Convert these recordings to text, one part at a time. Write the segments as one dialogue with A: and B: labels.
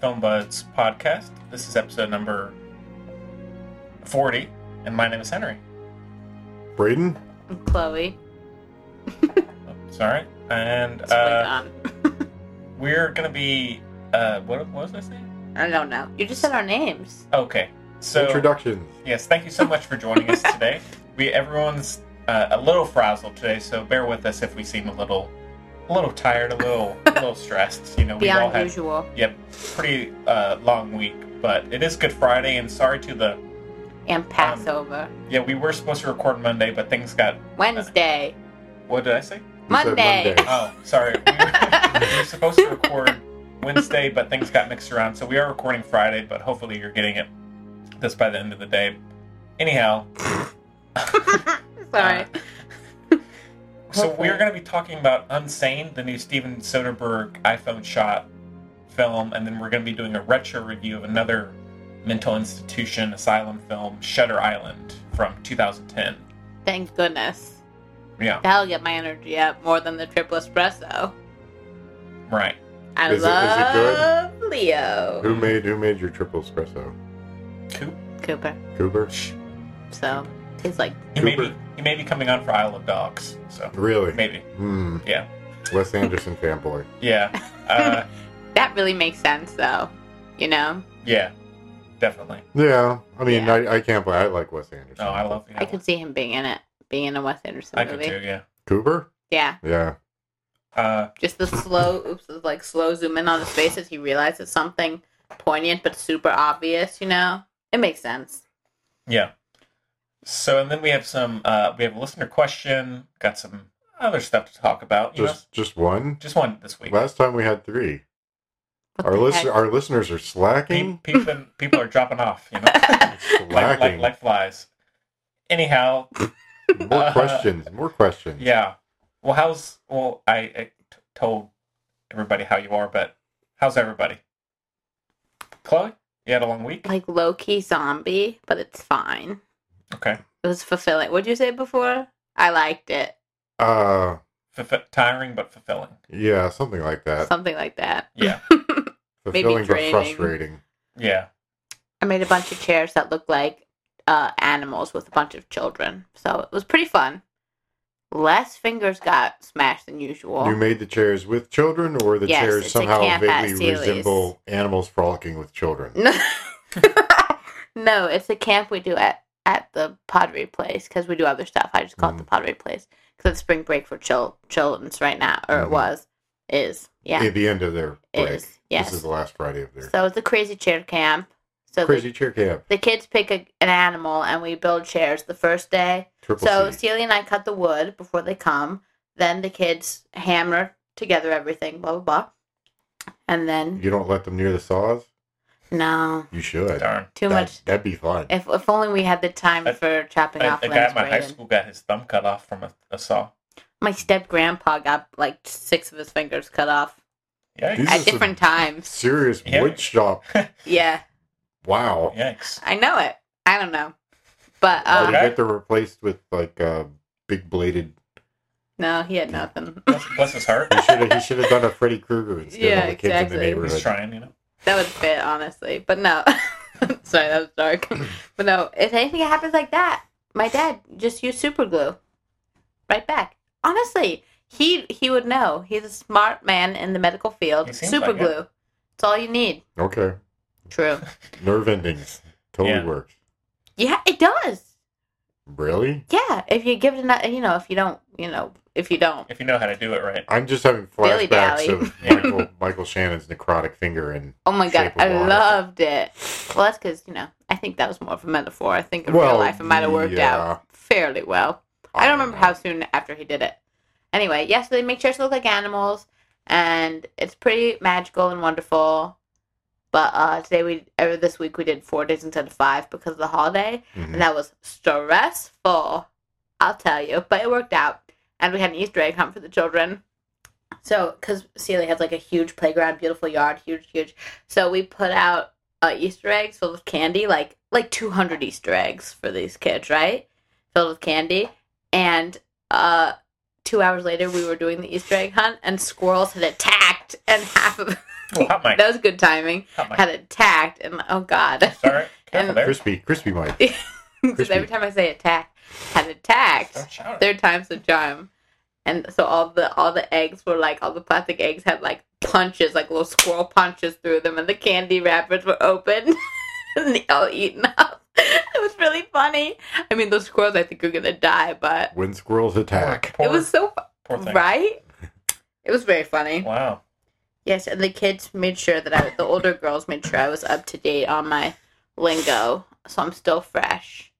A: Film Buds podcast. This is episode number 40, and my name is Henry.
B: Braden?
C: Chloe.
A: Oops, all right. And
C: That's what
A: uh,
C: I got.
A: we're going to be. Uh, what, what was I saying?
C: I don't know. You just said our names.
A: Okay. So,
B: Introductions.
A: yes, thank you so much for joining us today. We Everyone's uh, a little frazzled today, so bear with us if we seem a little. A little tired, a little, a little stressed. You know, we've all
C: Beyond
A: had
C: usual.
A: yep, pretty uh, long week, but it is Good Friday, and sorry to the
C: And Passover.
A: yeah. We were supposed to record Monday, but things got
C: Wednesday.
A: what did I say?
B: You said
C: Monday.
A: Oh, sorry. We were, we were supposed to record Wednesday, but things got mixed around, so we are recording Friday. But hopefully, you're getting it this by the end of the day. Anyhow,
C: Sorry.
A: so
C: Hopefully.
A: we're going to be talking about Unsane, the new Steven Soderbergh iPhone shot film, and then we're going to be doing a retro review of another mental institution asylum film, Shutter Island, from 2010.
C: Thank goodness.
A: Yeah,
C: That'll get my energy up more than the triple espresso.
A: right.
C: I
B: Is it- is it
C: love Leo.
B: Who made who made your triple espresso?
A: Coop,
C: Cooper.
B: Cooper?
C: So tastes like
A: he may be
B: Cooper.
A: he may be coming on for Isle of Dogs, so
B: Really?
A: maybe.
B: Hmm.
A: Yeah.
B: Wes Anderson fanboy.
A: Yeah. Uh,
C: that really makes sense though. You know?
A: yeah. Definitely.
B: Yeah. I mean,
C: Yeah.
B: I, I can't play. I like Wes Anderson.
A: No, Oh, I love you.
C: I could see him being in it. Being in a Wes Anderson
A: I could
C: movie.
A: too, yeah.
B: Cooper?
C: Yeah.
B: Yeah.
A: Uh,
C: Just the slow, oops, the, like slow zoom in on his face as he realizes something poignant but super obvious. You know, it makes sense.
A: yeah. So and then we have some uh, we have a listener question, got some other stuff to talk about, you know.
B: Just just one.
A: Just one this week.
B: Last time we had three.
C: What
B: Our
C: the
B: list
C: heck?
B: our listeners are
A: Pe-
B: slacking.
A: people people are dropping off, you know. like, like
B: Slacking.
A: like flies. Anyhow,
B: more
A: uh,
B: questions. More questions.
A: yeah. Well, how's well I, I t- told everybody how you are, but how's everybody? Chloe, you had a long week.
C: like low key zombie, but it's fine.
A: Okay.
C: It was fulfilling. What'd you say before? I liked it.
B: Uh
A: Fulfi- tiring but fulfilling.
B: yeah, something like that.
C: Something like that.
A: Yeah.
C: maybe
B: Fulfilling but
C: draining.
B: frustrating.
A: Yeah.
C: I made a bunch of chairs that looked like uh, animals with a bunch of children, so it was pretty fun. Less fingers got smashed than usual.
B: You made the chairs with children, or the
C: Yes,
B: chairs
C: it's a
B: somehow
C: camp at
B: vaguely
C: Sealy's. Mm,
B: resemble animals frolicking with children.
C: No, no, it's a camp we do at at the Pottery Place because we do other stuff. I just call
B: Mm.
C: it the Pottery Place because it's spring break for chil- children's right now, or
B: Mhm.
C: it was, is yeah,
B: At the end of their
C: is
B: break.
C: yes.
B: This is the last Friday of their
C: so it's a crazy chair camp. So
B: crazy
C: the,
B: chair camp.
C: the kids pick a, an animal and we build chairs the first day.
B: Triple
C: So
B: C.
C: Celia and I cut the wood before they come. Then the kids hammer together everything, blah blah blah, and then
B: You don't let them near the saws.
C: no,
B: You should.
A: Darn.
C: too
B: that,
C: much.
B: That'd be fun.
C: If, if only we had the time
A: I-
C: for chopping
A: A,
C: off
A: a guy
C: limbs,
A: at my high
C: Brayden.
A: school got his thumb cut off from a, a saw.
C: My step grandpa got like six of his fingers cut off
A: Yikes.
B: These
C: at
B: are some-
C: different times.
B: Serious
A: Yeah.
B: wood shop.
C: Yeah,
B: Wow.
A: Yikes.
C: I know it. I don't know, but
B: Or
C: uh,
A: Okay.
B: get them replaced with like uh, big bladed.
C: no, he had nothing.
A: Bless, bless his heart.
B: He should have. he should have done a Freddy Krueger instead of
C: Yeah,
B: all the kids
C: exactly.
B: in the
A: He's
B: neighborhood.
A: trying, you know.
C: that would fit honestly, but no. Sorry, that was dark. but no, if anything happens like that, my dad just used super glue, right back. Honestly, he he would know. He's a smart man in the medical
A: He
C: field.
A: seems
C: Super
A: like it.
C: glue. It's all you need.
B: Okay.
C: True.
B: Nerve endings. Totally
A: Yeah.
B: works.
C: Yeah, it does.
B: Really?
C: Yeah, if you give it enough, you know, if you don't, you know, if you don't,
A: If you know how to do it right.
B: I'm just having
C: Dilly
B: flashbacks
C: dally.
B: of
A: Yeah.
B: Michael Michael Shannon's necrotic finger and
C: oh my god,
B: Shape of
C: I
B: water.
C: loved it. Well, that's because you know, I think that was more of a metaphor. I think in
B: Well,
C: real life it might have worked
B: yeah. Uh-huh.
C: out fairly well. I don't remember how soon after he did it. Anyway, yes, they make chairs look like animals, and it's pretty magical and wonderful. But uh, today we, or this week we did four days instead of five because of the holiday.
B: Mhm.
C: and that was stressful. I'll tell you, but it worked out, and we had an Easter egg hunt for the children. So, because Celia has like a huge playground, beautiful yard, huge, huge. So we put out uh, Easter eggs filled with candy, like like two hundred Easter eggs for these kids, right? Filled with candy, and uh, two hours later we were doing the Easter egg hunt, and squirrels had attacked, and half of
A: Oh, hot mic.
C: That was good timing.
A: Hot mic.
C: Had attacked, and oh god.
A: Sorry. Careful
C: and-
A: there.
B: Crispy, crispy Mike.
C: Because every time I say attack, had attacked.
A: Don't shout.
C: Third time's the charm. And so all the all the eggs were like all the plastic eggs had like punches, like little squirrel punches through them, and the candy wrappers were open and they all eaten up. It was really funny. I mean, those squirrels I think are gonna die, but
B: When squirrels attack.
A: Poor,
C: it was so
A: poor
C: fu-
A: thing.
C: right. It was very funny.
A: Wow.
C: Yes, and the kids made sure that I, the older girls made sure I was up to date on my lingo, so I'm still fresh.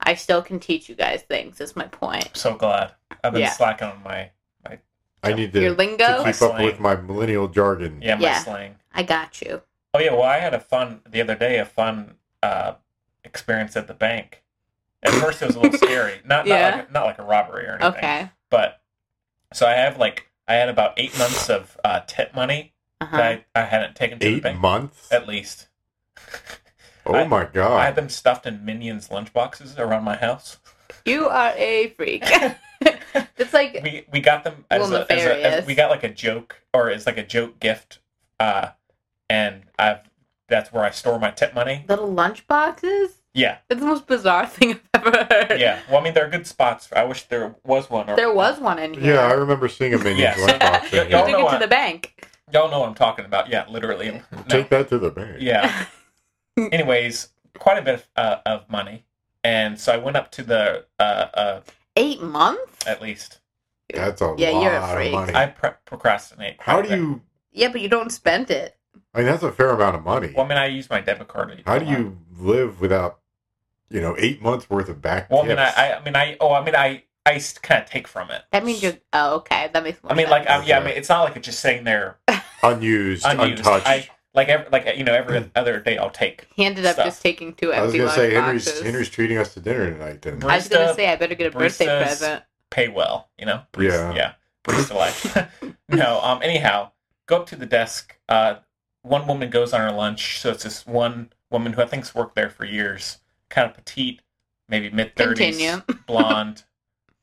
C: I still can teach you guys things. Is my point.
A: So glad. I've been
C: Yeah.
A: slacking on my
B: I need
C: Your
B: to, to
C: lingo,
B: keep up with my millennial jargon.
A: yeah my
C: Yeah.
A: slang.
C: I got you.
A: Oh yeah. Well, I had a fun the other day. A fun uh, experience at the bank. At first, it was a little scary. Not
C: Yeah.
A: not, like, not like a robbery or anything.
C: Okay.
A: But so I have like I had about eight months of uh, tip money
C: Uh-huh.
A: that I, I hadn't taken to the
B: Eight
A: bank
B: months?
A: at least.
B: oh
A: I-
B: my
A: I had
B: god.
A: them stuffed in minions lunchboxes around my house.
C: You are a freak. it's like
A: we we got them as, a,
C: Well,
A: as, a, as
C: nefarious.
A: we got like a joke or it's like a joke gift uh and i've that's where i store my tip money
C: little lunch boxes.
A: yeah
C: It's the most bizarre thing I've ever heard.
A: yeah well i mean they're good spots i wish there was one or
C: There was one in here.
B: Yeah, I remember seeing a Minions
A: Yes.
B: lunchbox.
A: You- you
B: in here.
A: don't
C: Took
A: know
C: it
A: why-
C: to the bank.
A: y'all know what i'm talking about yeah literally no.
B: Take that to the bank.
A: yeah anyways quite a bit of, uh, of money and so i went up to the uh uh
C: Eight months.
A: at least
B: That's a
C: Yeah,
B: lot
C: you're a
B: of
C: freak.
B: money.
A: i pre- procrastinate quite
B: How
A: a
B: do
A: bit.
B: you?
C: Yeah, but you don't spend it.
B: I mean, that's a fair amount of money.
A: well i mean i use my debit card
B: How do you live without, you know, eight months worth of back?
A: well i mean I,
B: tips?
A: I I mean i oh i mean i i kind of take from it
C: That means you're. Oh, okay. That makes more
A: I mean,
C: sense.
A: like, I, yeah, I
B: Okay.
A: mean, it's not like it's just sitting there
B: unused,
A: unused.
B: untouched.
A: I like, every, like you know, every other day I'll take.
C: He ended up
A: stuff.
C: just taking two
B: I was
C: empty
B: gonna
C: lunch
B: say Henry's
C: boxes.
B: Henry's treating us to dinner tonight. Then
A: Br-
C: I was gonna
A: Barista-
C: say I better get a birthday
A: baristas-
C: present.
A: Pay well, you know.
B: Yeah.
A: yeah. Barista life. no. Um. Anyhow, go up to the desk. Uh, one woman goes on her lunch, so it's this one woman who I think's worked there for years, kind of petite, maybe mid thirties,
C: Continue.
A: blonde,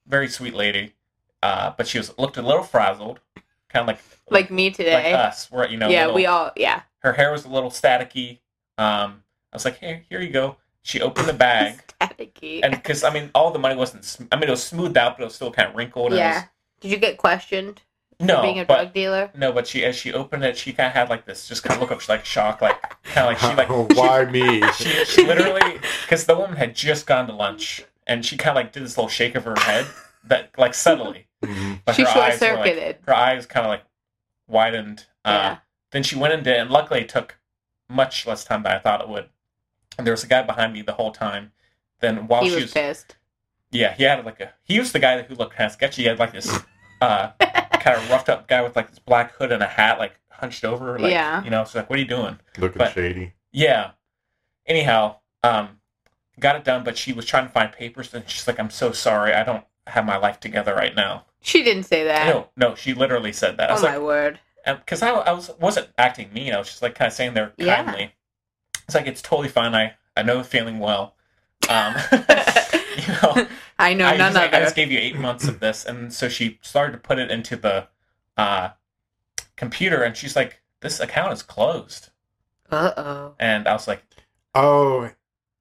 A: very sweet lady. Uh, but she was looked a little frazzled, kind of like
C: Like me
A: like
C: today.
A: us. We're you know
C: yeah,
A: little-
C: we all. Yeah.
A: Her hair was a little staticky. Um, I was like, here, here you go. She opened the bag,
C: Staticky.
A: and because I mean, all the money wasn't. Sm- I mean, it was smoothed out, but it was still kind of wrinkled. And
C: Yeah. Did you get questioned
A: It was, no,
C: for being a
A: but
C: drug dealer?
A: no, but she as she opened it, she kind of had like this, just kind of look up, like shock, like kind of like she like
B: why me?
A: she, she literally because the woman had just gone to lunch, and she kind of like did this little shake of her head that like subtly,
B: Mhm.
A: but
C: she
A: her
C: short
A: eyes were like
C: circuited.
A: her eyes kind of like widened. Uh,
C: Yeah.
A: Then she went into it, and luckily it took much less time than I thought it would. And there was a guy behind me the whole time. Then while
C: he
A: she
C: was
A: was,
C: pissed.
A: yeah, he had like a he was the guy who looked kind of sketchy. He had like this uh, kind of roughed up guy with like this black hood and a hat, like hunched over, like
C: Yeah.
A: you know. So like, what are you doing?
B: Looking
A: But-
B: shady.
A: Yeah. Anyhow, um, got it done, but she was trying to find papers, and she's like, "I'm so sorry, I don't have my life together right now."
C: She didn't say that.
A: No, no, she literally said that. I
C: oh
A: was like,
C: my word.
A: because I, I was wasn't acting mean. I was just like kind of saying there
C: Yeah.
A: kindly. It's like it's totally fine. I I know the feeling well. Um, you know,
C: I know
A: I,
C: none
A: just,
C: of
A: I just
C: it.
A: gave you eight months of this, and so she started to put it into the uh, computer, and she's like, "This account is closed,"
C: Uh oh.
A: and I was like,
B: Oh,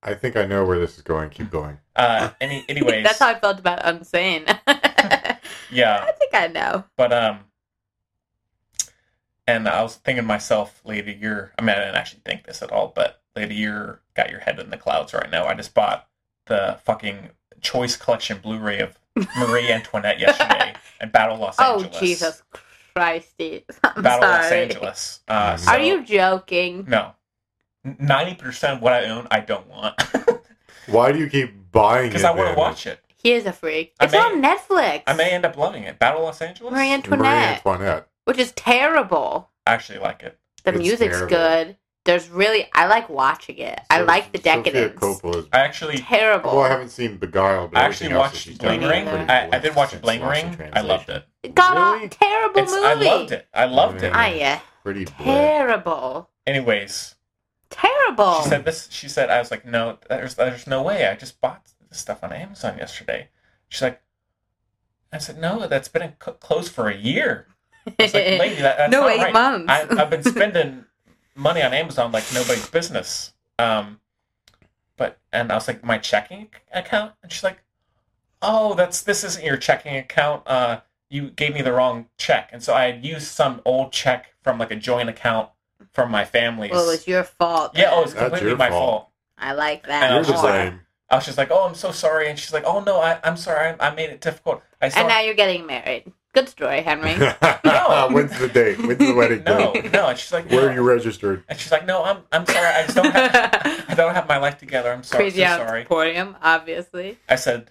B: I think I know where this is going. Keep going.
A: uh, "Any, anyways,
C: That's how I felt about unsane. I
A: yeah."
C: think I know.
A: But um, and I was thinking to myself, lady, you're. I mean, I didn't actually think this at all, but lady, you're got your head in the clouds right now. I just bought the fucking Choice Collection Blu-ray of Marie Antoinette yesterday and Battle Los
C: Oh
A: Angeles.
C: Jesus Christ! I'm
A: Battle Los
C: sorry.
A: Angeles. Uh,
B: Mhm.
C: Are
A: so-
C: you joking?
A: No. Ninety percent of what I own, I don't want
B: Why do you keep buying?
A: because
B: it
A: I want
B: then?
A: to watch it.
C: He is a freak.
A: I
C: It's
A: may-
C: on Netflix.
A: I may end up loving it. Battle Los Angeles.
C: Marie Antoinette,
B: Marie Antoinette.
C: which is terrible.
A: I actually like it.
C: The
B: It's
C: music's
B: terrible.
C: good. There's really I like watching it. I
B: So-
C: like the
B: Sofia
C: decadence.
B: Coppola's-
A: I actually
C: Terrible.
B: Well, I haven't seen Beguiled. But
A: I actually
B: everything else that
A: watched
B: she's done
A: Bling
C: Me
B: is
A: Ring.
B: pretty
A: I, I did watch
B: since
A: Bling
B: Lost in
A: Ring. I loved
B: Translation.
A: it.
C: God, aw-
B: Really?
C: terrible
A: It's,
C: movie.
A: I loved it. I loved it.
C: Ah, yeah.
B: Pretty bland.
C: Terrible.
A: Anyways,
C: Terrible.
A: she said this. She said, "I was like, no, there's there's no way. I just bought this stuff on Amazon yesterday." She's like, "I said, no, that's been cl- closed for a year." It's like, lady, that, that's
C: no,
A: not
C: eight
A: right.
C: months.
A: I, I've been spending money on Amazon like nobody's business. Um, but and I was like, my checking account, and she's like, oh, that's this isn't your checking account. Uh, you gave me the wrong check, and so I had used some old check from like a joint account from my family's.
C: well, it was your fault.
A: yeah, oh, it was
B: That's
A: completely
B: your
A: my
B: fault.
A: fault.
C: I like
A: And
C: that.
A: I
B: You're
A: was
B: the
A: just like-
B: same.
A: I was just like, oh, I'm so sorry, and she's like, oh no, I, I'm sorry, I, I made it difficult. I saw
C: and now you're getting married. Good story, Henry.
A: No.
B: When's the date? When's the wedding
A: no,
B: date?
A: no, and she's like,
B: Where
A: no.
B: are you registered?
A: And she's like, no, I'm, I'm sorry, I just don't have, I don't have my life together. I'm sorry,
C: Crazy
A: so
C: out
A: sorry.
C: Emporium, obviously.
A: I said,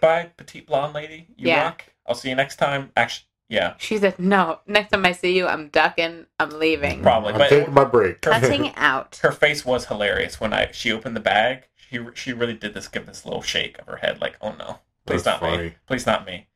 A: bye, petite blonde lady. You
C: Yeah.
A: rock. I'll see you next time. Actually, yeah.
C: She said, "No. Next time I see you, I'm ducking. I'm leaving."
A: Probably,
B: I'm
A: but-
B: taking my break.
C: Cutting out.
A: Her face was hilarious when I she opened the bag. She she really did this give this little shake of her head, like, oh no, please
B: That's
A: not me,
B: funny.
A: please not me.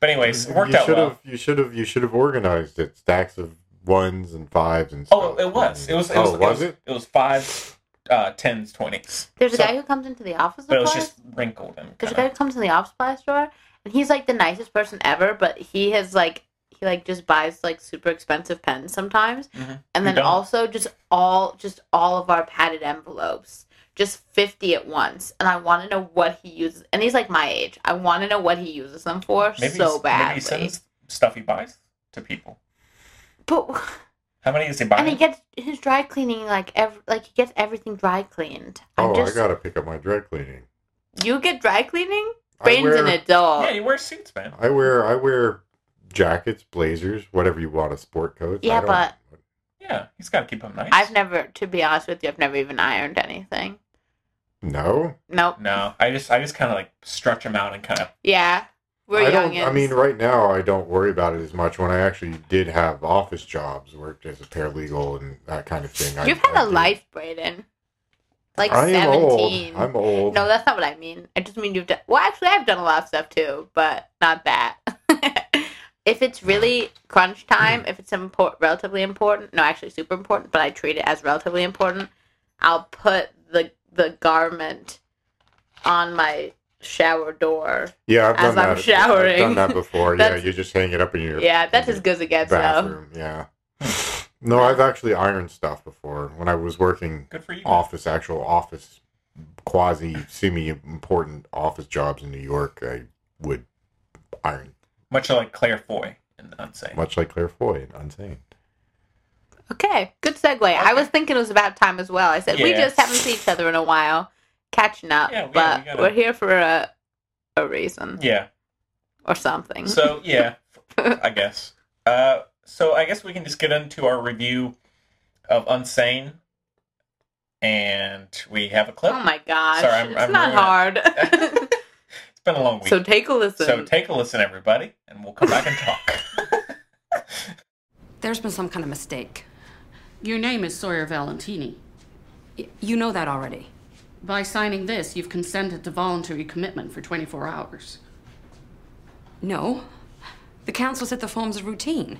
A: But anyways, it worked
B: you
A: out
B: should
A: well.
B: have. You should have. You should have organized it. Stacks of ones and fives and.
A: Oh,
B: stuff.
A: it was. It was. It
B: oh,
A: was,
B: was
A: it? Was,
B: it?
A: it was five, uh, tens, twenties.
C: There's a
A: So-
C: guy who comes into the office
A: But it was
C: supplies-
A: just wrinkled and
C: Because the
A: kinda-
C: guy comes in the office supply store and he's like the nicest person ever, but he has like he like just buys like super expensive pens sometimes,
A: Mhm.
C: and
A: You
C: then
A: don't?
C: also just all just all of our padded envelopes, just fifty at once. And I want to know what he uses. And he's like my age. I want to know what he uses them for
A: maybe he's-
C: so
A: Maybe he
C: badly.
A: sends stuff he buys to people.
C: but
A: How many is he
C: and he
A: buying?
C: gets his dry cleaning like ev- like he gets everything dry cleaned. I'm
B: Oh,
C: just
B: I gotta pick up my dry cleaning.
C: you get dry cleaning.
B: I
C: Brain's
B: wear-
C: an adult.
A: yeah, he wears suits, man.
B: I wear I wear jackets, blazers, whatever you want, a sport coat.
C: Yeah, but-
A: Yeah, he's got to keep him nice.
C: I've never, to be honest with you, I've never even ironed anything.
B: no,
C: Nope.
A: No, I just I just kind of like stretch them out and kind of
C: Yeah, we're
B: I
C: young.
B: don't. I mean, right now I don't worry about it as much. When I actually did have office jobs, worked as a paralegal and that kind of thing. I-
C: you've had
B: I
C: a
B: do-
C: life, Brayden. Like
B: I am
C: seventeen.
B: old. I'm old.
C: no, that's not what I mean. I just mean you've done. Well, actually, I've done a lot of stuff too, but not that. if it's really crunch time, if it's import- relatively important, no, actually super important, but I treat it as relatively important. I'll put the the garment on my shower door.
B: yeah, I've
C: as
B: done
C: I'm
B: that.
C: showering.
B: I've done that before. yeah,
C: That's-
B: you just hang it up in your
C: Yeah, that's
B: in
C: as
B: your
C: good as it gets, though.
B: bathroom. Yeah. No, I've actually ironed stuff before when I was working
A: good for you.
B: office, actual office, quasi semi important office jobs in New York, I would iron,
A: Much like Claire Foy in the Unsane.
B: much like Claire Foy in Untamed.
C: Okay, good segue. I was thinking it was about time as well. I said we
A: Yeah.
C: just haven't seen each other in a while, catching up,
A: Yeah, we-
C: but
A: we gotta-
C: we're here for a a reason
A: Yeah.
C: or something.
A: So yeah, I guess. Uh, so I guess we can just get into our review of Unsane, and we have a clip.
C: oh my gosh,
A: Sorry, I'm-
C: it's
A: I'm
C: not hard.
A: It's been a long week,
C: so
A: so,
C: take a listen.
A: take a listen, everybody, and we'll come back and talk.
D: There's been some kind of mistake.
E: Your name is Sawyer Valentini.
D: Y- You know that already.
E: By signing this, you've consented to voluntary commitment for 24 hours.
D: No. The council said the form's a routine.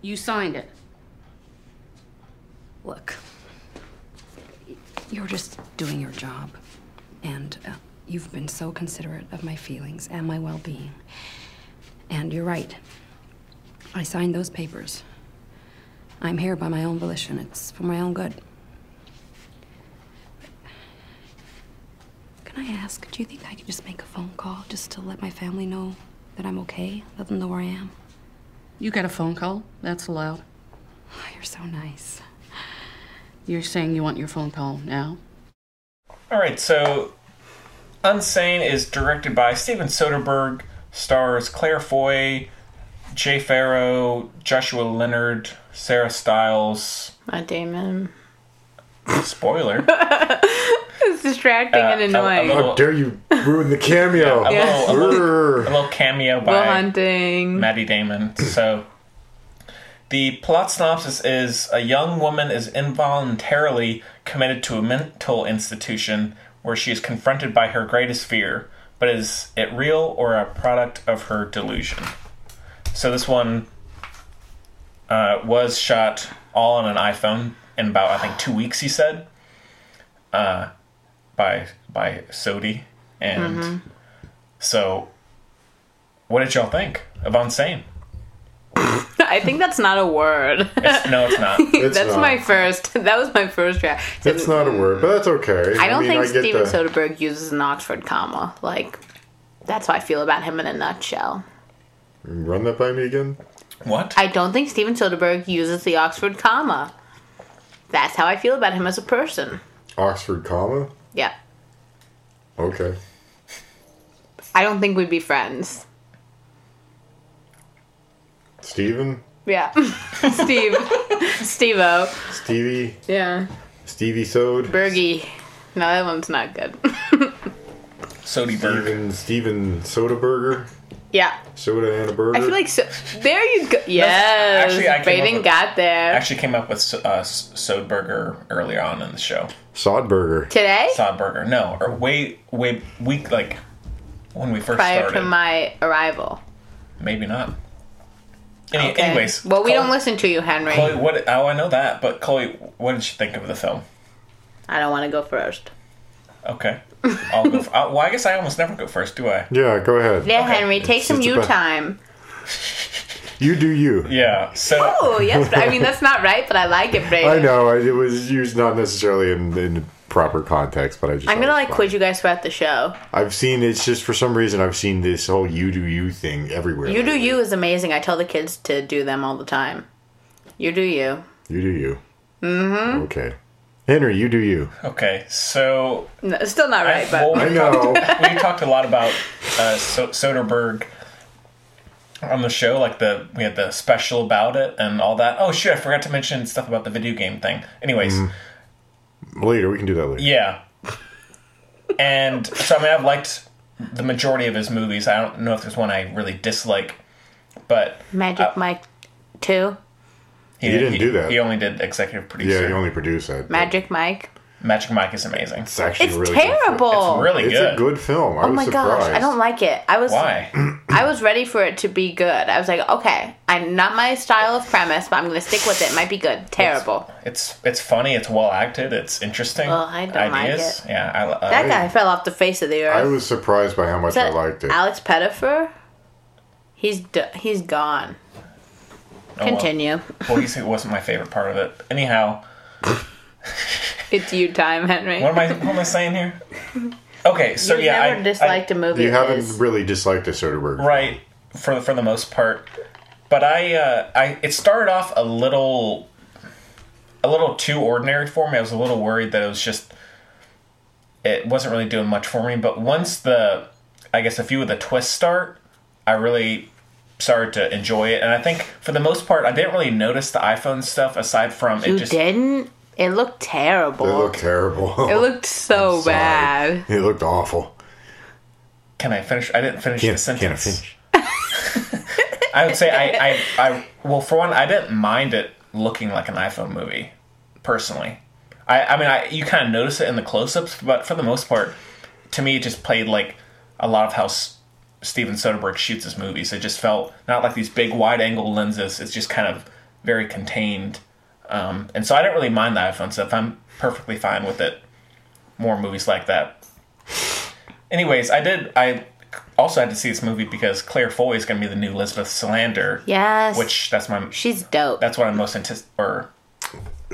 E: You signed it.
D: Look, y- you're just doing your job. And uh, you've been so considerate of my feelings and my well being. And you're right. I signed those papers. I'm here by my own volition, it's for my own good. Can I ask, do you think I could just make a phone call just to let my family know that I'm okay? Let them know where I am?
E: You get a phone call. That's allowed.
D: Oh, you're so nice.
E: You're saying you want your phone call now?
A: All right, so Unsane is directed by Steven Soderbergh, stars Claire Foy, Jay Farrow, Joshua Leonard, Sarah Stiles.
C: my Damon
A: Spoiler.
C: it's distracting and
A: Uh,
C: annoying.
A: I- I
C: Will
A: love-
B: How dare you ruin the cameo?
A: a, little, a, little, a
B: Urgh.
A: little cameo by
C: hunting.
A: Maddie Damon. So, the plot synopsis is a young woman is involuntarily committed to a mental institution where she is confronted by her greatest fear, but is it real or a product of her delusion? So, this one uh, was shot all on an iPhone in about, I think, two weeks, he said, uh, by, by Sodi. And so, what did y'all think of Unsane?
C: I think that's not a word.
A: It's, no, it's not.
B: It's
C: that's
B: not.
C: my first. That was my first draft.
B: It's not a word, but that's okay.
C: I don't
B: mean,
C: think
B: get
C: Steven
B: the-
C: Soderbergh uses an Oxford comma. Like, that's how I feel about him in a nutshell.
B: Run that by me again.
A: What?
C: I don't think Steven Soderbergh uses the Oxford comma. That's how I feel about him as a person.
B: Oxford comma.
C: Yeah.
B: Okay.
C: I don't think we'd be friends.
B: Steven?
C: Yeah. Steve. Steve O.
B: Stevie?
C: Yeah.
B: Stevie Sode?
C: Bergie. No, that one's not good.
A: Sody Bird.
B: Steven, Steven Soda Burger?
C: yeah.
B: Soda and a burger?
C: I feel like so. There you go. Yes.
A: actually, I came up
C: Brayden
A: with-
C: got there.
A: Actually, came up with S- uh, S- Soderbergh earlier on in the show.
B: Sod Burger.
C: Today?
A: Soderbergh, no, or way, way, week like when we first
C: Prior
A: started.
C: to my arrival.
A: Maybe not. Any,
C: Okay.
A: Anyways,
C: Well, we
A: Chloe-
C: don't listen to you, Henry.
A: Chloe, what? Oh, I know that, but Chloe, what did you think of the film?
C: I don't want to go first.
A: Okay, I'll go. f I well, I guess I almost never go first, do I?
B: Yeah, go ahead.
C: Yeah, Henry, take some
B: it's
C: you
B: about-
C: time.
B: You do you.
A: Yeah. So
C: Oh, yes. I mean, that's not right, but I like it, Brayden.
B: I know. I- It was used not necessarily in, in proper context, but I just.
C: I'm gonna
B: thought it was
C: like
B: fun.
C: quiz you guys throughout the show.
B: I've seen it's just for some reason I've seen this whole you do you thing everywhere.
C: You do you is amazing. I tell the kids to do them all the time. You do you.
B: You do you. Mm-hmm. Okay. Henry, you do you.
A: okay, so
C: No, it's still not right, but
A: well,
B: I know.
A: we talked a lot about uh, so- Soderbergh on the show, like the we had the special about it and all that. Oh shoot, I forgot to mention stuff about the video game thing. Anyways,
B: Mm. later, we can do that later.
A: yeah. And so I mean, I've liked the majority of his movies. I don't know if there's one I really dislike, but
C: Magic Mike two.
A: he,
B: didn't
A: he-
B: do that.
A: He only did executive producer.
B: Yeah, you only produce that. but
C: Magic Mike.
A: Magic Mike is amazing.
B: It's actually
C: It's
B: really good.
C: terrible.
A: It's really
B: It's
A: good.
B: a good film. I
C: oh
B: was
C: my
B: surprised.
C: gosh, I don't like it. I was
A: Why?
C: I was ready for it to be good. I was like, okay, I'm not my style of premise, but I'm gonna stick with it. it might be good. Terrible.
A: It's it's funny. It's well acted. It's interesting.
C: Well, I don't like
A: ideas. Yeah, I, I,
C: that guy fell off the face of the earth.
B: I was surprised by how much I
C: that
B: liked it.
C: Alex Pettifer. He's d- he's gone.
A: oh, well.
C: Continue.
A: Well, you see, it wasn't my favorite part of it. Anyhow,
C: It's you time, Henry.
A: what am I what am I saying here? Okay, so
C: You've
A: yeah,
C: never
A: I
C: disliked a movie.
B: you
C: of
B: haven't
C: his.
B: really disliked a Soderbergh.
A: I, right for for the most part, but I uh, I it started off a little a little too ordinary for me. I was a little worried that it was just it wasn't really doing much for me. But once the I guess a few of the twists start, I really started to enjoy it, and I think for the most part, I didn't really notice the iPhone stuff aside from
C: You
A: it just
C: didn't. It looked terrible.
B: It looked terrible.
C: It looked so
B: Sorry.
C: bad.
B: It looked awful.
A: Can I finish? I didn't finish
B: Can't-
A: the sentence.
B: can't finish.
A: I would say I, I, I, well, for one, I didn't mind it looking like an iPhone movie, personally. I, I mean, I you kind of notice it in the close-ups, but for the most part, to me, it just played like a lot of how S- Steven Soderbergh shoots his movies. It just felt not like these big wide-angle lenses. It's just kind of very contained, um, and so I didn't really mind the iPhone stuff. I'm perfectly fine with it. More movies like that anyways, I did. I also had to see this movie because Claire Foy is going to be the new Elizabeth Salander.
C: Yes.
A: Which that's my
C: she's dope.
A: that's what I'm most antici- or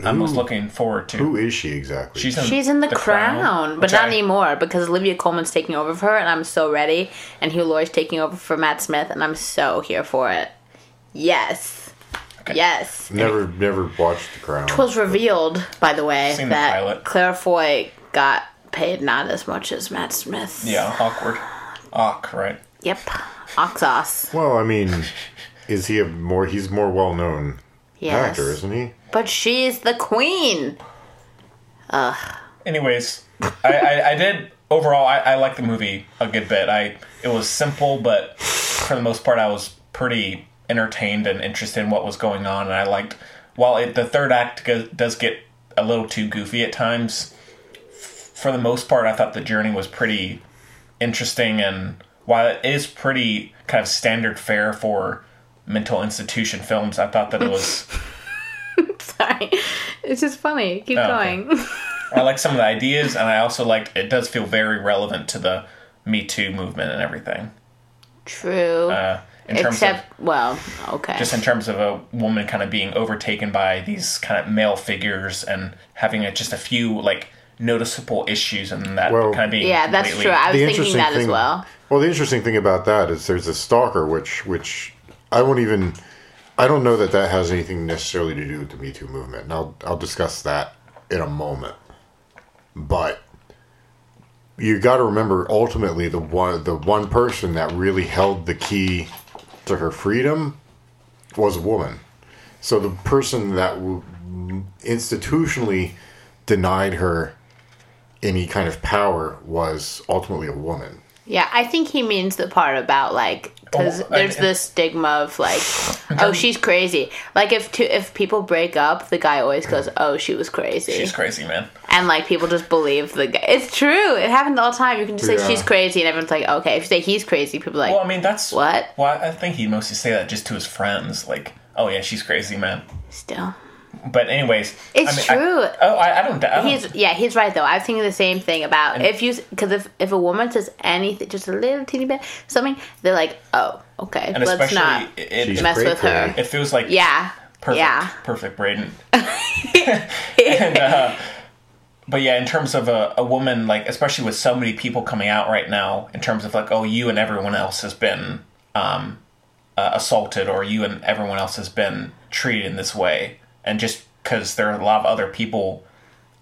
A: I'm most looking forward to.
B: Who is she exactly?
A: She's in,
C: She's in the, crown, but
A: which
C: not
A: I-
C: anymore because Olivia Coleman's taking over for her, and I'm so ready. And Hugh Laurie's taking over for Matt Smith, and I'm so here for it. Yes, yes.
B: never, never watched The Crown.
C: It was revealed, by the way,
A: Seen the
C: that
A: pilot.
C: Claire Foy got paid not as much as Matt Smith.
A: Yeah, awkward. Awk, right?
C: Yep. Oxos.
B: Well, I mean, is he a more? He's more well known
C: Yes.
B: actor, isn't he?
C: But she's the queen.
A: Anyways, I, I, I did overall. I, I liked the movie a good bit. I it was simple, but for the most part, I was pretty entertained and interested in what was going on, and I liked. While it, the third act go, does get a little too goofy at times, f- for the most part, I thought the journey was pretty interesting, and while it is pretty kind of standard fare for mental institution films, I thought that it was.
C: Sorry. It's just funny. Keep
A: Oh, okay.
C: going.
A: I like some of the ideas, and I also liked it does feel very relevant to the Me Too movement and everything.
C: True.
A: uh, in terms of
C: Except, well, okay.
A: just in terms of a woman kind of being overtaken by these kind of male figures and having a, just a few like noticeable issues and that
B: Well-
A: kind of being
C: yeah, that's
A: completely-
C: true. I was thinking that as well.
B: Well, the interesting thing about that is there's a stalker, which which I won't even. I don't know that that has anything necessarily to do with the Me Too movement, and I'll I'll discuss that in a moment. But you got to remember, ultimately, the one the one person that really held the key to her freedom was a woman. So the person that w- institutionally denied her any kind of power was ultimately a woman.
C: Yeah, I think he means the part about like because
A: Oh, I-
C: there's this stigma of like, oh, she's crazy. Like if two, if people break up, the guy always goes, oh, she was crazy,
A: she's crazy man
C: and like people just believe the guy. It's true. It happens all the time. You can just
B: Yeah.
C: say she's crazy, and everyone's like, okay. If you say he's crazy, people are like,
A: well i mean that's
C: What?
A: well i think he mostly say that just to his friends like oh yeah she's crazy man
C: still.
A: but anyways
C: It's
A: I mean,
C: true.
A: I, oh I, I don't doubt
C: He's yeah, he's right though. I was thinking the same thing about if you because if if a woman says anything, just a little teeny bit something, they're like, oh, okay,
A: and
C: let's
A: especially
C: not.
A: it,
B: She's
A: it,
C: mess with her.
B: cray-cray.
A: it feels like
C: Yeah,
A: perfect
C: yeah.
A: perfect braden and uh but yeah, in terms of a, a woman, like especially with so many people coming out right now, in terms of like, oh, you and everyone else has been um, uh, assaulted, or you and everyone else has been treated in this way, and just because there are a lot of other people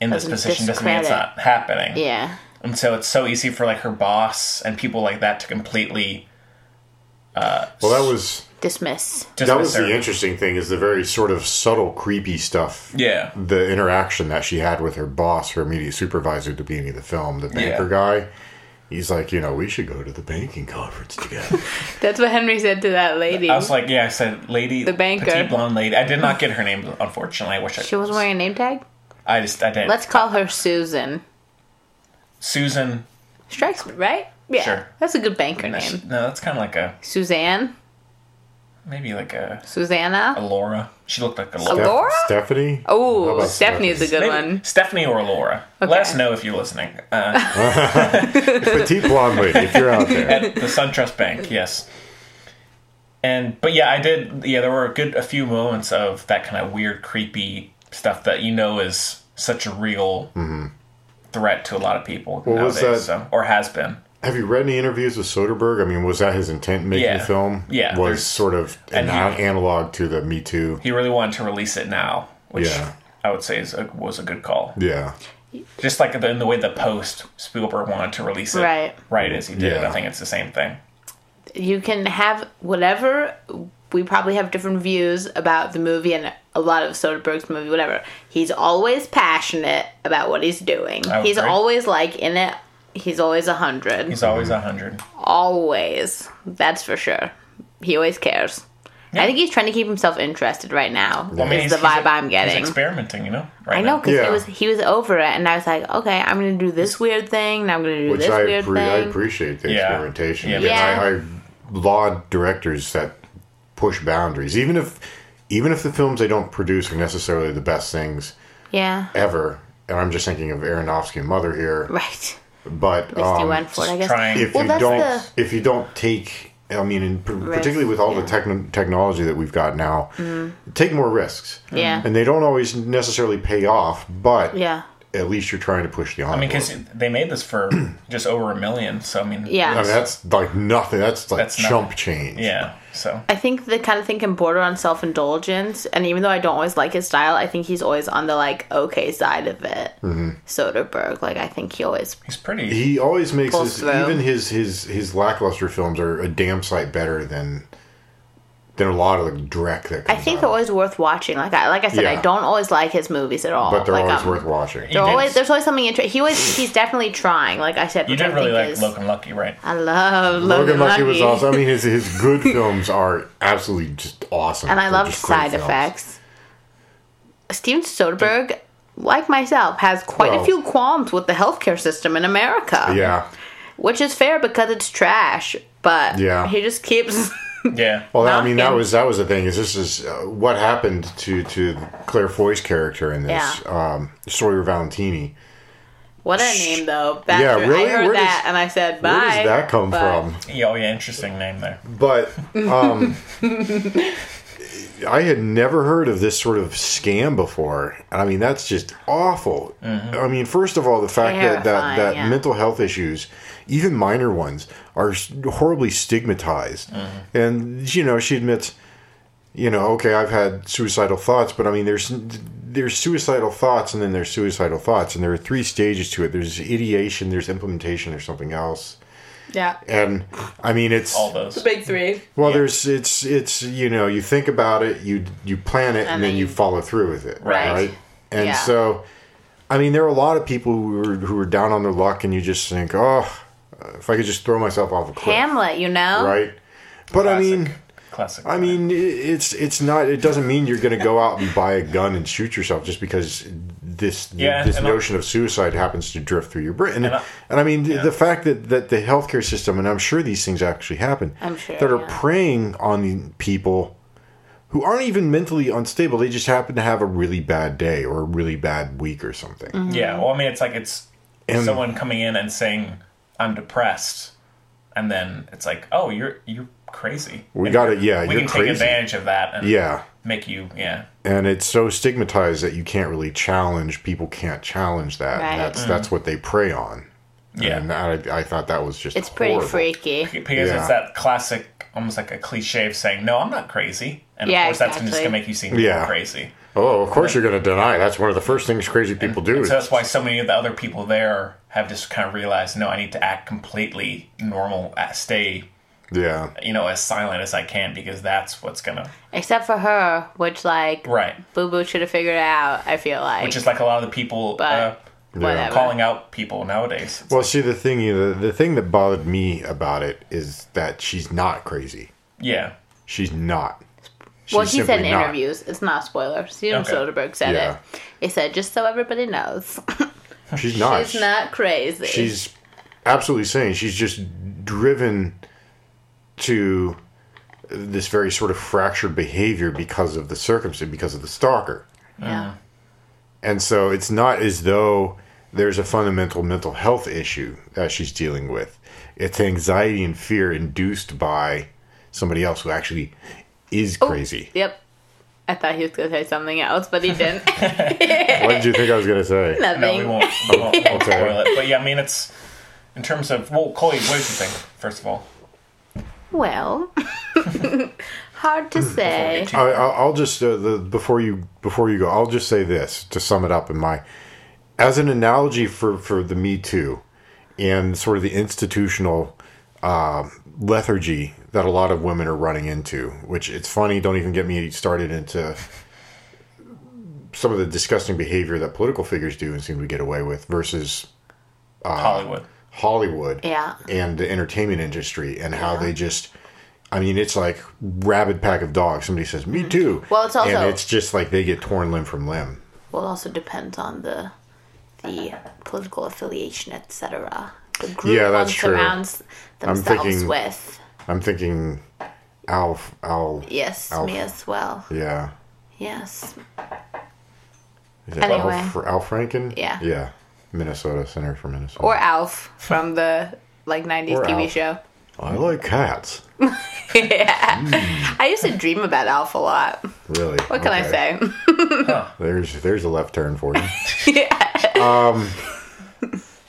A: in this
C: Doesn't
A: position doesn't mean it's
C: discredit.
A: not happening.
C: Yeah,
A: And so it's so easy for like her boss and people like that to completely
B: Well, that was
C: dismiss.
A: dismiss
B: that was
A: her.
B: the interesting thing is the very sort of subtle, creepy stuff.
A: yeah,
B: The interaction that she had with her boss, her immediate supervisor at the beginning of the film, the banker
A: Yeah.
B: guy. He's like, you know, we should go to the banking conference together.
C: That's what Henry said to that lady.
A: I was like, yeah, I said, lady,
C: The banker.
A: petite blonde lady. I did not get her name, unfortunately. I wish I.
C: she wasn't wearing a name tag.
A: I just I didn't.
C: Let's call her Susan.
A: Susan.
C: Strikes me right. Yeah,
A: Sure.
C: that's a good banker
A: No,
C: name.
A: that's kind of like a
C: Suzanne,
A: maybe like a, a
C: Susanna.
A: Laura. She looked like a
B: Steph-
A: Laura.
C: Laura?
B: Stephanie. How
C: Oh,
B: about
C: Stephanie is a good
A: Maybe
C: one.
A: Stephanie or Laura. Let us know if you're listening. Uh,
B: petite blonde lady. If you're out there,
A: at the SunTrust Bank, yes. And but yeah, I did. Yeah, there were a good a few moments of that kind of weird, creepy stuff that you know is such a real threat to a lot of people
B: Mm-hmm. What was
A: nowadays,
B: that?
A: so- or has been.
B: have you read any interviews with Soderbergh? I mean, was that his intent in making
A: Yeah.
B: the film?
A: Yeah,
B: was
A: there's-
B: sort of an
A: and
B: an-
A: he-
B: analog to the Me Too.
A: He really wanted to release it now, which
B: Yeah.
A: I would say is a, was a good call.
B: Yeah,
A: just like the, in the way the post Spielberg wanted to release it,
C: Right.
A: Right as he did.
B: Yeah.
A: I think it's the same thing.
C: You can have whatever. We probably have different views about the movie and a lot of Soderbergh's movie, whatever. He's always passionate about what he's doing.
A: I would
C: He's
A: agree.
C: always like in it. He's always a hundred.
A: He's always
B: Mm-hmm.
A: a hundred.
C: always. That's for sure. He always cares. I think he's trying to keep himself interested right now.
A: I mean,
C: is
A: he's-
C: the
A: he's
C: vibe
A: a-
C: I'm getting.
A: He's experimenting, you know. Right
C: I
A: now.
C: know because
B: Yeah.
C: it was he was over it, and I was like, okay, I'm gonna do this weird thing, now I'm gonna do
B: which
C: this
B: I,
C: weird
B: appre- I
C: thing.
B: appreciate the
A: Yeah.
B: experimentation.
A: Yeah.
B: And
C: Yeah.
B: I, I laud directors that push boundaries, even if even if the films they don't produce are necessarily the best things
C: yeah,
B: ever. And I'm just thinking of Aronofsky and Mother here,
C: right.
B: but
C: Misty
B: um,
C: went for it, I guess.
A: Trying.
B: if
C: Well,
B: you
C: that's
B: don't
C: the-
B: if you don't take, I mean, in, par-
C: Risk,
B: particularly with all
C: yeah. Mm-hmm.
B: the techno technology that we've got now, take more risks.
C: Yeah,
B: And they don't always necessarily pay off, but
C: yeah,
B: at least you're trying to push the envelope.
A: I mean, because they made this for just over a million. So I mean,
C: yeah.
B: I mean, that's like nothing. That's like
A: That's
B: chump
A: nothing.
B: change.
A: yeah. So
C: I think the kind of thing can border on self indulgence, and even though I don't always like his style, I think he's always on the like okay side of it.
B: Mm-hmm.
C: Soderbergh, like I think he always
A: he's pretty.
B: He always makes
C: Full
B: his
C: throw.
B: even his his his lackluster films are a damn sight better than than a lot of the dreck that comes
C: I think they're
B: out.
C: always worth watching. Like I like I said, I
B: Yeah.
C: don't always like his movies at all.
B: but they're
C: like,
B: always
C: um,
B: worth Mm. watching.
A: You
C: They're
A: didn't-
C: always there's always something interesting. He always he's definitely trying. Like I said,
A: you
C: which I
A: didn't really
C: think
A: like
C: is- Uh,
A: Logan Lucky, right?
C: I love
B: Logan
C: Logan
B: Lucky was
C: awesome,
B: awesome. I mean, his his good films are absolutely just awesome.
C: and I
B: They're
C: love
B: just great
C: side
B: films.
C: effects. Steven Soderbergh, like myself, has quite a
B: Well-
C: few qualms with the healthcare system in America.
B: Yeah.
C: which is fair because it's trash. But
B: Yeah.
C: he just keeps.
A: Yeah.
B: Well, I mean, that
C: Knocking.
B: was that was the thing. Is this is uh, what happened to to Claire Foy's character in this
C: Yeah.
B: um, Sawyer Valentini?
C: What a name, though. Bastard.
B: Yeah, really?
C: I heard
B: Where does-
C: that and I said, bye.
B: Where does that come
C: But-
B: from?
A: Yeah, oh yeah, interesting name there.
B: But um, I had never heard of this sort of scam before. And I mean, that's just awful. I mean, first of all, the fact that that,
C: Terrifying,
B: that
C: yeah.
B: mental health issues, even minor ones, are s- horribly stigmatized. And you know, she admits, you know, okay, I've had suicidal thoughts, but I mean, there's there's suicidal thoughts, and then there's suicidal thoughts, and there are three stages to it. There's ideation, there's implementation, there's something else.
C: Yeah.
B: And I mean, it's
A: All those.
C: Big three.
B: well, there's it's it's you know you think about it, you you plan it, and, then
C: then
B: you
C: you-
B: follow through with it,
A: Right.
B: right? And
C: Yeah.
B: so, I mean, there are a lot of people who are who are down on their luck, and you just think, oh, if I could just throw myself off a cliff,
C: Hamlet, you know?
B: right? But I mean,
A: classic.
B: I mean, i- it's it's not. It doesn't mean you're going to go out and buy a gun and shoot yourself just because this
A: Yeah,
B: this
A: and I-
B: notion of suicide happens to drift through your brain. And,
A: And I-
B: and I mean, th the fact that that the healthcare system, and I'm sure these things actually happen,
C: I'm sure,
B: that are
C: yeah.
B: preying on the people who aren't even mentally unstable. They just happen to have a really bad day or a really bad week or something.
A: Yeah, well, I mean, it's like it's
B: And-
A: someone coming in and saying, "I'm depressed," and then it's like, "Oh, you're you're crazy."
B: We got it. Yeah,
A: We
B: you're
A: can
B: crazy.
A: take advantage of that and
B: Yeah.
A: make you, yeah,
B: and it's so stigmatized that you can't really challenge people can't challenge that
C: Right.
B: and that's that's what they prey on
A: Mm. Yeah.
B: and I, I thought that was just
C: It's pretty
B: horrible.
C: freaky.
A: because
B: Yeah.
A: it's that classic, almost like a cliche of saying, "No, I'm not crazy," and
C: Yeah,
A: of course that's just
C: exactly.
A: gonna make you seem
B: Yeah.
A: crazy.
B: oh of course you're gonna deny that's one of the first things crazy people do
A: And
B: is-
A: so that's why so many of the other people there have just kind of realized, "No, I need to act completely normal, uh, stay."
B: yeah
A: You know, as silent as I can because that's what's gonna
C: Except for her, which, like,
A: right.
C: Boo Boo should have figured it out, I feel like.
A: Which is like a lot of the people
C: But-
A: uh,
C: whatever.
A: calling out people nowadays.
B: well see the thing the, the thing that bothered me about it is that she's not crazy
A: Yeah.
B: she's not she's
C: well, he said in
B: simply not.
C: interviews. It's not a spoiler. Steven
A: Okay.
C: Soderbergh said
B: Yeah.
C: it. He said, just so everybody knows,
B: she's not
C: she's not crazy.
B: she's absolutely saying she's just driven to this very sort of fractured behavior because of the circumstance because of the stalker
C: Yeah.
B: and so it's not as though there's a fundamental mental health issue that she's dealing with it's anxiety and fear induced by somebody else who actually is crazy
C: Yep. I thought he was going to say something else, but he didn't.
B: what did you think i was going to say
C: Nothing.
A: No, we won't. We won't, we won't
B: Okay.
A: spoil it. But yeah, I mean, it's in terms of well, Chloe, what did you think? First of all,
C: Well, hard
B: Hmm,
C: to say.
B: I, I- I'll just uh, the, before you before you go, I'll just say this to sum it up in my as an analogy for for the Me Too and sort of the institutional uh, lethargy that a lot of women are running into. Which it's funny. Don't even get me started into some of the disgusting behavior that political figures do and seem to get away with versus Uh,
A: Hollywood.
B: Hollywood
C: Yeah.
B: and the entertainment industry and how they just I mean it's like rabid pack of dogs. Somebody says, Me too.
C: Mm-hmm. Well, it's also-
B: and it's just like they get torn limb from limb.
C: Well, it also depends on the the political affiliation, etc. The group
B: Yeah, that's
C: one
B: true.
C: surrounds themselves
B: thinking-
C: with.
B: I'm thinking Alf Al
C: Yes, me as well.
B: Yeah.
C: Yes.
B: Is it Al
C: Anyway.
B: Fr- Al Franken?
C: Yeah.
B: Yeah. Minnesota Center for Minnesota.
C: Or Alf from the like '90s
B: Or
C: TV
B: Alf.
C: show.
B: I like cats.
C: I used to dream about Alf a lot.
B: Really.
C: What can I say?
B: There's there's a left turn for you.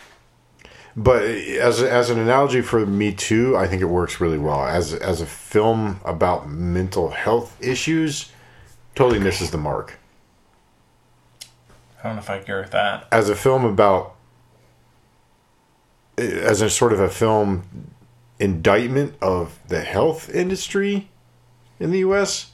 B: But as as an analogy for Me Too, I think it works really well. As as a film about mental health issues, totally misses the mark.
A: I don't know if I agree with that.
B: As a film about as a sort of a film indictment of the health industry in the US,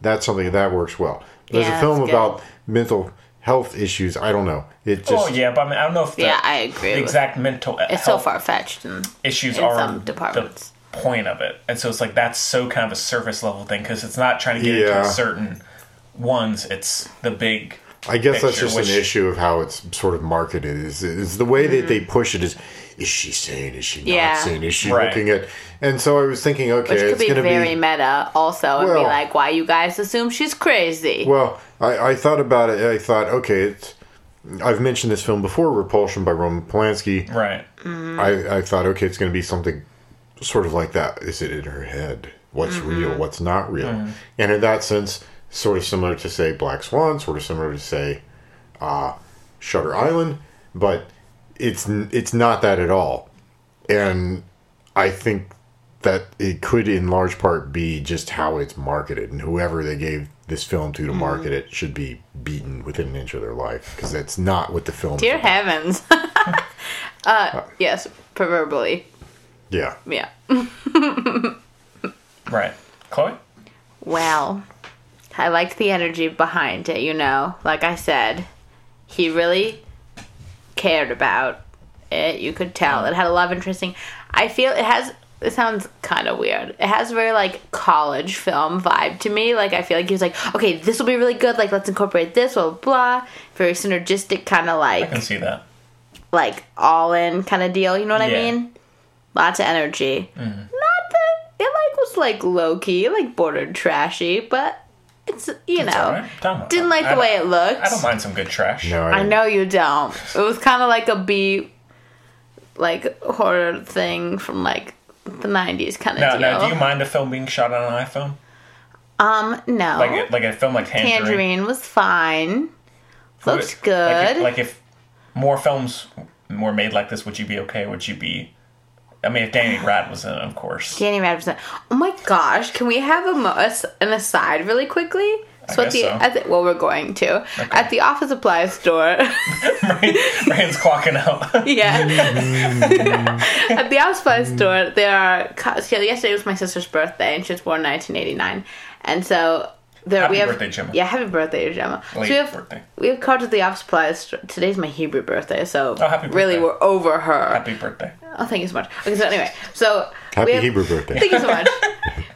B: that's something that works well. But
C: Yeah,
B: as a film
C: that's good.
B: about mental health issues, I don't know. It just
A: oh yeah, but I, mean, I don't know if the,
C: yeah, I agree.
A: the
C: with-
A: exact mental
C: It's so
A: health
C: far fetched. and
A: issues
C: in
A: are
C: some
A: the
C: departments.
A: point of it, and so it's like that's so kind of a surface level thing because it's not trying to get
B: Yeah.
A: into certain ones. It's the big.
B: I guess that's
A: picture,
B: just
A: which-
B: an issue of how it's sort of marketed. Is is the way that they push it? Is is she sane? Is she
C: Yeah.
B: not sane? Is she
A: Mm-hmm. Right.
B: looking at? And so I was thinking, okay,
C: Which could
B: it's
C: be
B: going to be
C: very meta, also, and be
B: Well-
C: like, "Why you guys assume she's crazy?"
B: well. I, I thought about it. I thought, okay, it's I've mentioned this film before, Repulsion by Roman Polanski.
A: Right.
B: I, I thought, okay, it's going to be something sort of like that. Is it in her head? What's
C: Mm-hmm.
B: real? What's not real? And in that sense, sort of similar to, say, Black Swan, sort of similar to, say, uh, Shutter Island, but it's n- it's not that at all. And I think that it could, in large part, be just how it's marketed, and whoever they gave this film to to
C: Mm-hmm.
B: market it should be beaten within an inch of their life because that's not what the film.
C: Dear heavens. uh, yes, proverbially.
B: Yeah.
C: Yeah.
A: Right. Chloe?
C: Well, I liked the energy behind it, you know. Like I said, he really cared about it. You could tell. It had a lot of interesting. I feel it has. It sounds kind of weird. It has a very like college film vibe to me. Like I feel like he was like, okay, this will be really good. Like let's incorporate this. Blah blah. blah. Very synergistic, kind of
A: I can
C: like
A: see that.
C: like all in kind of deal. You know what I
A: Yeah. Mm-hmm.
C: mean? Lots of energy. Not that it like was like low key, like bordered trashy, but it's you
A: It's all
C: know
A: right. Don't worry
C: didn't
A: about
C: like the
A: I
C: way it
A: don't-
C: looked.
A: I don't mind some good trash.
B: No,
C: I
B: didn't-
C: know you don't. It was kind of like a B, like horror thing from like the nineties kind of
A: Now,
C: deal.
A: now, do you mind a film being shot on an iPhone?
C: um, no,
A: Like, a, like a film like Tangerine.
C: Tangerine was fine.
A: Would-
C: Looked
A: Like
C: good.
A: if, like if more films were made like this, would you be okay? Would you be? I mean, if Danny Rad was in, it, of course.
C: Danny Radcliffe. Oh my gosh, can we have a mo- a s- an aside really quickly? So at
A: guess
C: the,
A: so.
C: at the well, we're going to at the office supply store.
A: Rand's clocking up.
C: yeah, at the office supply store, there are. co- So yesterday was my sister's birthday, and she was born in 1989, and so there
A: Happy
C: we have.
A: birthday, Gemma.
C: Yeah, happy birthday, Gemma. So
A: Late
C: we have
A: birthday.
C: we have cards at the office supply store. Today's my Hebrew birthday, so
A: Oh, happy
C: really
A: birthday.
C: we're over her.
A: Happy birthday.
C: Oh, thank you so much. Okay, so anyway, so
B: Happy
C: we have-
B: Hebrew birthday.
C: Thank you so much.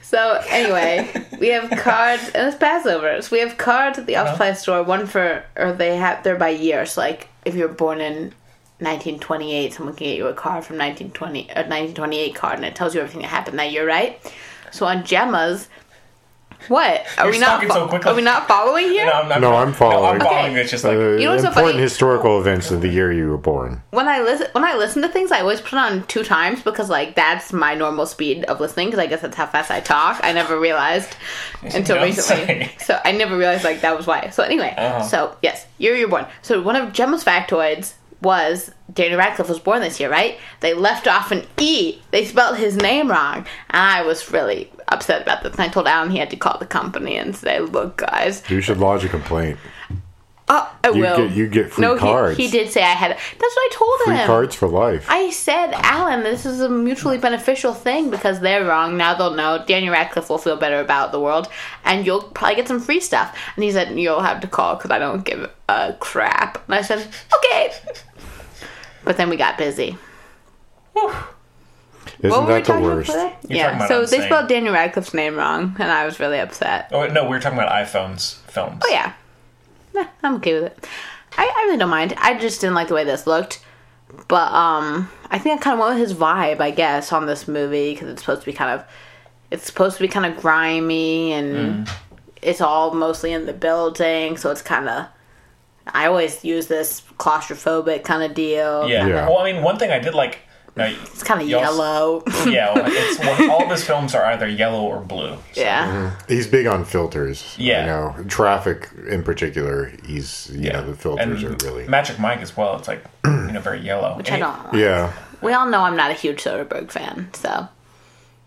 C: so anyway, we have cards, and it's Passover. So we have cards at the
A: Uh-huh.
C: office supply store. One for, or they have they're by year. So like, if you're born in 1928, someone can get you a card from 1920 a 1928 card, and it tells you everything that happened that year, right? So on Gemma's, what are
A: You're
C: we not?
A: talking
C: fo-
A: so quickly.
C: Are we not following here?
A: No, I'm, not-
B: No, I'm following.
A: No, I'm following.
C: Okay.
A: It's just like
C: You know what's so
B: Uh, important
C: funny?
B: historical events of the year you were born.
C: when I listen when I listen to things, I always put it on two times because like that's my normal speed of listening because I guess that's how fast I talk. I never realized until
A: Don't
C: recently,
A: say.
C: so I never realized like that was why. So anyway, so yes, year you're born. So one of Gemma's factoids was Daniel Radcliffe was born this year, right? They left off an E. They spelled his name wrong, and I was really upset about this. And I told Alan he had to call the company and say, "Look, guys,
B: You should lodge a complaint.
C: oh, I
B: You
C: will."
B: get you get free
C: no, he-
B: cards.
C: He, did say I had. That's what I told
B: free
C: him.
B: cards for life.
C: I said, Alan, this is a mutually beneficial thing because they're wrong. Now they'll know. Daniel Radcliffe will feel better about the world, and you'll probably get some free stuff. And he said, You'll have to call because I don't give a crap. And I said, Okay. But then we got busy.
B: Isn't that the
C: talking about
B: worst?
C: today?
A: You're talking
C: yeah,
A: about
C: so
A: insane.
C: they spelled Daniel Radcliffe's name wrong, and I was really upset.
A: Oh wait, no, we were talking about iPhones films.
C: But Oh, yeah, Nah, I'm okay with it. I, I really don't mind. I just didn't like the way this looked. But um, I think I kind of went with his vibe, I guess, on this movie because it's supposed to be kind of, it's supposed to be kind of grimy and it's all mostly in the building, so it's kind of. I always use this claustrophobic kind of deal.
A: yeah.
B: Yeah.
A: Well, I mean, one thing I did like. No,
C: it's kind of yellow.
A: yeah, well, it's well, all of his films are either yellow or blue.
C: yeah,
B: He's big on filters.
A: Yeah.
B: You know, traffic in particular, he's, you know, the filters
A: And
B: are really.
A: Magic Mike as well. It's like you know very yellow.
C: which I don't. like.
B: yeah.
C: We all know I'm not a huge Soderbergh fan, so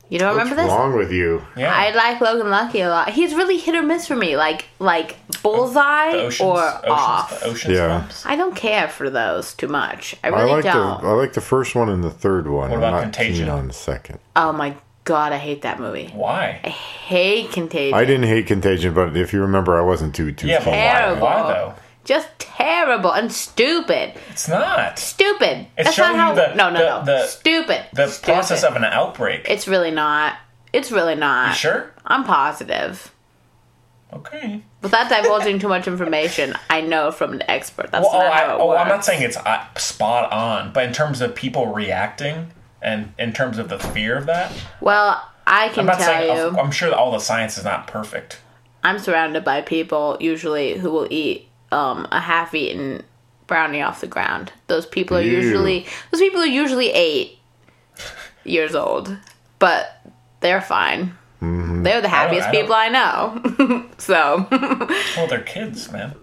C: you don't remember
B: What's
C: this?
B: wrong with you?
A: Yeah.
C: I like Logan Lucky a lot. He's really hit or miss for me, like like bullseye
A: the oceans,
C: or
A: oceans,
C: off.
A: The oceans
B: Yeah.
A: films.
C: I don't care for those too much. I
B: I
C: really
B: like
C: don't.
B: the I like the first one and the third one.
A: about
B: I'm not
A: Contagion?
B: keen on the second.
C: oh my god, I hate that movie.
A: Why?
C: Hate Contagion.
B: I didn't hate Contagion, but if you remember, I wasn't too too.
A: Yeah,
B: keen.
A: but why,
C: Terrible.
A: why though?
C: Just terrible and stupid.
A: It's not.
C: Stupid.
A: It's
C: That's not
A: showing
C: how.
A: you the-
C: no, no,
A: the-
C: no.
A: the-
C: stupid.
A: The
C: Stupid.
A: process of an outbreak.
C: It's really not. It's really not.
A: sure.
C: I'm positive.
A: Okay.
C: Without divulging too much information, I know from an expert. That's
A: Well, oh,
C: not
A: I,
C: how it
A: oh, I'm not
C: works.
A: saying it's uh, spot on, but in terms of people reacting and in terms of the fear of that,
C: Well, I can
A: I'm not
C: tell
A: saying.
C: you.
A: I'm sure that all the science is not perfect.
C: I'm surrounded by people usually who will eat um, a half-eaten brownie off the ground. Those people are
B: Ew.
C: usually those people are usually eight years old, but they're fine.
B: Mm-hmm.
C: They're the happiest
A: I don't-
C: people I know. so,
A: Well, they're kids, man.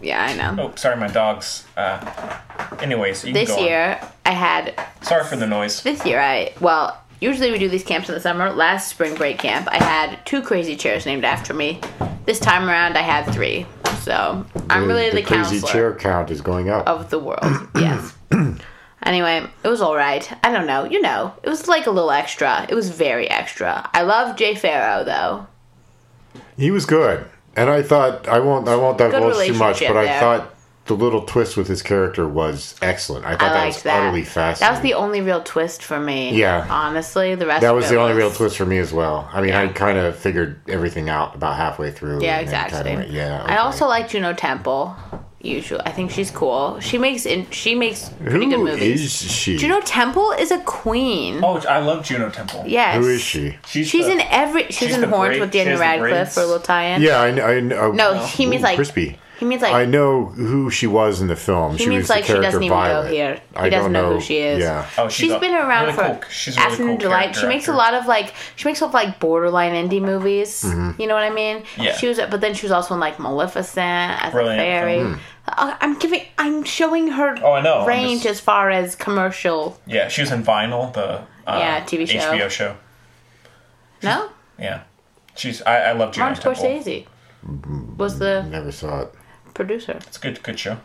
C: yeah, I know.
A: Oh, sorry, my dogs. Uh, anyways, you can
C: This
A: go
C: year I had
A: on. Sorry for the noise.
C: this year I well usually we do these camps in the summer last spring break camp i had two crazy chairs named after me this time around i had three so i'm really the,
B: crazy
C: counselor
B: chair count is going up.
C: of the world yes anyway it was all right i don't know you know it was like a little extra it was very extra i love jay farrow though
B: He was good, and I thought I won't I won't divulge too much,
C: relationship
B: but I
C: there.
B: thought the little twist with his character was excellent. I thought
C: i
B: Oh, that
C: liked
B: was
C: that
B: utterly
C: that was
B: fascinating.
C: the only real twist for me
B: Yeah.
C: honestly the rest
B: That
C: of
B: was
C: it
B: the only real twist for me as well. I mean, I kind of figured everything out about halfway through.
C: Yeah,
B: and then kinda
C: exactly.
B: went, yeah.
C: I
B: okay.
C: also like Juno Temple. Usually, I think she's cool. She makes in she makes pretty good
B: Who
C: movies.
B: is she?
C: Juno Temple is a queen.
A: Oh, I love Juno Temple.
C: yes.
B: Who is she?
A: She's,
C: She's
A: the-
C: in every. She's,
A: she's
C: in
A: the
C: Horns
A: braid-
C: with
A: she
C: Daniel
A: has the
C: Radcliffe
A: braids.
C: for a little tie-in.
B: Yeah, I know. I know
C: No, he means like
B: crispy.
C: He means like
B: I know who she was in the film.
C: he
B: she
C: means
B: was the
C: like she doesn't
B: character
C: even
B: Violet.
C: go here. He
B: I don't
C: doesn't know,
B: know
C: who she is.
B: Yeah.
A: Oh,
C: she's
A: a-
C: been around
A: really
C: for
A: cool. She's a really
C: Afternoon
A: cool
C: Delight.
A: character
C: She makes a
A: actor.
C: lot of like she makes a lot of like borderline indie movies.
B: Mm-hmm.
C: You know what I mean?
A: Yeah.
C: She was, but then she was also in like Maleficent as
A: Brilliant
C: a fairy.
B: Hmm.
A: film.
C: Uh, I'm giving, I'm showing her
A: Oh, I know. I'm
C: range
A: just-
C: as far as commercial.
A: Yeah, she was in Vinyl, the uh,
C: Yeah, TV show.
A: HBO show.
C: No,
A: Yeah, she's. I, I love Juno
C: Martin
A: Temple.
C: Scorsese was the
B: Never saw it.
C: producer.
A: It's a good, good show.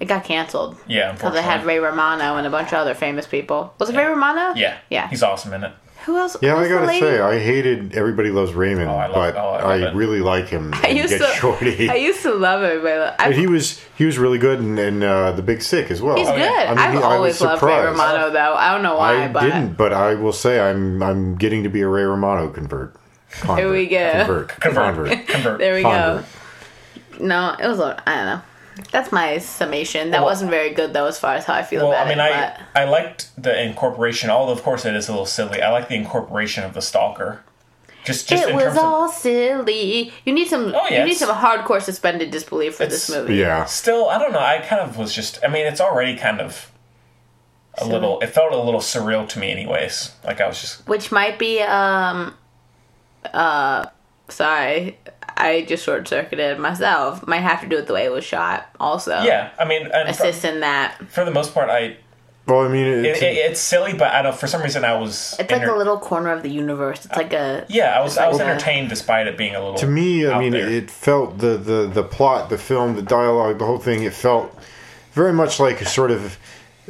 C: It got canceled
A: Yeah,
C: because
A: unfortunately.
C: Oh, they had Ray Romano and a bunch of other famous people. Was it Ray Romano?
A: yeah,
C: yeah.
A: He's awesome in it.
C: Who else?
B: Yeah,
C: who's
B: I
C: the
B: gotta
C: lady?
B: say, I hated Everybody Loves Raymond,
A: I love-
B: but
A: oh, I love
B: I,
A: it.
B: really like him.
C: I
B: in
C: used
B: Get
C: to.
B: Shorty.
C: I used to love everybody. Lo- I,
B: And he was he was really good in, in uh, the Big Sick as well.
C: he's good.
A: Oh, yeah.
B: I mean,
C: I've
B: he- I was
C: always loved Ray
B: surprised.
C: Romano, though. I don't know why,
B: I
C: but
B: didn't, but I will say I'm I'm getting to be a Ray Romano convert. Convert,
C: Here we go.
B: Convert.
A: Convert.
B: Convert.
A: Convert.
C: there we
B: Convert.
C: go. No, it was. a- I don't know. That's my summation. That
A: Well-
C: wasn't very good, though, as far as how I feel
A: Well,
C: about
A: I mean,
C: it.
A: I
C: but-
A: I liked the incorporation. Although, of course, it is a little silly. I like the incorporation of the stalker. Just, just
C: it
A: in
C: was
A: terms of
C: all silly. You need some.
A: Oh, yeah,
C: you need
A: it's-
C: some hardcore suspended disbelief for this
A: It's-
C: movie.
B: Yeah.
A: still i don't know i kind of was just i mean it's already kind of a little it felt a little surreal to me anyways like i was just
C: which might be um uh sorry i just short circuited myself might have to do with the way it was shot also
A: yeah i mean and for,
C: assist in that
A: for the most part i
B: Well, I mean, it's,
A: it, it, it's silly but i don't for some reason i was
C: it's like
A: enter-
C: a little corner of the universe it's like a
A: yeah i was i was
C: like a-
A: entertained despite it being a little
B: to me. I
A: out
B: mean,
A: there.
B: it felt the, the the plot, the film, the dialogue, the whole thing. It felt very much like a sort of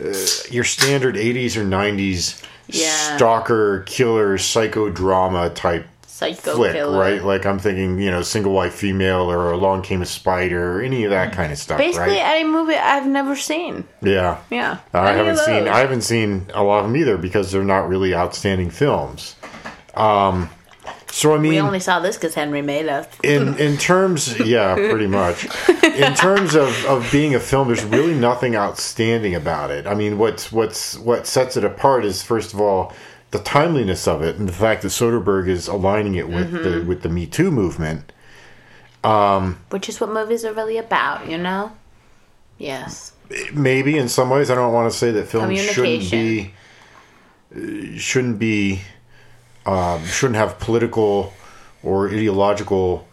B: uh, your standard '80s or '90s
C: Yeah.
B: stalker killer psychodrama type
C: psycho
B: flick,
C: killer
B: right? Like I'm thinking, you know, single white female or Along Came a Spider or any of that kind of stuff,
C: basically
B: right?
C: any movie i've never seen
B: Yeah.
C: yeah
B: I
C: Any of
B: haven't seen
C: those.
B: I haven't seen a lot of them either because they're not really outstanding films. Um, so I mean,
C: we only saw this because henry made us
B: in in terms, yeah, pretty much. In terms of, of being a film, there's really nothing outstanding about it. I mean, what's what's what sets it apart is first of all the timeliness of it and the fact that Soderbergh is aligning it with
C: Mm-hmm.
B: the with the Me Too movement.
C: which is what movies are really about you know yes
B: maybe in some ways i don't want to say that film shouldn't be
C: Communication.
B: uh, shouldn't be um, shouldn't have political or ideological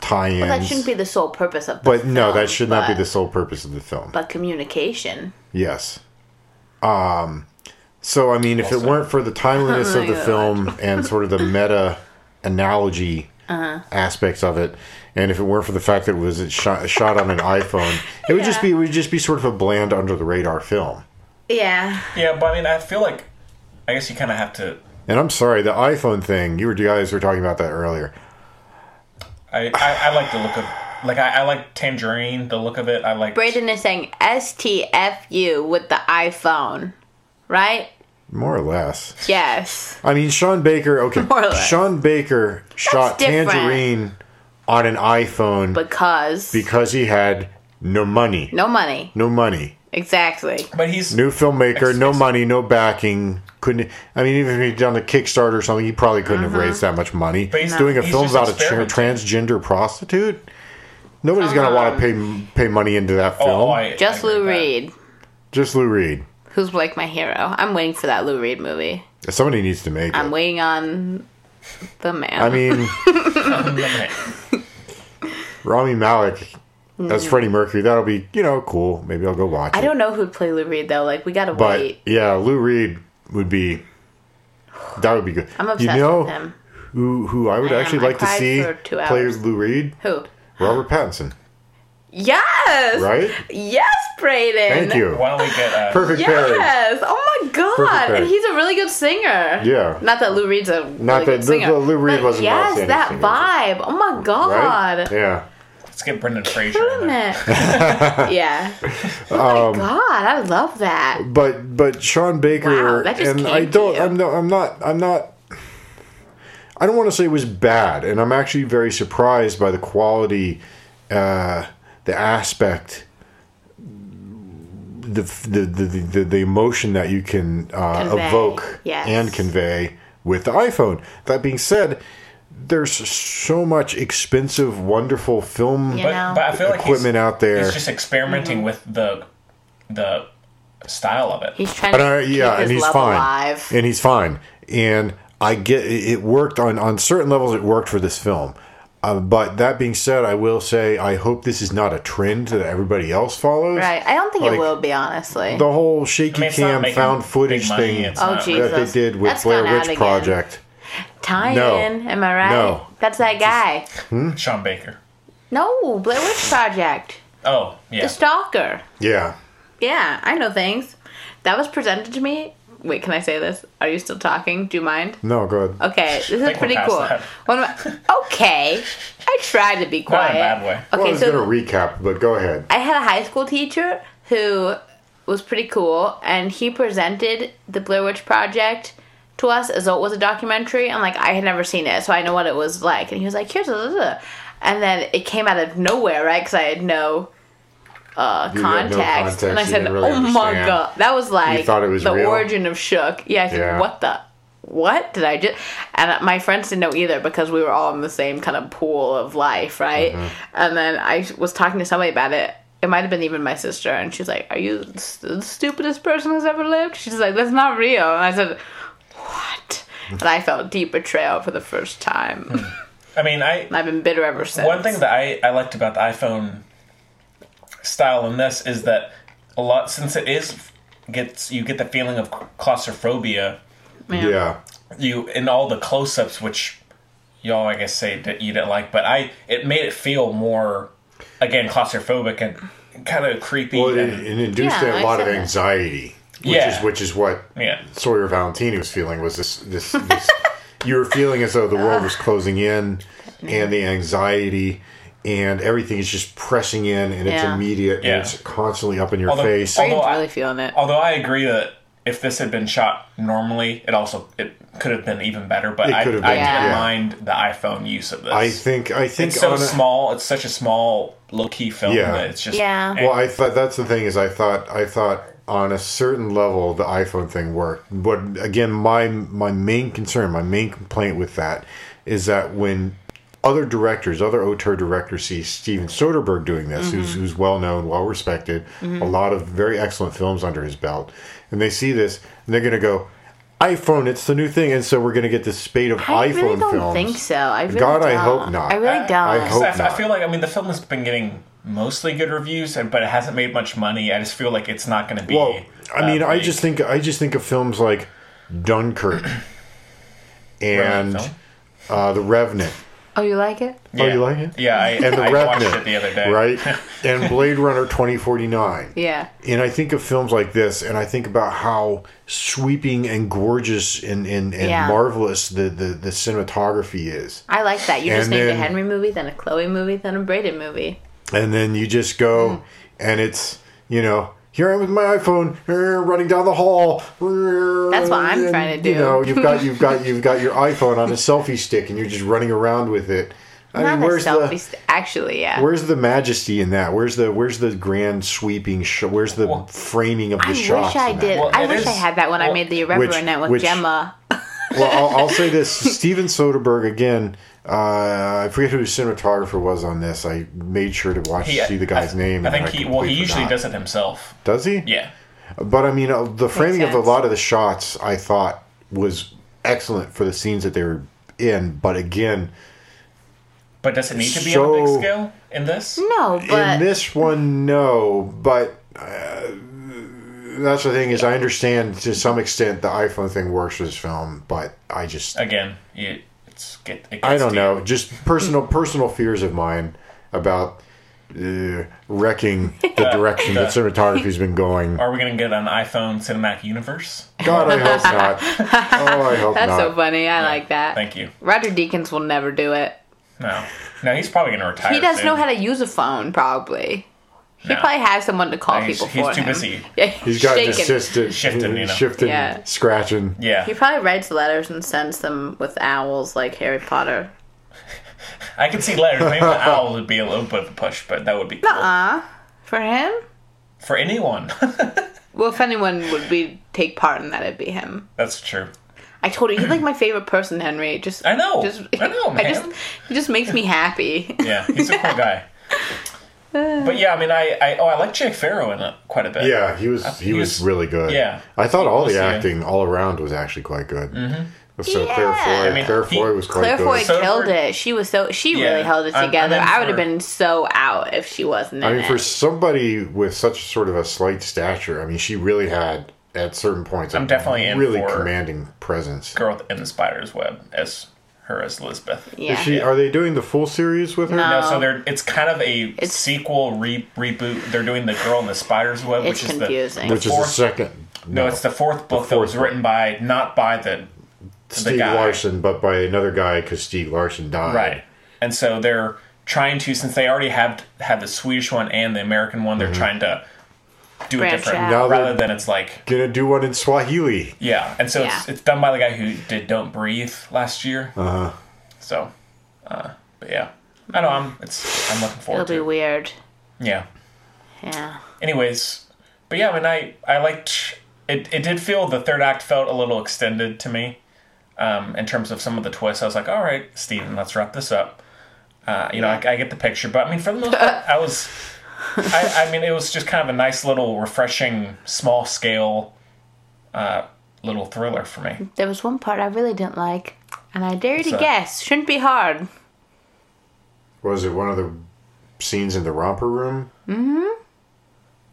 B: tie-ins
C: that shouldn't be the sole purpose of the
B: but no that should not be
C: but-
B: the sole purpose of the film
C: but communication
B: yes um so i mean if it weren't for the timeliness of the
C: Oh
B: film and sort of the meta analogy
C: Uh-huh.
B: aspects of it and if it weren't for the fact that it was shot, shot on an iphone it would just be it would just be sort of a bland under the radar film
C: yeah
A: yeah but i mean i feel like i guess you kind of have to
B: And I'm sorry, the iPhone thing. You were you guys were talking about that earlier.
A: i i, I like the look of like I, I like tangerine the look of it i like
C: Braden is saying STFU with the iPhone, right?
B: More or less.
C: Yes.
B: I mean, Sean Baker. Okay,
C: More or less.
B: Sean Baker shot
C: different.
B: Tangerine on an iPhone
C: Because
B: because he had no money.
C: no money.
B: No money.
C: Exactly.
A: but he's
B: New filmmaker. No money. No backing. Couldn't. I mean, even if he'd done a Kickstarter or something, he probably couldn't have raised that much money.
A: Uh-huh. he's-
B: doing a
A: he's
B: film
A: just
B: about a tra-
A: experimenting. Um,
B: transgender prostitute. Nobody's gonna want to pay pay money into that film.
A: Oh, I,
C: Just
A: I agree
C: Lou
A: with that.
C: Reed,
B: Just Lou Reed.
C: who's like my hero. I'm waiting for that Lou Reed movie.
B: Somebody needs to make
C: I'm
B: it.
C: waiting on the man.
B: I mean, Rami Malik as Freddie Mercury. That'll be you know cool. Maybe I'll go watch.
C: Mm. I
B: it.
C: don't know who'd play Lou Reed though. Like we gotta
B: But
C: wait.
B: yeah, Lou Reed would be. That would be good.
C: I'm obsessed
B: you know
C: with him.
B: who who I would
C: I am.
B: actually
C: I
B: like to
C: cried
B: see
C: for two
B: play
C: hours.
B: Lou Reed.
C: Who?
B: Robert Pattinson,
C: Yes.
B: right?
C: Yes, Brayden.
B: Thank you.
A: Why don't we get uh,
B: Perfect pairing.
C: Yes. Oh my
B: Perfect
C: god.
B: pairing.
C: And he's a really good singer.
B: Yeah.
C: Not that Lou Reed's a
B: Not
C: really good
B: that-
C: singer.
B: Lou- Lou Reed
C: but
B: wasn't an
C: Yes,
B: outstanding
C: that
B: singer.
C: vibe. Oh my god.
B: Right? Yeah.
A: Let's get Brendan Fraser. in there.
C: Improvement. yeah.
B: Um,
C: Oh my god, I love that.
B: but but Sean Baker
C: Wow, that just
B: and
C: came
B: I
C: to
B: don't
C: you.
B: I'm no, I'm not I'm not I don't want to say it was bad and I'm actually very surprised by the quality uh the aspect the the the the, the emotion that you can uh,
C: Convey,
B: evoke
C: yes.
B: and convey with the iPhone. That being said, there's so much expensive, wonderful film
C: Yeah.
A: But,
C: know?
A: but I feel like
B: equipment
A: he's,
B: out there.
A: he's just
C: Mm-hmm.
A: experimenting with the the style of it.
C: He's trying
B: And
C: to
B: I, uh, yeah,
C: keep his
B: and he's
C: love
B: fine.
C: alive.
B: And he's fine. And I get it it worked on on certain levels. It worked for this film. Uh, but that being said, I will say I hope this is not a trend that everybody else follows.
C: Right. I don't think
B: Like,
C: it will be honestly.
B: The whole shaky
A: I mean, it's not
B: cam
A: making
B: found
A: big
B: footage
A: money,
B: thing
A: it's
C: Oh,
A: not
C: geez.
A: really-
B: that they
C: Jesus.
B: did with
C: That's
B: Blair
C: gone out
B: Witch
C: again.
B: Project.
C: Tie
B: No.
C: in, am I right?
B: No.
C: That's that guy.
A: Sean Baker.
C: No, Blair Witch Project.
A: Oh yeah.
C: The Stalker.
B: Yeah,
C: Yeah, I know things. That was presented to me. Wait, can I say this? Are you still talking? Do you mind?
B: no, go ahead.
C: Okay, this is
A: think we're
C: pretty
A: past
C: cool.
A: that.
C: One of my- okay, I tried to be
A: Not
C: quiet.
A: in a bad way.
B: well, I
C: Okay,
B: was
C: so
B: gonna recap, but go ahead.
C: I had a high school teacher who was pretty cool, and he presented the Blair Witch Project to us as though it was a documentary, and like I had never seen it, so I know what it was like. And he was like, "Here's a," blah, blah, blah." and then it came out of nowhere, right? Because I had no. Uh,
B: You had no
C: context. and I
B: context, you
C: said,
B: didn't really
C: "Oh my
B: understand.
C: god, that was like
B: thought it was
C: the
B: real?
C: origin of shook." Yeah, I said,
B: Yeah.
C: "What the? What did I just?" And my friends didn't know either because we were all in the same kind of pool of life, right?
B: Mm-hmm.
C: And then I was talking to somebody about it. It might have been even my sister, and she's like, "Are you the st- the stupidest person who's ever lived?" She's like, "That's not real." And I said, "What?" And I felt deep betrayal for the first time.
B: Hmm.
C: And
A: I mean, I
C: I've been bitter ever since.
A: one thing that I, I liked about the iPhone style in this is that a lot since it is gets you get the feeling of claustrophobia.
B: Yeah,
A: You in all the close-ups, which y'all I guess say that you didn't like, but I it made it feel more again claustrophobic and kind of creepy.
B: well, it,
A: and-
B: it induced
C: Yeah,
B: a
C: I
B: lot of
C: said that.
B: anxiety, which
A: Yeah.
B: is which is what
A: yeah.
B: Sawyer Valentini was feeling was this this, this you were feeling as though the world was closing in and the anxiety and everything is just pressing in and it's
C: Yeah.
B: immediate
A: Yeah.
B: and it's constantly up in your
A: Although-
B: face.
A: although-
C: Brain's
A: I-
C: really feeling it.
A: Although I agree that if this had been shot normally, it also it could have been even better. But
B: It
A: I, I
B: could have
A: didn't
B: been,
C: yeah.
A: mind the iPhone use of this.
B: I think I think
A: it's so
B: on a-
A: small. It's such a small, low key film
B: Yeah.
A: that it's just
C: Yeah.
A: and
B: Well, I thought that's the thing is I thought I thought on a certain level the iPhone thing worked. But again, my my main concern, my main complaint with that is that when other directors, other auteur directors see Steven Soderbergh doing this, who's
C: Mm-hmm.
B: who's well known, well respected, a lot of very excellent films under his belt, and they see this and they're gonna go, iPhone, it's the new thing, and so we're gonna get this spate of
C: I
B: iPhone
C: really don't
B: films.
C: think so. I really
B: God, I
C: don't.
B: hope not.
C: I really don't.
B: I hope
A: I, I
B: not.
A: feel like I mean the film has been getting mostly good reviews, and- but it hasn't made much money. I just feel like it's not going to be.
B: Well, I
A: uh,
B: mean, I
A: big.
B: just think I just think of films like Dunkirk and
A: Revenant film?
B: uh, The Revenant,
C: Oh, you like it?
A: yeah.
B: you like it?
A: Yeah, I,
B: and The
A: I watched
B: Revenant,
A: it the other day.
B: right? and Blade Runner twenty forty nine.
C: Yeah.
B: And I think of films like this, and I think about how sweeping and gorgeous and, and, and
C: Yeah.
B: marvelous the, the, the cinematography is.
C: I like that. You just
B: And
C: named a
B: then-
C: Henry movie, then a Chloe movie, then a Braden movie.
B: and then you just go
C: Mm.
B: and it's you know here I am with my iPhone er, running down the hall. er,
C: That's what I'm
B: and,
C: trying to
B: You
C: do.
B: know, you've got you've got you've got your iPhone on a selfie stick and you're just running around with it. I
C: Not
B: mean, where's
C: a selfie.
B: the
C: st- actually, yeah.
B: where's the majesty in that? Where's the where's the grand sweeping? Sh- where's the
A: Well,
B: framing of the
C: I wish
B: shots?
C: I
B: in that?
C: did.
A: Well,
C: I
A: it
C: wish I
A: is-
C: had that when I
A: well,
C: made the
B: which-
C: Irreverent with
B: which-
C: Gemma.
B: well, I'll, I'll say this: Steven Soderbergh again. Uh, I forget who his cinematographer was on this. I made sure to watch
A: He-
B: see the guy's
A: I,
B: name.
A: I
B: and
A: think he. Well,
B: completely
A: he usually
B: forgot.
A: does it himself.
B: Does he?
A: Yeah.
B: But I mean, uh, the framing of a
C: sense.
B: lot of the shots I thought was excellent for the scenes that they were in. But again,
A: But does it need to be on a
B: So- Mm.
A: big scale in this?
C: No,
B: in
C: but
B: this one, no. But uh, that's the thing is, I understand to some extent the iPhone thing works with this film, but I just
A: Again, it, it's get. It gets
B: I don't
A: to
B: know.
A: you.
B: Just personal personal fears of mine about uh, wrecking the direction that cinematography's been going.
A: Are we gonna get an iPhone cinematic universe?
B: God, I hope not. Oh, I hope
C: that's
B: not.
C: so funny. I like that.
A: Thank you.
C: Roger Deakins will never do it.
A: No, no, he's probably gonna retire.
C: He doesn't
A: soon.
C: know how to use a phone, probably. He
A: No.
C: probably has someone to call
A: Yeah, he's-
C: people
A: he's
C: for
A: too
C: him.
A: busy.
C: Yeah,
B: He's got an
C: shaking.
B: assistant
A: Shifting, you know.
B: shifting,
C: Yeah.
B: scratching.
A: Yeah,
C: He probably writes letters and sends them with owls like Harry Potter.
A: I can see letters. Maybe the owl would be a little bit of a push, but that would be cool
C: Uh, for him?
A: for anyone.
C: Well, if anyone would be take part in that, it'd be him.
A: That's true.
C: I told you, he's like my favorite person, Henry. Just
A: I know.
C: Just,
A: I know, man.
C: just he just makes me happy.
A: Yeah, he's a cool guy. But yeah, I mean, I, I oh, I like Jake Farrow in it quite a bit.
B: Yeah, he was he,
A: he
B: was,
A: was-
B: really good.
A: yeah.
B: I thought all the
A: was, yeah.
B: acting all around was actually quite good. Mm-hmm. So Claire
C: Yeah.
B: Foy,
C: I
A: mean,
B: Claire
A: he-
B: Foy was quite
C: Claire
B: good.
C: Foy
A: So
C: killed
A: for-
C: it. She was so she really
A: Yeah,
C: held it
A: I'm- I'm
C: together.
A: in
C: I, would have
A: for-
C: been so out if she wasn't.
B: I
C: in
B: mean, for
C: it.
B: somebody with such sort of a slight stature, I mean, she really had at certain points.
A: I'm definitely in
B: really
A: for-
B: commanding presence.
A: Girl with- in the Spider's Web as her as Elizabeth.
C: yeah, Oh.
B: Is she? Are they doing the full series with her?
A: No, so they're it's kind of a
C: It's-
A: sequel re- reboot. They're doing the Girl in the Spider's Web,
C: it's
A: which is the
C: confusing.
B: Which is the
A: fourth-
B: second?
A: no, it's the fourth book that was
B: fourth
A: written by not by the
B: Steve
A: guy.
B: Larson, but by another guy because Steve Larson died.
A: Right. And so they're trying to, since they already have have the Swedish one and the American one, they're trying to do
C: Branch
A: it different
C: out.
B: Mm-hmm. Now they're-
A: rather than it's like
B: Gonna do one in Swahili.
A: yeah. And so it's
C: Yeah.
A: it's done by the guy who did Don't Breathe last year. Uh-huh. So, uh, but yeah, I know I'm it's I'm looking
C: It'll
A: forward
C: be
A: to it.
C: weird.
A: yeah.
C: Yeah.
A: Anyways, but yeah, I mean I I liked it. It did feel the third act felt a little extended to me. Um, in terms of some of the twists, I was like, all right, Steven, let's wrap this up. Uh, you know, I, I get the picture, but I mean, for the most part, I was, I, I mean, it was just kind of a nice little refreshing, small scale, uh, little thriller for me.
C: There was one part I really didn't like, and I dare you to
A: that?
C: guess. Shouldn't be hard.
B: Was it one of the scenes in the romper room?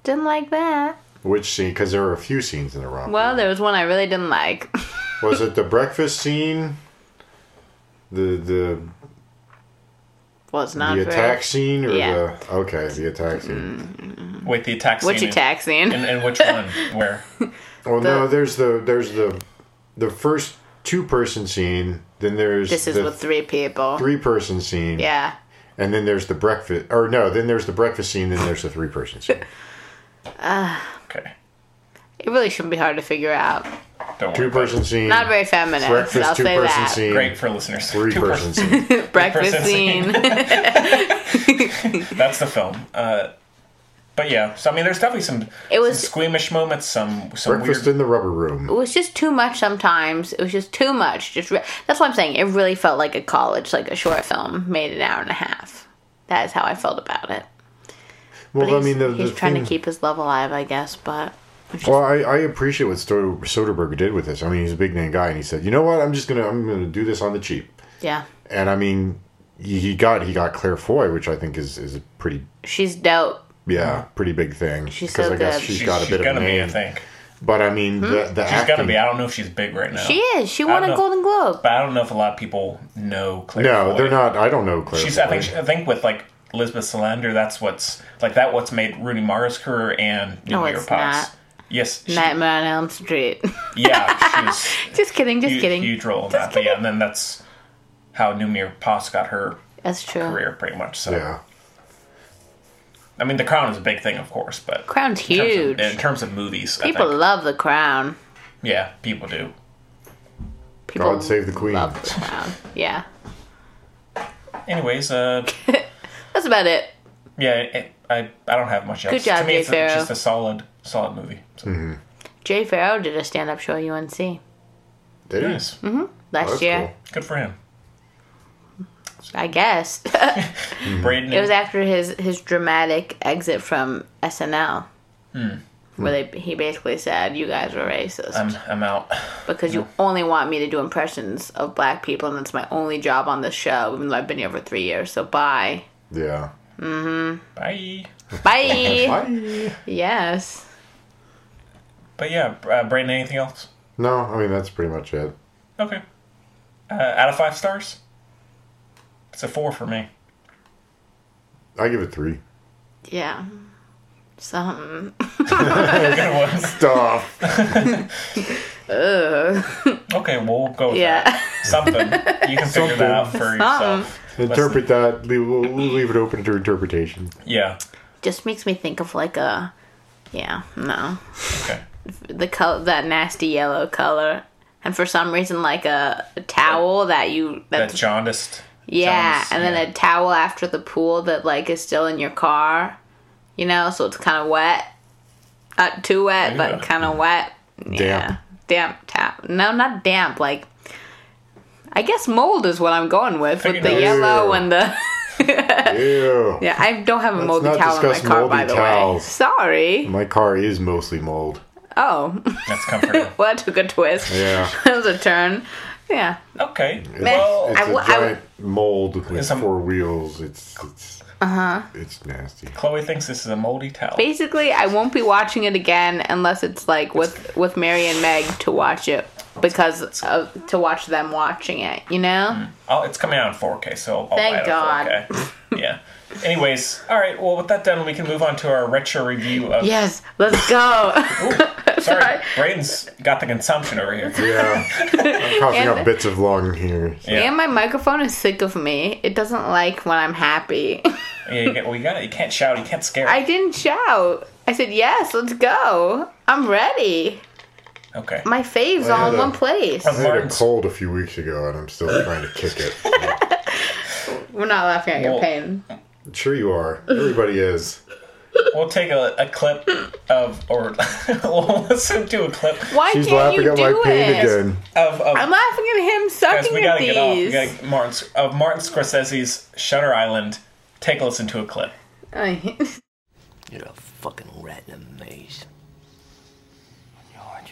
C: Didn't like that.
B: Which scene? Because there were a few scenes in the romper.
C: Well, there was one I really didn't like.
B: room. Was it the breakfast scene? The the
C: Was not
B: the
C: very-
B: attack scene or
C: Yeah. Mm.
B: the okay the attack scene.
A: Wait, the attack scene.
C: Which attack scene?
A: And, and which one? Where?
B: Well, no, there's the there's the the first two person scene. Then there's
C: This is
B: the
C: with three people.
B: three person scene.
C: Yeah.
B: And then there's the breakfast, or no, then there's the breakfast scene. Then there's the three person scene.
A: Okay,
C: It really shouldn't be hard to figure out.
A: don't worry.
B: Two person scene.
C: Not very feminine.
B: breakfast
C: I'll
B: two
C: say
B: person
C: that.
B: scene.
A: Great for listeners.
B: Three
A: Two
B: person
A: persons.
B: scene.
C: Breakfast
A: Breakfast
C: scene.
A: scene. That's the film. Uh, but yeah, so I mean, there's definitely some,
C: It was-
A: some squeamish moments, some some
B: Breakfast
A: weird.
B: in the rubber room.
C: it was just too much sometimes. It was just too much. Just re- that's what I'm saying. It really felt like a college, like a short film made an hour and a half. That is how I felt about it. But
B: Well, I
C: he's-
B: mean, the,
C: he's
B: the
C: trying
B: thing-
C: to keep his love alive, I guess. But
B: Well, I, I appreciate what Stoder- Soderbergh did with this. I mean, he's a big name guy, and he said, "You know what? I'm just gonna I'm gonna do this on the cheap."
C: yeah,
B: And I mean, he he got he got Claire Foy, which I think is is a pretty
C: she's dope.
B: yeah
C: Mm-hmm.
B: pretty big thing.
C: She's
B: because
C: so
B: I guess
C: good.
B: she's
A: She's,
B: got a
A: she's
B: bit of
A: gonna
B: a
A: be,
B: name.
A: I think.
B: But I mean,
C: Hmm?
B: the the
A: She's
B: acting.
A: gonna be. I don't know if she's big right now.
C: She is. She won
A: Oh, I
C: a
A: know.
C: Golden Globe.
A: But I don't know if a lot of people know Claire.
B: no,
A: Foy.
B: they're not. I don't know Claire.
A: She's.
B: Foy.
A: I think. I think with like Elizabeth Salander, that's what's like that. What's made Rooney Mara's career and New
C: No,
A: Year
C: it's
A: Pops.
C: not.
A: Yes. She,
C: Nightmare on Elm Street.
A: yeah. She was
C: just kidding. Just
A: huge,
C: kidding.
A: huge role in that. But yeah, and then that's how New Year Pops got her
C: That's true.
A: career, pretty much. So
B: Yeah.
A: I mean, The Crown is a big thing, of course, but
C: Crown's
A: in terms of-
C: huge.
A: in terms of movies. I
C: People
A: think.
C: love the Crown.
A: yeah, people do.
C: People
B: God save the queen.
C: love the Crown. Yeah,
A: Anyways, uh,
C: that's about it.
A: yeah, it, I I don't have much else.
C: job,
A: to me,
C: Jay
A: it's a-
C: Farrow.
A: just a solid solid movie. So.
C: Jay Farrow did a stand-up show at UNC.
B: Did he?
A: Nice.
C: Mm-hmm.
B: Oh,
C: last
B: that's
C: year.
B: cool.
A: Good for him.
C: I guess
A: Braden.
C: it was after his his dramatic exit from SNL, where they he basically said, "You guys were racist
A: I'm, I'm out.
C: because you only want me to do impressions of black people, and that's my only job on this show. Even though I've been here for three years, so bye,
B: Yeah.
A: Bye.
C: bye."
B: Bye.
C: yes,
A: But yeah, uh, Braden, anything else?
B: No, I mean that's pretty much it.
A: Okay. Uh, out of five stars? It's a four for me.
B: I give it three.
C: yeah, something.
A: Good one.
B: Stop.
A: Okay, we'll go with
C: Yeah.
A: that. Something. You can figure that out for yourself.
B: Interpret that. Leave, we'll leave it open to interpretation.
A: Yeah.
C: Just makes me think of like a, yeah, no,
A: Okay.
C: the color that nasty yellow color. And for some reason, like a, a towel that you
A: That jaundiced.
C: Yeah,
A: John's-
C: and then
A: yeah.
C: a towel after the pool that like is still in your car, you know, so it's kind of wet, not too wet,
A: Yeah.
C: but kind of wet. Yeah, damp towel. No, not damp. Like, I guess mold is what I'm going with with the
A: Figured out.
C: yellow and the.
B: Ew.
C: Yeah, I don't have a moldy
B: not
C: towel in my
B: discuss
C: car,
B: moldy
C: by the way.
B: towels. Mm.
C: Sorry.
B: My car is mostly mold.
C: Oh,
A: That's comforting.
C: well, that took a twist.
B: Yeah.
C: that was a turn. Yeah.
A: Okay.
B: Meh.
A: Well,
B: It's
C: I
B: a
C: w- I w-
B: giant mold with
A: It's a-
B: four wheels. It's it's uh
C: Uh-huh.
B: huh. It's nasty.
A: Chloe thinks this is a moldy towel.
C: basically i won't be watching it again unless it's like with with mary and meg to watch it because of, to watch them watching it you know
A: Oh, it's coming out in 4K, so I'll
C: Thank
A: buy it in 4K. yeah. Anyways, all right. Well, with that done, we can move on to our retro review of.
C: yes let's go
A: Ooh, sorry, Braden's got the consumption over here.
B: Yeah. I'm coughing up bits of lung here.
A: Yeah.
C: and my microphone is sick of me it doesn't like when i'm happy
A: Yeah, you get, well, you got it. You can't shout. You can't scare.
C: i didn't shout i said yes let's go i'm ready
A: okay.
C: my faves
B: Well,
C: all in
B: the-
C: one place
B: I had a
A: Martin's-
B: cold a few weeks ago, and I'm still
A: Uh.
B: trying to kick it.
C: we're not laughing at your
A: Well-
C: pain
B: Sure, you are. Everybody is.
A: We'll take a, a clip of, or we'll listen to a clip
C: why
B: She's
C: can't
B: laughing
C: you
B: at my
C: do
B: pain
C: it
B: again.
A: of, of
C: i'm laughing at him
A: guys.
C: sucking
A: We
C: at
A: gotta
C: these
A: get off. We gotta Martin Sc- of Martin Scorsese's Shutter Island. Take a listen to a clip.
F: You're a fucking rat in a maze. George.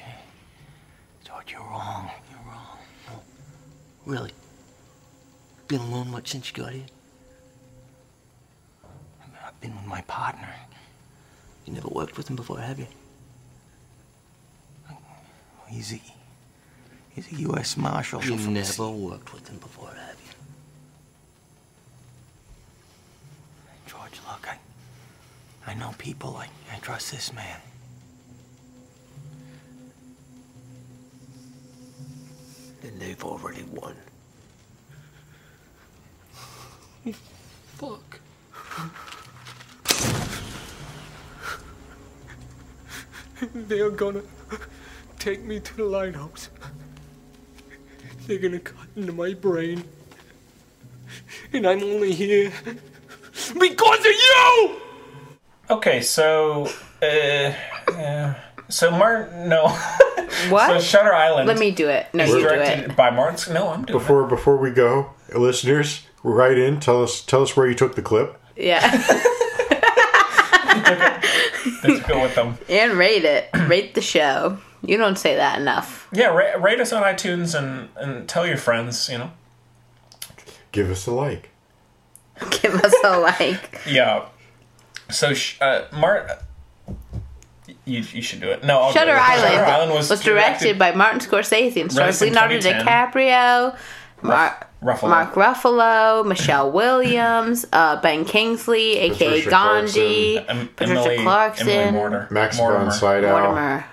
F: George, you're wrong. You're wrong. No. Really? Been alone much since you got here? I've been with my partner. You never worked with him before, have you?
G: He's a, he's a U.S. Marshal.
F: You
G: from the
F: never worked with him before, have you?
G: George, look, I, I know people. I, I trust this man.
F: Then they've already won. Fuck.
G: They're gonna take me to the lighthouse. They're gonna cut into my brain. And I'm only here because of you!
A: Okay, so, uh, yeah. so Martin, no, so
C: what
A: Shutter Island.
C: let me do it no you do it
A: directed by Martin. Sc- No, I'm doing it.
B: Before before we go, listeners, write in. Tell us tell us where you took the clip.
C: Yeah.
A: Let's go with them.
C: and rate it. Rate the show. You don't say that enough.
A: Yeah, ra- rate us on iTunes and and tell your friends. You know.
B: Give us a like.
C: Give us a like.
A: Yeah. So, sh- uh, Mart, you, you should do it. No, I'll do
C: Shutter
A: it.
C: Island,
A: Shutter Island was,
C: directed, by Martin Scorsese and stars
A: Released in
C: Leonardo
A: 2010.
C: DiCaprio, Mar-
A: Ruffalo.
C: Mark Ruffalo, Michelle Williams, uh, Ben Kingsley, aka
B: Patricia
C: Gandhi,
A: Em-
C: Patricia
A: Emily,
C: Clarkson,
A: Emily Mortimer,
B: Max
A: Mortimer,
B: von Sydow.
C: Mortimer.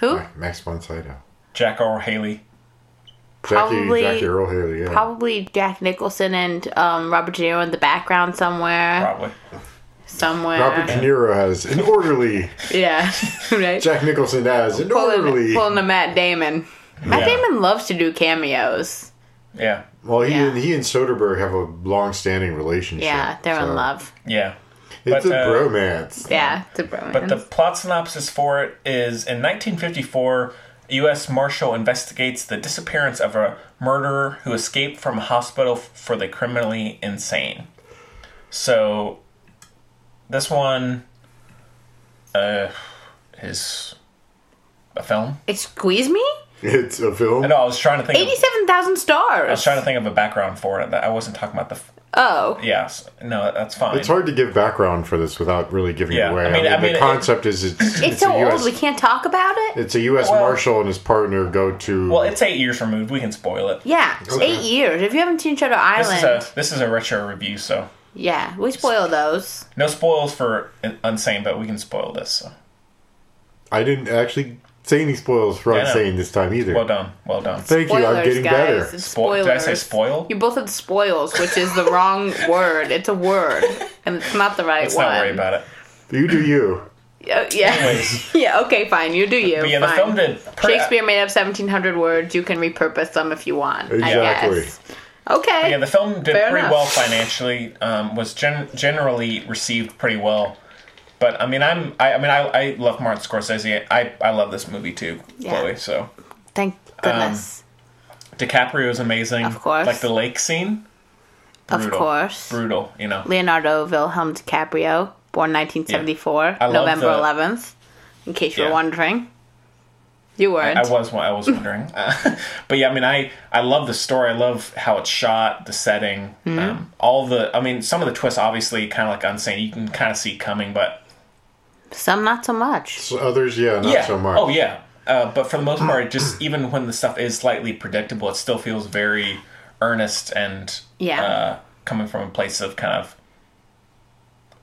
C: Who?
B: Max von Sydow.
A: Jack O'Haley.
B: Jackie
C: Probably-
B: Jackie Earl Haley. Yeah.
C: Probably Jack Nicholson and um, Robert De Niro in the background somewhere.
A: Probably.
C: Somewhere.
B: Robert De Niro has an orderly.
C: yeah. right.
B: Jack Nicholson has an
C: pulling,
B: orderly.
C: pulling a Matt Damon. Matt
A: Yeah.
C: Damon loves to do cameos.
A: Yeah.
B: Well, he
C: Yeah.
B: and he and Soderbergh have a long-standing relationship.
C: Yeah, they're
B: so-
C: in love.
A: Yeah.
B: It's
A: But,
B: a
A: uh,
B: bromance.
C: Yeah, it's a brilliant.
A: But the plot synopsis for it is in 1954, U.S. Marshal investigates the disappearance of a murderer who escaped from a hospital f- for the criminally insane. So, this one uh, is a film.
C: Excuse me?
B: It's a film.
A: I know. I was trying to think. Of,
C: 87,000 stars.
A: I was trying to think of a background for it. I wasn't talking about the. F-
C: Oh.
A: yes. No, that's fine.
B: It's hard to give background for this without really giving
A: Yeah,
B: it away.
A: I mean- I mean,
B: the
A: it-
B: concept is it's, it's,
C: It's, so
B: a US,
C: old, we can't talk about it?
B: It's a U.S.
A: Well-
B: marshal and his partner go to.
A: Well, it's eight years removed. We can spoil it.
C: yeah, it's
B: Okay.
C: eight years. If you haven't seen Shutter
A: This
C: Island,
A: is a this is a retro review, so
C: yeah, we spoil those.
A: no spoils for Unsane, but we can spoil this. So.
B: I didn't actually say any spoils for
A: Yeah, I know.
B: saying this time either.
A: Well done. Well done.
B: Thank you. I'm
C: Spoilers,
B: getting
C: guys.
B: better.
C: It's
A: Spoil-
C: spoilers.
A: did I say spoil?
C: You both have spoils, which is the wrong word. It's a word, and it's not the right
A: Let's
C: one.
A: not worry about it.
B: You do you.
C: Oh, yeah.
A: Anyways.
C: yeah. Okay. Fine. You do you.
A: But yeah, the
C: fine.
A: film did. per-
C: Shakespeare made up 1,700 words. You can repurpose them if you want. I
B: Exactly.
C: guess. Okay.
A: Yeah, the film did
C: Fair
A: pretty
C: enough.
A: well financially. Um, was gen- generally received pretty well. But I mean, I'm I, I mean, I, I love Martin Scorsese. I I love this movie too,
C: Yeah.
A: Chloe. So
C: Thank
A: Um,
C: goodness.
A: DiCaprio is amazing.
C: Of course.
A: like the lake scene.
C: of
A: brutal.
C: course.
A: Brutal, you know.
C: Leonardo Wilhelm DiCaprio, born 1974,
A: I love
C: November
A: the-
C: 11th. In case you were
A: Yeah.
C: wondering, you weren't.
A: I was I was wondering, Uh, but yeah, I mean, I I love the story. I love how it's shot, the setting,
C: Mm-hmm.
A: um, all the. I mean, some of the twists, obviously, kind of like unsane. You can kind of see coming, but
C: Some not so much.
B: So others, yeah, not
A: yeah,
B: so much.
A: oh yeah. Uh, but for the most part, just even when the stuff is slightly predictable, it still feels very earnest and
C: Yeah.
A: uh, coming from a place of kind of,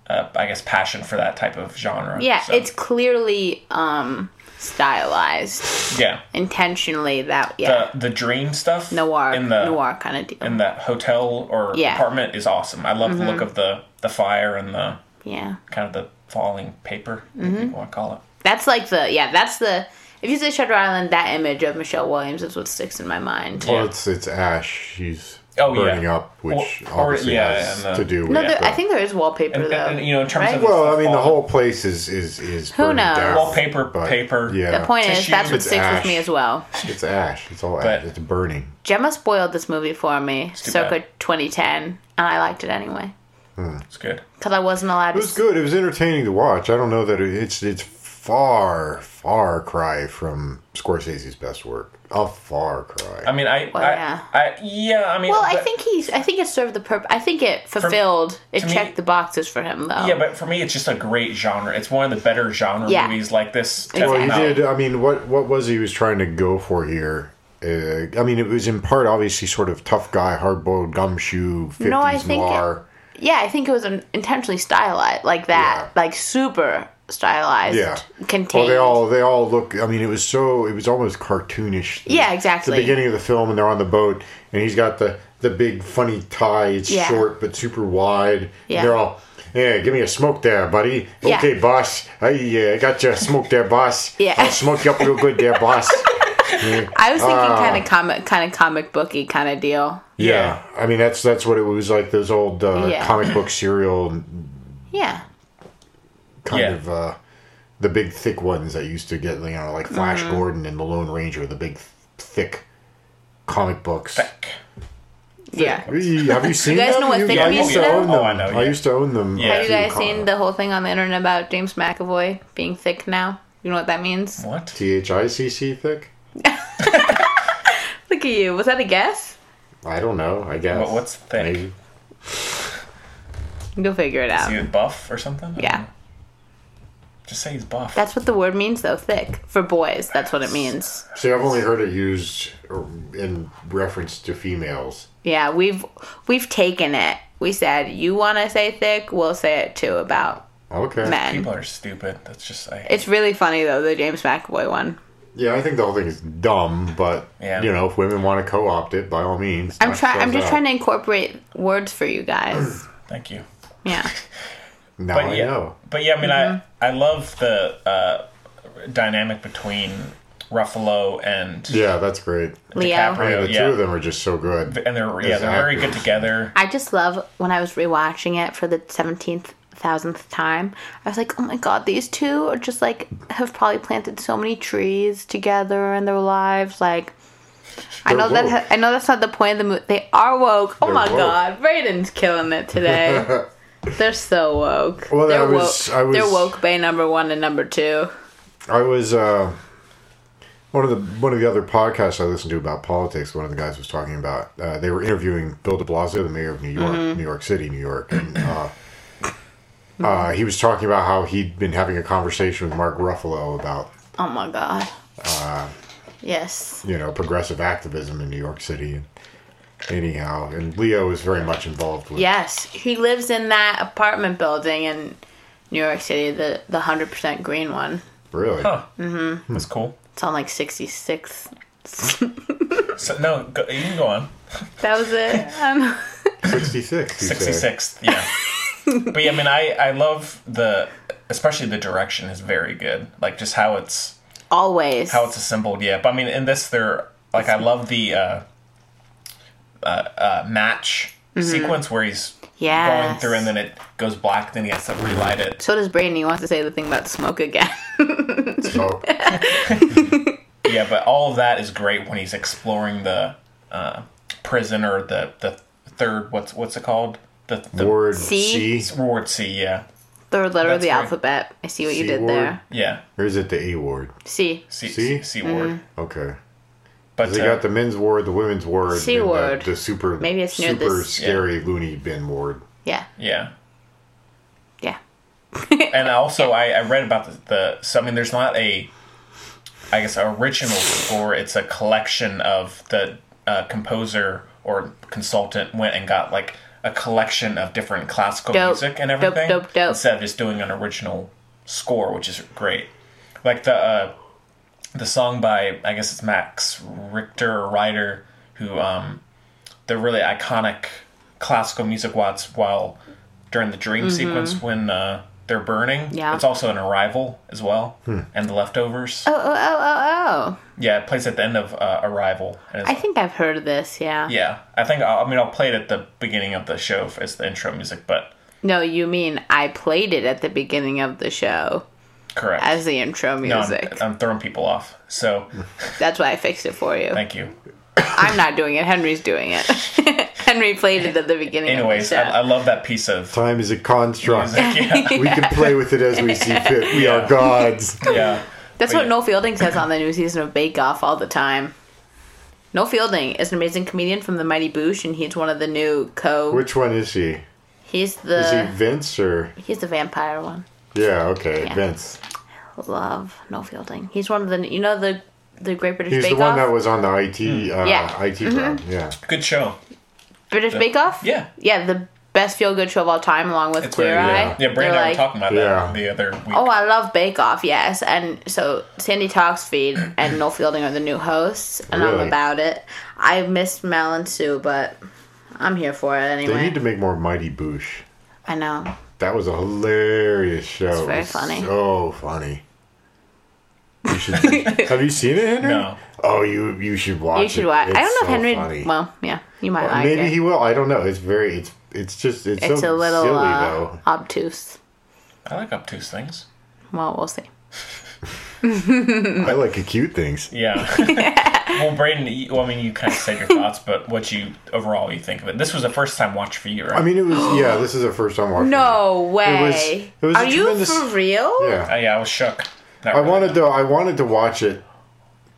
A: uh, I guess, passion for that type of genre.
C: Yeah,
A: So,
C: it's clearly um stylized
A: yeah.
C: intentionally. That yeah,
A: The the dream stuff
C: noir
A: in the
C: noir kind of deal.
A: in that hotel or
C: Yeah. Mm-hmm.
A: apartment is awesome. I love the look of the the fire and the
C: yeah,
A: kind of the falling paper. If
C: Mm-hmm.
A: you want to call it.
C: that's like the yeah, that's the. If you say Shutter Island, that image of Michelle Williams is what sticks in my mind.
A: Yeah.
B: Well, it's it's ash. She's
A: Oh, yeah.
B: burning up, which
A: Or- or-
B: obviously
A: yeah,
B: has
A: and the-
B: to do with.
C: No, there,
B: the-
C: I think there is wallpaper
A: And- and-
C: though.
A: and, you know, in terms of
C: right?
B: Well, I mean, the whole place is is is
C: Who
B: burning
C: knows?
B: down,
A: Wallpaper,
B: but
A: paper.
B: Yeah,
C: the point is
A: tissue,
C: that's what
B: it's
C: sticks
B: ash.
C: with me as well.
B: It's ash. It's all
A: But-
B: ash. It's burning.
C: Gemma spoiled this movie for me,
A: too
C: circa
A: bad.
C: 2010, and I liked it anyway
A: It's good.
C: because I wasn't allowed.
B: It
C: to
B: was good. It was entertaining to watch. I don't know that it, it's it's far far cry from Scorsese's best work. A far cry.
A: I mean, I,
C: Well,
A: I,
C: yeah.
A: I, yeah. I mean,
C: Well, I
A: but-
C: think he's. I think it served the purpose. I think it fulfilled. it
A: to me-
C: checked the boxes for him, though.
A: Yeah, but for me, it's just a great genre. It's one of the better genre
C: Yeah.
A: movies like this. to
C: Well,
B: well,
A: come
B: he
A: out.
B: did. I mean, what what was he was trying to go for here? Uh, I mean, it was in part obviously sort of tough guy, hard boiled gumshoe, fifties
C: No, I think it-
B: noir.
C: yeah, I think it was an intentionally stylized like that, like super stylized.
B: Yeah. Well,
C: contained.
B: they all they all look. I mean, it was so it was almost cartoonish.
C: Yeah,
B: It's the
C: exactly.
B: beginning of the film, and they're on the boat, and he's got the the big funny tie. It's
C: Yeah.
B: short but super wide. and
C: Yeah.
B: they're all. Yeah, give me a smoke there, buddy.
C: Yeah.
B: Okay, boss. I yeah, I got you a smoke there, boss.
C: Yeah.
B: I'll smoke you up real good there, boss.
C: I was thinking
B: Ah.
C: kind of comic, kind of comic booky kind of deal.
B: Yeah. I mean that's that's what it was like those old uh,
C: Yeah.
B: comic book serial
C: Yeah,
B: kind
A: Yeah.
B: of uh, the big thick ones that used to get you know like Flash
C: Mm-hmm.
B: Gordon and the Lone Ranger, the big thick comic books.
C: yeah.
B: Hey, Have you seen
C: You guys
B: them?
C: know what thick
B: I
C: means
B: used to
C: now?
B: own them.
A: Oh, I know, yeah.
B: used to own them.
A: Yeah.
C: Have you
B: too,
C: guys
B: comic
C: seen
B: book.
C: the whole thing on the internet about James McAvoy being thick now? You know what that means?
A: What?
B: T H I C C thick?
C: Look at you. Was that a guess?
B: I don't know. I guess.
A: What- what's thick?
B: Maybe.
C: You'll figure it out.
A: Is he buff or something? I don't
C: Yeah.
A: know. Just say he's buff.
C: That's what the word means, though. Thick for boys. That's what it means.
B: See, I've only heard it used um, in reference to females.
C: Yeah, we've we've taken it. We said you want to say thick, we'll say it too about
B: Okay.
C: men.
A: People are stupid. That's just I.
C: It's really funny though the James McAvoy one.
B: Yeah, I think the whole thing is dumb, but
A: Yeah.
B: you know, if women want to co-opt it, by all means.
C: I'm
B: knock
C: trying. I'm
B: yourselves
C: just
B: out.
C: trying to incorporate words for you guys.
A: Thank you.
C: Yeah,
B: Now
A: But
B: I
A: yeah,
B: know.
A: but yeah, I mean, I I love the uh, dynamic between Ruffalo and
B: Yeah, that's great.
C: Leo.
A: DiCaprio.
B: Yeah, the
A: yeah.
B: two of them are just so good.
A: and they're yeah
B: As
A: they're very good
B: actors.
A: together.
C: I just love when I was rewatching it for the 17th thousandth time, I was like, oh my god, these two are just like have probably planted so many trees together in their lives. Like, I
B: They're
C: know that
B: woke.
C: ha- I know that's not the point of the movie. They are woke. Oh
B: They're
C: my
B: woke.
C: god, Brayden's killing it today. They're so woke.
B: Well, I
C: They're
B: was-
C: woke.
B: I was-
C: They're woke. Bay number one and number two.
B: I was uh, one of the one of the other podcasts I listened to about politics. One of the guys was talking about uh, they were interviewing Bill De Blasio, the mayor of New York,
A: Mm-hmm.
B: New York City, New York, and uh, uh, he was talking about how he'd been having a conversation with Mark Ruffalo about
C: Oh my god.
B: Uh,
C: yes.
B: you know progressive activism in New York City. And anyhow, and Leo is very much involved with
C: Yes. He lives in that apartment building in New York City, the the hundred percent green one.
B: really.
A: Huh. Mm-hmm. That's cool.
C: It's on like sixty six.
A: So no, go, you can go on.
C: That was it. I don't know.
B: 66. you say.
A: Sixty sixth, yeah. but yeah, I mean, I I love the especially the direction is very good. Like just how it's
C: Always.
A: how it's assembled. Yeah, but I mean, in this, they're like I love the uh, uh, uh, match sequence where he's
C: Yes.
A: going through and then it goes black, then he has to relight it.
C: so does Brayden. He wants to say the thing about smoke again.
B: So,
A: Yeah, but all of that is great when he's exploring the uh, prison or the the third what's what's it called the, the
B: Ward
C: C?
B: C?
A: Ward C. Yeah,
C: Third letter of
A: That's
C: the
A: right.
C: alphabet. I see what you
B: C
C: did
B: word.
C: there.
A: yeah,
B: Or is it the A ward?
C: C.
A: C
B: C?
A: C, C Ward.
B: Okay.
A: But
B: They
A: uh,
B: got the men's ward, the women's ward,
C: C
B: and the-
C: ward.
B: the, super
C: Maybe it's near
B: super
C: this-
B: scary loony bin ward.
C: Yeah.
A: yeah.
C: Yeah.
A: and also I, I read about the, the so I mean there's not a I guess original score it's a collection of the uh, composer or consultant went and got like a collection of different classical
C: Dope.
A: music and
C: Dope,
A: everything
C: dope, dope.
A: instead of just doing an original score which is great like the uh, the song by I guess it's Max Richter or Ryder who um the really iconic classical music watts while during the dream sequence when uh, they're burning.
C: Mm-hmm. Yeah.
A: It's also an arrival as well, and the leftovers.
C: Oh, oh, oh, oh, oh.
A: Yeah, it plays at the end of uh, Arrival. And it's,
C: I think I've heard of this, yeah.
A: yeah, I think I'll, I mean I'll play it at the beginning of the show as the intro music, but
C: No, you mean I played it at the beginning of the show
A: correct.
C: as the
A: No,
C: intro
A: I'm-
C: music.
A: I'm, throwing people off. So
C: That's why I fixed it for you.
A: thank you.
C: I'm not doing it. Henry's doing it. Henry played it at the beginning
A: Anyways, I,
C: of the show.
A: I love that piece of.
B: Time is a construct.
A: Yeah,
B: we can play with it as we see fit. We
A: Yeah.
B: are gods.
A: yeah.
C: That's
A: but
C: what
A: yeah.
C: Noel Fielding says on the new season of Bake Off all the time. Noel Fielding is an amazing comedian from The Mighty Boosh, and he's one of the new co.
B: Which one is he?
C: he's
B: Is
C: the
B: he Vince or?
C: he's the vampire one.
B: Yeah. Okay,
C: Yeah.
B: Vince.
C: Love Noel Fielding. He's one of the you know the the Great British
B: He's
C: Bake
B: the one
C: Off.
B: that was on the IT. Uh,
C: Yeah. Mm-hmm.
B: IT crowd. Yeah.
A: Good show.
C: British Bake Off.
A: Yeah.
C: yeah, the best feel good show of all time, along with
A: It's
C: Queer
A: very
C: Eye.
A: good. Yeah, Brandon and
C: They're
A: I were
C: like,
A: talking about
B: Yeah.
A: that the other week.
C: Oh, I love Bake Off, yes. And so Sandy Talks Feed and Noel Fielding are the new hosts, and I'm
B: Really?
C: about it. I missed Mel and Sue, but I'm here for it
B: They
C: anyway.
B: need to make more Mighty Boosh.
C: I know.
B: That was a hilarious show. It's
C: very funny.
B: So funny. You should. have you seen it, Henry?
A: No.
B: Oh, you you should watch.
C: You should
B: it.
C: watch. I
B: It's
C: don't know if
B: so
C: Henry.
B: funny.
C: Well, yeah, you might
B: Or
C: like
B: maybe
C: it.
B: he will. I don't know. It's very. It's it's just it's,
C: it's
B: so
C: a little
B: silly
C: uh,
B: though.
C: obtuse.
A: I like obtuse things.
C: Well, we'll see. mm.
B: I like acute things.
A: Yeah. well, Braden, you, well, I mean, you kind of said your thoughts, but what you overall you think of it. This was a first time watch for you, right?
B: I mean, it was yeah. This is the first time watching.
C: No way.
B: way. was- it was a
C: Are you
B: tremendous-
C: for real?
B: it.
A: Uh,
B: Yeah,
A: yeah, I was shook. Not
B: I
A: really.
B: wanted to. I wanted to watch it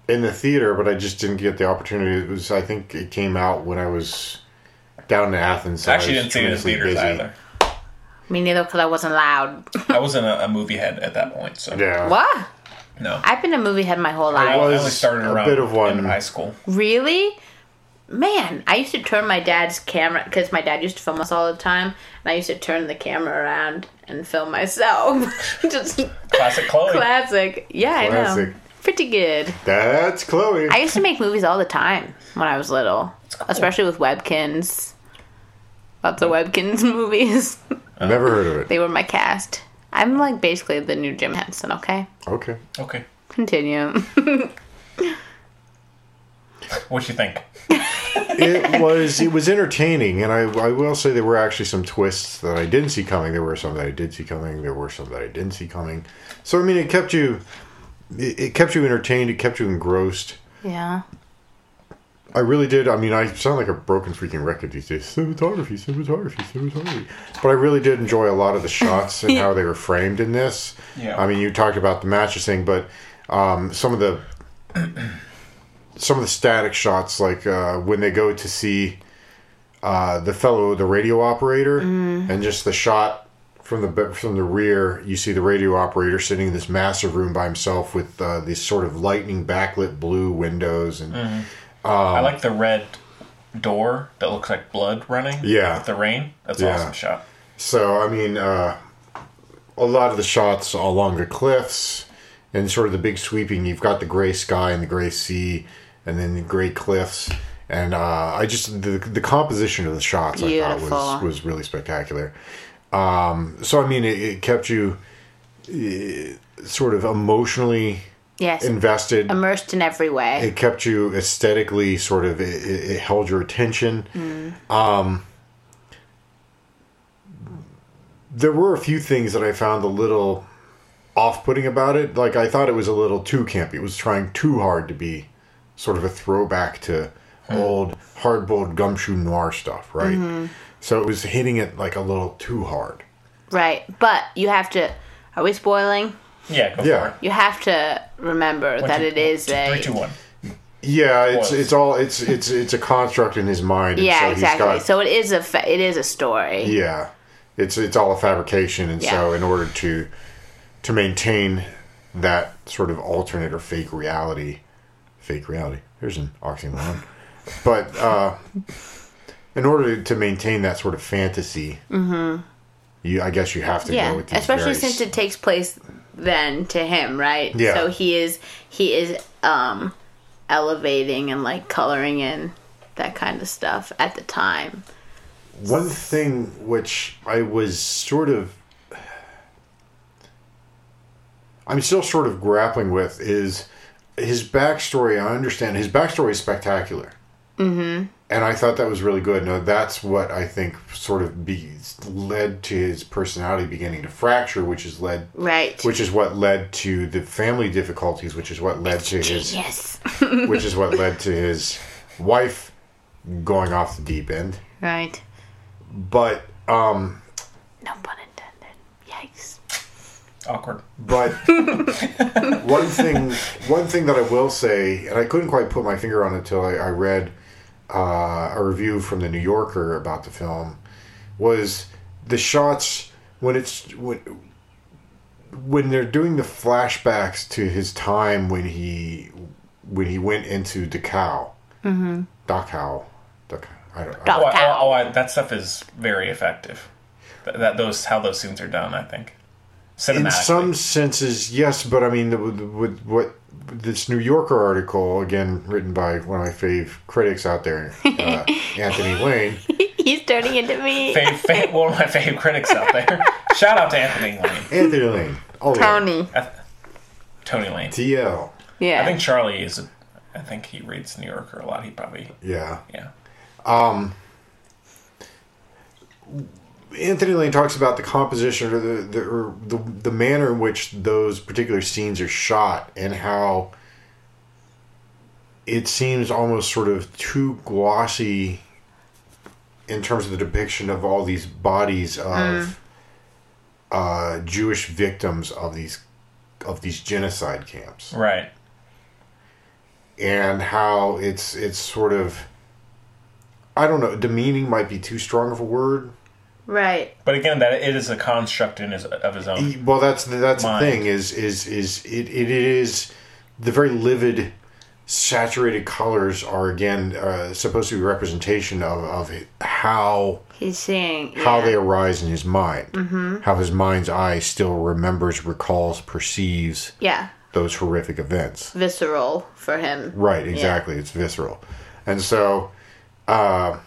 B: in the theater, but I just didn't get the opportunity. It was. I think it came out when I was down in Athens. so
A: I
B: I
A: actually
B: was
A: didn't see it in
B: tremendously
A: theaters
B: busy.
A: either.
C: Me neither, because I wasn't loud.
A: I was in a, a movie head at that point, so
B: Yeah.
C: What?
A: no.
C: I've been a movie head my whole
A: I
C: life.
A: only
B: was
A: started
B: a
A: around
B: bit of one.
A: in high school.
C: Really? Man, I used to turn my dad's camera because my dad used to film us all the time, and I used to turn the camera around and film myself. Just
A: Classic Chloe.
C: classic. Yeah, I
B: Classic.
C: know. Pretty good.
B: That's Chloe.
C: I used to make movies all the time when I was little, especially with Webkins. Love the Webkins movies.
B: Never heard of it.
C: they were my cast. I'm like basically the new Jim Henson. Okay,
B: Okay.
A: okay,
C: continue.
A: what you think?
B: it was it was entertaining, and I I will say there were actually some twists that I didn't see coming. There were some that I did see coming. There were some that I didn't see coming. So I mean, it kept you it, it kept you entertained. It kept you engrossed.
C: Yeah.
B: I really did. I mean, I sound like a broken freaking record these days. Cinematography, cinematography, cinematography. But I really did enjoy a lot of the shots and how they were framed in this.
A: Yeah.
B: I mean, you talked about the mattress thing, but um, some of the some of the static shots, like uh, when they go to see uh, the fellow, the radio operator, and just the shot from the be- from the rear, you see the radio operator sitting in this massive room by himself with uh, these sort of lightning backlit blue windows and.
A: I
B: Uh,
A: like the red door that looks like blood running.
B: Yeah.
A: With the rain. That's
B: Yeah.
A: an awesome shot.
B: So I mean, uh, a lot of the shots along the cliffs and sort of the big sweeping. You've got the gray sky and the gray sea, and then the gray cliffs. And uh, I just the, the composition of the shots I
C: Beautiful.
B: thought was was really spectacular. Um, so I mean, it, it kept you eh, sort of emotionally
C: Yes.
B: invested
C: Immersed in every way.
B: it kept you aesthetically sort of it, it it held your attention um
C: Mm.
B: there were a few things that i found a little off-putting about it like i thought it was a little too campy it was trying too hard to be sort of a throwback to old hard-boiled gumshoe noir stuff right
C: Mm-hmm.
B: so it was hitting it like a little too hard
C: right. But you have to. Are we spoiling?
A: Yeah. Go
B: Yeah.
A: For it.
C: You have to remember that
A: two-
C: it is
A: two-
C: a.
A: three, two, one.
B: yeah it's
A: Was.
B: it's all it's it's it's a construct in his mind and
C: yeah,
B: so he's
C: exactly.
B: got-
C: so it is a fa- it is a story.
B: Yeah, it's it's all a fabrication, and so
C: Yeah.
B: in order to to maintain that sort of alternate or fake reality, fake reality. There's an oxymoron, but uh, in order to maintain that sort of fantasy, you I guess you have to go
C: Mm-hmm. yeah
B: with these
C: especially
B: very-
C: since it takes place then to him right
B: Yeah.
C: so he is he is um elevating and like coloring in that kind of stuff at the time
B: One thing which I was sort of. I'm still sort of grappling with is his backstory. I understand his backstory is spectacular. Mm-hmm. And I thought that was really good. Now, that's what I think sort of be, led to his personality beginning to fracture, which is led.
C: right
B: Which is what led to the family difficulties, which is what led to his,
C: yes
B: which is what led to his wife going off the deep end.
C: right
B: But um,
C: no pun intended yikes
A: Awkward.
B: But one thing, one thing that I will say, and I couldn't quite put my finger on it until I, I read uh, a review from the New Yorker about the film, was the shots when it's when when they're doing the flashbacks to his time when he when he went into Dachau, mm-hmm. Dachau, Dachau. I don't. I,
A: Oh, I,
C: Cow.
A: oh, I, that stuff is very effective. That, that those how those scenes are done, I think. Cinematically.
B: in some senses, yes, but I mean, the, with, with what this New Yorker article, again written by one of my fave critics out there, uh, Anthony Lane.
C: he's turning into me
A: Fave, fave, one of my favorite critics out there. Shout out to Anthony Lane,
B: Anthony Lane. Oh, yeah.
C: tony
A: Tony Lane.
B: TL.
C: yeah
A: I think Charlie is. A, I think he reads New Yorker a lot. He probably
B: Yeah.
A: yeah.
B: Anthony Lane talks about the composition or the the, or the the manner in which those particular scenes are shot and how it seems almost sort of too glossy in terms of the depiction of all these bodies of uh, Jewish victims of these of these genocide camps
A: Right.
B: and how it's it's sort of I don't know demeaning might be too strong of a word
C: right
A: But again, that it is a construct in his, of his own.
B: Y- E, well that's the, that's
A: Mind.
B: the thing is is is it, it is the very livid saturated colors are again uh, supposed to be a representation of, of it- how
C: he's seeing
B: how
C: yeah.
B: they arise in his mind mm-hmm. how his mind's eye still remembers recalls perceives
C: yeah
B: those horrific events
C: visceral for him
B: right exactly it's visceral and so uh,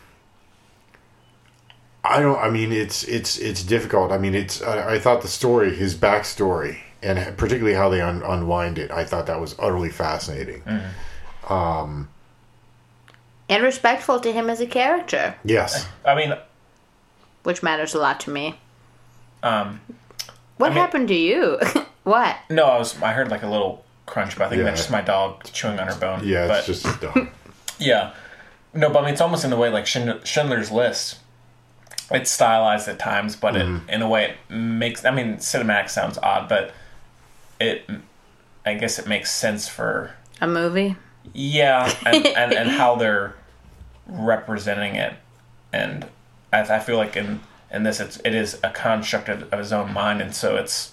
B: I don't. I mean, it's it's it's difficult. I mean, it's. I, I thought the story, his backstory, and particularly how they un-
A: Mm.
B: unwind it, I thought that was utterly fascinating. Um,
C: and respectful to him as a character,
B: Yes.
A: I mean,
C: which matters a lot to me.
A: um,
C: What
A: mean-
C: happened to you? what?
A: no, I was. I heard like a little crunch, but I think
B: Yeah.
A: that's just my dog chewing on her bone.
B: Yeah,
A: but,
B: it's just dumb.
A: Yeah. No, but I mean, it's almost in the way like Schind- Schindler's List. It's stylized at times, but it, in a way, it makes. I mean, cinematic sounds odd, but it. I guess it makes sense for.
C: A movie?
A: Yeah, and, and, and how they're representing it. And I, I feel like in, in this, it's, it is a construct of, of his own mind, and so it's.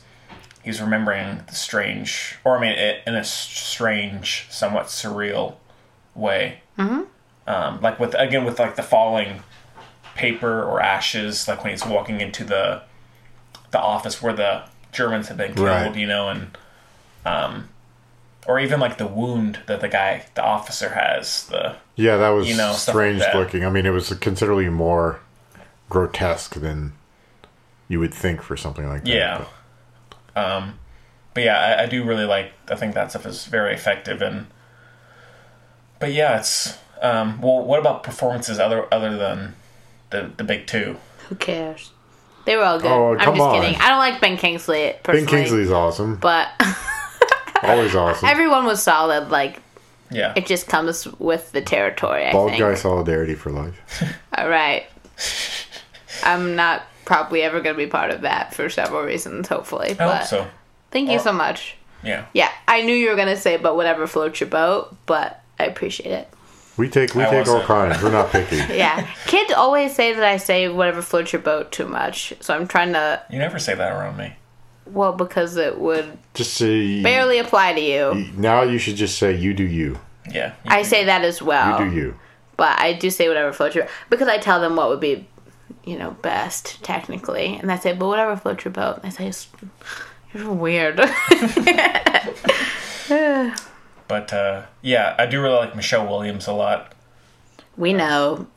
A: He's remembering the strange, or I mean, it, in a s- strange, somewhat surreal way um, like with again with like the falling paper or ashes like when he's walking into the the office where the germans have been killed
B: Right.
A: you know and um or even like the wound that the guy the officer has the
B: Yeah, that was
A: You know, stuff like
B: strange
A: that.
B: looking. I mean, it was considerably more grotesque than you would think for something like that.
A: Yeah. Um, but yeah, I, I do really like. I think that stuff is very effective. And but yeah, it's um, well. What about performances other other than the the big two?
C: Who cares? They were all good.
B: Oh,
C: I'm
B: come
C: just
B: on.
C: kidding. I don't like Ben Kingsley
B: But
C: personally.
B: Ben Kingsley's awesome.
C: But
B: Always awesome.
C: everyone was solid. Like,
A: Yeah,
C: it just comes with the territory, I
B: Bald
C: think.
B: guy solidarity for life.
C: All right. I'm not probably ever going to be part of that for several reasons, hopefully.
A: I
C: but
A: hope so.
C: thank you so much.
A: Yeah,
C: Yeah, I knew you were going to say, but whatever floats your boat, but I appreciate it.
B: We take we
A: I
B: take all
A: wasn't.
B: kinds. We're not picky.
C: Yeah. Kids always say that I say whatever floats your boat too much. So I'm trying to,
A: you never say that around me.
C: well, because it would
B: Just say
C: barely apply to you.
B: now. You should just say you do you.
A: Yeah, you
C: I
A: do.
C: say that as well.
B: You do you.
C: But I do say whatever floats your because I tell them what would be, you know, best technically, and I say, but whatever floats your boat. And they say, "It's- you're weird.
A: But uh, yeah, I do really like Michelle Williams a lot.
C: we know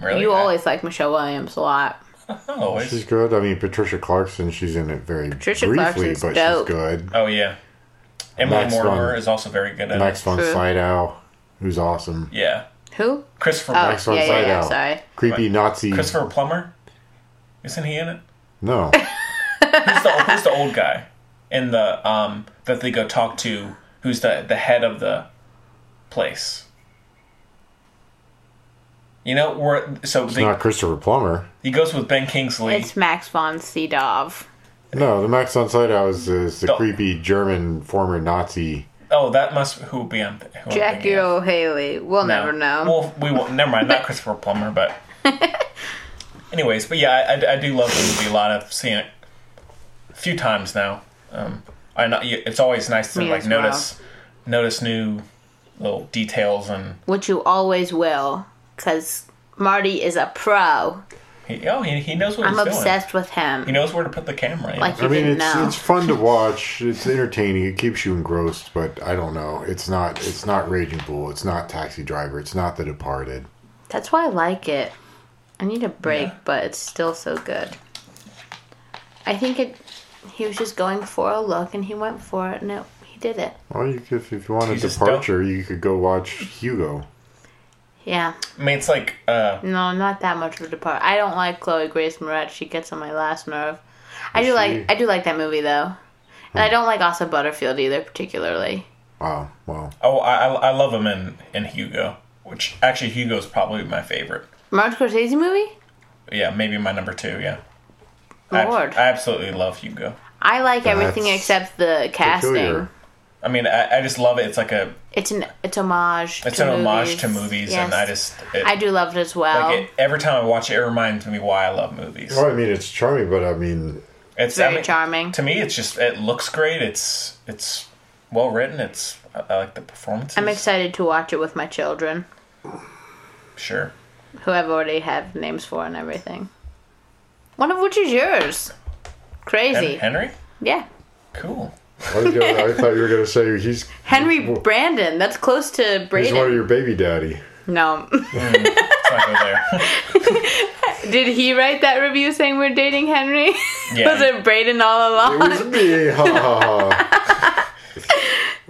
A: Really, Oh,
C: you
A: I-
C: always like Michelle Williams a lot.
A: always.
B: She's good. I mean, Patricia Clarkson. She's in it very
C: Patricia
B: briefly,
C: Clarkson's
B: but
C: dope.
B: she's good.
A: Oh yeah, Emily
B: Max
A: Mortimer
B: von-
A: is also very good at
B: Max
A: it.
B: von
C: True.
B: Sydow, who's awesome.
A: Yeah,
C: Who?
A: Christopher
C: Oh,
B: Max von
C: yeah, yeah, yeah.
B: Sydow.
C: Sorry.
B: Creepy
A: Right.
B: Nazi.
A: Christopher Plummer. Isn't he in it?
B: No,
A: Who's the, who's the old guy in the um that they go talk to? Who's the the head of the place? You know, we're so
B: it's
A: they-
B: not Christopher Plummer.
A: he goes with Ben Kingsley.
C: It's Max von Sydow.
B: No, the Max von Sydow is, is the
A: Don't-
B: creepy German former Nazi.
A: oh, that must who be on who I'm
C: Jackie
A: thinking of.
C: O'Haley. We'll
A: No.
C: never know.
A: Well, we won't. Never mind. Not Christopher Plummer, but. Anyways, but yeah, I- I, I do love the movie a lot. I've seen it a few times now. Um, I know you- it's always nice to
C: Me
A: like
C: as well.
A: notice notice new little details and
C: Which you always will, because Marty is a pro.
A: he, oh he, he knows what
C: I'm
A: he's doing.
C: obsessed with him.
A: He knows where to put the camera. you
C: like
A: know?
C: you
B: I mean,
C: didn't
B: it's
C: know.
B: it's fun to watch. It's entertaining. It keeps you engrossed, but I don't know. It's not it's not Raging Bull. It's not Taxi Driver. It's not The Departed.
C: That's why I like it. I need a break, but it's still so good. I think it. He was just going for a look, and he went for it, and it, he did it.
B: Or you could, if you want a
A: You just
B: departure, you could go watch Hugo.
C: Yeah.
A: I mean, it's like uh,
C: No, not that much of a depart. I don't like Chloe Grace Moretz. She gets on my last nerve. I do like. I do like that movie though, and I don't like Asa Butterfield either particularly.
B: Wow, wow.
A: oh I, I I love him in in Hugo, which actually Hugo's probably my favorite.
C: Martin Scorsese movie.
A: Yeah, maybe my number two. Yeah, I-
C: Lord,
A: I absolutely love Hugo.
C: I like everything
B: That's
C: except the casting.
B: Peculiar.
A: I mean, I, I just love it. It's like a
C: It's an it's homage.
A: It's
C: to
A: an homage
C: movies.
A: to movies, and
C: Yes.
A: I just it,
C: I do love it as well.
A: like it, every time I watch it, it reminds me why I love movies.
B: Well, Oh, I mean, it's charming, but I mean,
A: It's I
C: very
A: mean,
C: charming.
A: to me. It's just it looks great. It's it's well written. It's I, I like the performances.
C: I'm excited to watch it with my children,
A: Sure.
C: who I've already had names for and everything. One of which is yours. Crazy.
A: Hen- Henry,
C: yeah.
A: cool.
B: I, was gonna, I thought you were going to say he's
C: Henry Brandon. That's close to
B: he's one of
C: Braden.
B: your baby daddy.
C: No.
A: Let's not go there.
C: Did he write that review saying we're dating Henry?
A: Yeah.
C: Was it Braden all
B: It
C: along?
B: was me. Ha ha ha.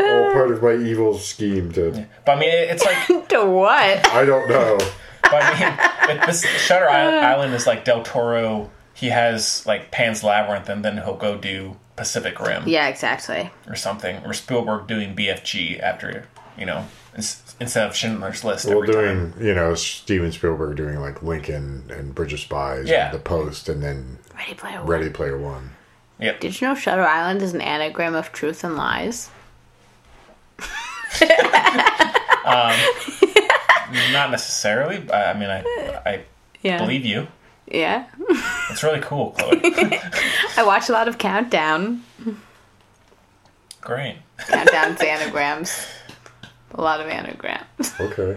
B: All part of my evil scheme to.
A: But I mean, it- it's like,
C: to what?
B: I don't know.
A: but I mean, but this Shutter
C: Uh.
A: Island, Island is like Del Toro. He has like Pan's Labyrinth, and then he'll go do Pacific Rim
C: Yeah, exactly.
A: or something, or Spielberg doing BFG after you know ins- instead of Schindler's List.
B: Well,
A: every time.
B: doing you know Steven Spielberg doing like Lincoln and Bridge of Spies,
A: Yeah.
B: and The Post, and then
C: Ready player one.
B: Ready Player One.
A: Yep.
C: Did you know Shutter Island is an anagram of truth and lies?
A: Not necessarily. but I mean, I I
C: Yeah.
A: believe you.
C: Yeah.
A: It's really cool, Chloe.
C: I watch a lot of Countdown.
A: Great.
C: Countdown's anagrams. A lot of anagrams.
B: Okay.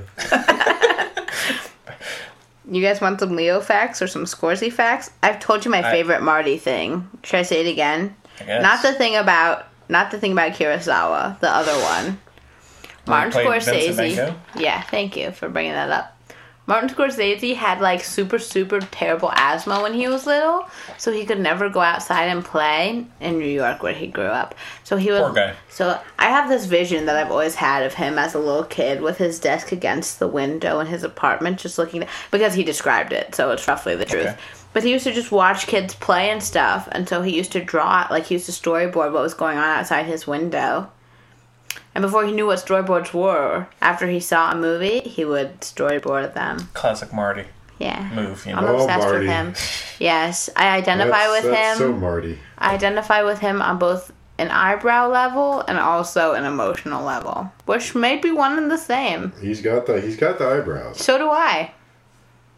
C: You guys want some Leo facts or some Scorsy facts? I've told you my favorite Marty thing. Should I say it again?
A: I guess.
C: Not the thing about not the thing about Kurosawa, the other one. Martin
A: played Vincent Van
C: Scorsese.
A: Gogh?
C: Yeah, thank you for bringing that up. Martin Scorsese had like super super terrible asthma when he was little, so he could never go outside and play in New York where he grew up. So he was
A: Poor guy.
C: So I have this vision that I've always had of him as a little kid with his desk against the window in his apartment, just looking because he described it, so it's roughly the truth.
A: Okay.
C: But he used to just watch kids play and stuff, and so he used to draw, like he used to storyboard what was going on outside his window. And before he knew what storyboards were, after he saw a movie, he would storyboard them.
A: classic Marty
C: Yeah.
A: move. You
C: I'm
A: know.
B: Oh,
C: obsessed
B: Marty.
C: with him. Yes, I identify
B: That's-
C: with
B: that's
C: him.
B: So Marty.
C: I identify with him on both an eyebrow level and also an emotional level, which may be one and the same.
B: He's got the he's got the eyebrows.
C: So do I.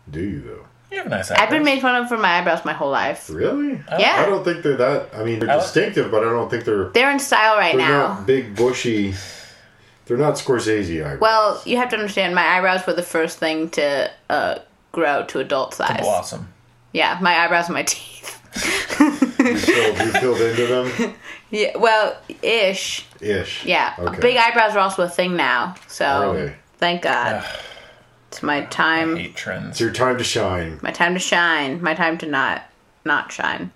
B: Do you though?
A: You have a nice
C: I've been
A: eyebrows.
C: made fun of for my eyebrows my whole life.
B: Really?
C: Yeah.
B: I don't think they're that. I mean, they're
A: I like-
B: distinctive, but I don't think they're
C: They're in style right
B: they're
C: now.
B: not big bushy. They're not Scorsese eyebrows.
C: Well, you have to understand, my eyebrows were the first thing to uh, grow to adult size.
A: Blossom.
C: Yeah, my eyebrows and my teeth.
B: so you filled into them,
C: Yeah, well, ish.
B: ish.
C: Yeah,
B: Okay.
C: big eyebrows are also a thing now. So
B: Really?
C: thank God, it's my time.
A: Hate trends.
B: It's your time to shine.
C: my time to shine, my time to not not shine.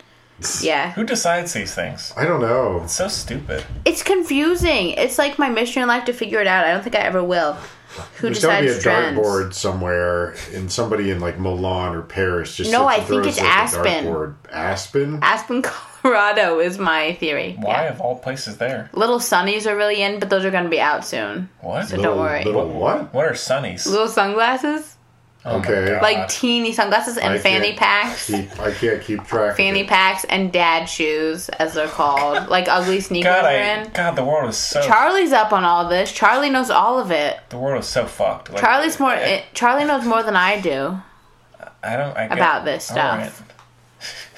C: Yeah.
A: Who decides these things?
B: I don't know.
A: It's so stupid.
C: It's confusing. It's like my mission in life to figure it out. I don't think I ever will. Who
B: There's got to be
C: decides
B: a
C: trends?
B: dartboard somewhere, and somebody in like Milan or Paris just
C: No,
B: sits
C: I
B: and
C: think
B: throws,
C: it's
B: like, a
C: Aspen.
B: dartboard. Aspen.
C: Aspen, Colorado is my theory.
A: Why
C: Yeah.
A: of all places there?
C: Little sunnies are really in, but those are going to be out soon.
A: What?
C: Don't worry.
B: Little what?
A: What are sunnies?
C: Little sunglasses,
A: Oh my
B: Okay.
A: God.
C: like teeny sunglasses and
B: Uh, I
C: fanny
B: can't
C: packs.
B: Keep, I can't keep track.
C: Fanny
B: of it.
C: packs and dad shoes, as they're called, like ugly sneakers
A: God,
C: are
A: I,
C: in.
A: God, the world is so
C: Charlie's up on all this. Charlie knows all of it.
A: the world is so fucked. Like,
C: Charlie's more.
A: I,
C: Charlie knows more than I do.
A: I don't I get-
C: about this
A: all
C: stuff.
A: right.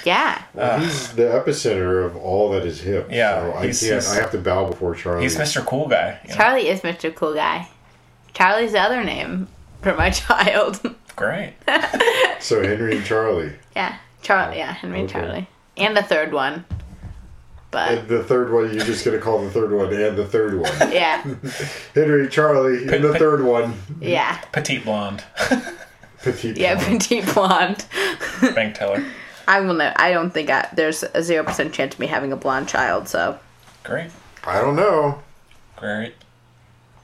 C: Yeah.
B: Well, he's the epicenter of all that is hip.
A: Yeah,
B: so I
A: he's-
B: can't.
A: he's-
B: I have to bow before Charlie.
A: He's Mr. Cool Guy. you know?
C: Charlie is Mr. Cool Guy. Charlie's the other name for my child.
A: Great.
B: So Henry and Charlie.
C: yeah. Charlie. Yeah, Henry
B: Oh, Okay.
C: Charlie. And the third one. But,
B: And the third one, you're just gonna call the third one and the third one.
C: yeah.
B: Henry, Charlie, and the third one.
C: Yeah.
A: Petite blonde.
B: Petite.
C: Yeah,
B: one.
C: petite blonde.
A: Bank teller.
C: I will know. I don't think I, there's a 0% chance of me having a blonde child, so.
A: Great.
B: I don't know.
A: Great.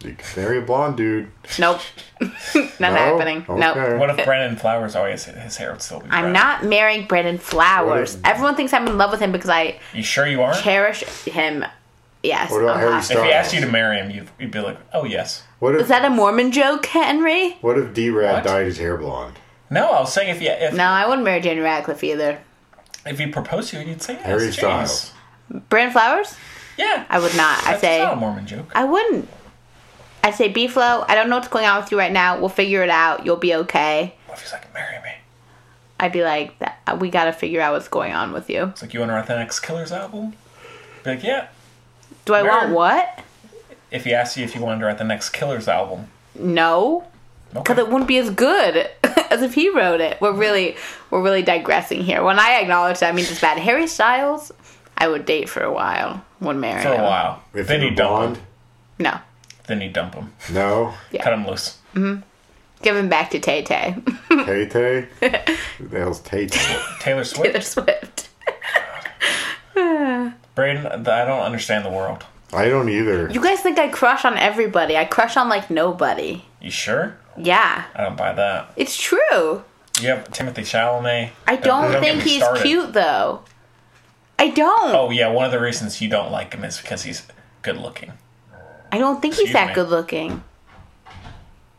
B: You can marry a blonde dude.
C: Nope. Not happening. Nope.
B: Okay.
A: What if Brandon Flowers always his hair would still be?
C: I'm
A: brown?
C: not marrying Brandon Flowers. Everyone thinks I'm in love with him because I
A: You sure you aren't?
C: cherish him. Yes.
B: What about
C: I'm
B: Harry
C: hot.
B: Styles?
A: If he asked you to marry him, you'd, you'd be like, oh yes.
B: What if
C: Is that a Mormon joke, Henry?
B: What if D Rad
A: What?
B: dyed his hair blonde?
A: No, I was saying if you if,
C: No, I wouldn't marry Daniel Radcliffe either.
A: if he proposed to you, you'd say yes.
B: Harry
A: jeez.
B: Styles.
C: Brand Flowers?
A: Yeah.
C: I would not. I
A: That's
C: say
A: not a Mormon joke.
C: I wouldn't. I say B flow. I don't know what's going on with you right now. We'll figure it out. You'll be okay.
A: What if he's like, marry me?
C: I'd be like, "That- we gotta figure out what's going on with you.
A: It's like you want to write the next Killers album? Be like, yeah.
C: Do I want
A: Mary.
C: what?
A: If he asked you if you wanted to write the next Killers album,
C: No,
A: okay.
C: because it wouldn't be as good as if he wrote it. We're really, we're really digressing here. When I acknowledge that, I mean it's bad. Harry Styles, I would date for a while. Would marry
A: for a
C: him.
A: while.
B: If
A: then
B: he
A: you
B: were
A: dump
B: blonde?
A: him.
C: No,
A: Then you dump him.
B: No.
C: Yeah.
A: Cut him loose.
C: give him back to Tay Tay.
B: Tay Tay? Who the hell's Tay Tay?
A: Taylor Swift.
C: Taylor Swift.
A: Braden, th- I don't understand the world.
B: I don't either.
C: You guys think I crush on everybody. I crush on like nobody.
A: You sure?
C: Yeah.
A: I don't buy that.
C: It's true.
A: You have Timothy Chalamet.
C: I don't,
A: get
C: think
A: me
C: he's
A: started.
C: cute though. I don't.
A: Oh yeah, one of the reasons you don't like him is because he's good looking.
C: I don't think he's
A: Excuse
C: that
A: me.
C: good looking.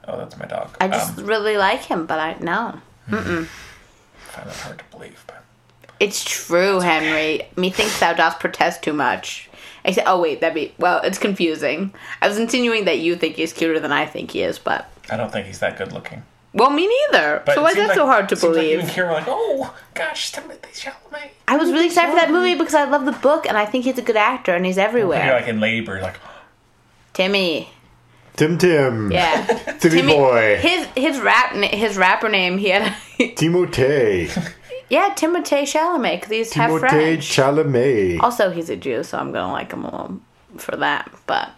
A: Oh, that's my dog.
C: I just
A: um,
C: really like him, but I no.
A: I find that hard to believe, but
C: It's true, Henry. Methinks thou dost protest too much. I said, oh wait, that'd be well. It's confusing. I was insinuating that you think he's cuter than I think he is, but
A: I don't think he's that good looking.
C: well, me neither.
A: But
C: so
A: it
C: why is
A: seemed
C: that so
A: like-
C: hard to
A: it seemed like you
C: believe?
A: and Kira were like, oh gosh, Timothy Chalamet.
C: I was really excited for that movie because I love the book and I think he's a good actor and he's everywhere.
A: You're like in Lady Bird, like
C: Timmy,
B: Tim Tim.
C: yeah,
B: Timmy,
C: Timmy
B: boy.
C: His his rap na- his rapper name he had
B: Timote.
C: yeah Timothée Chalamet because he's half
B: Timote
C: French.
B: Chalamet.
C: also, he's a Jew, so I'm gonna like him a little for that. But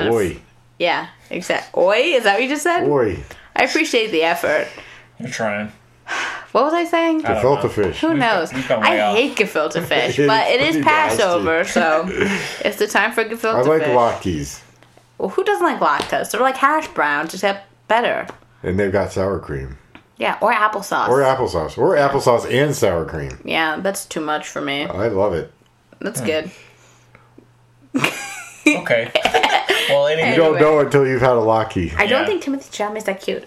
B: Oi.
C: yeah, exact. Oi, is that what you just said?
B: Oi.
C: I appreciate the effort.
A: you're trying.
C: What was I saying?
A: I don't
B: Gefilte
A: know.
B: fish.
C: Who knows?
A: we've gone way
C: I
A: off.
C: hate gefilte fish,
B: It's
C: but it is
B: pretty nasty.
C: Passover, so it's the time for gefilte
B: I like
C: fish.
B: Lockies.
C: well, who doesn't like lactose? They're like hash browns, except better.
B: And they've got sour cream.
C: Yeah, or applesauce.
B: Or applesauce. Or applesauce and sour cream.
C: yeah, that's too much for me.
B: I love it.
C: That's
B: Hmm.
C: good.
A: Okay. well,
B: You
A: anyway,
B: don't
C: Anyway.
B: know until you've had a Lockie.
C: I don't
A: Yeah.
C: think Timothy Chalamet is that cute.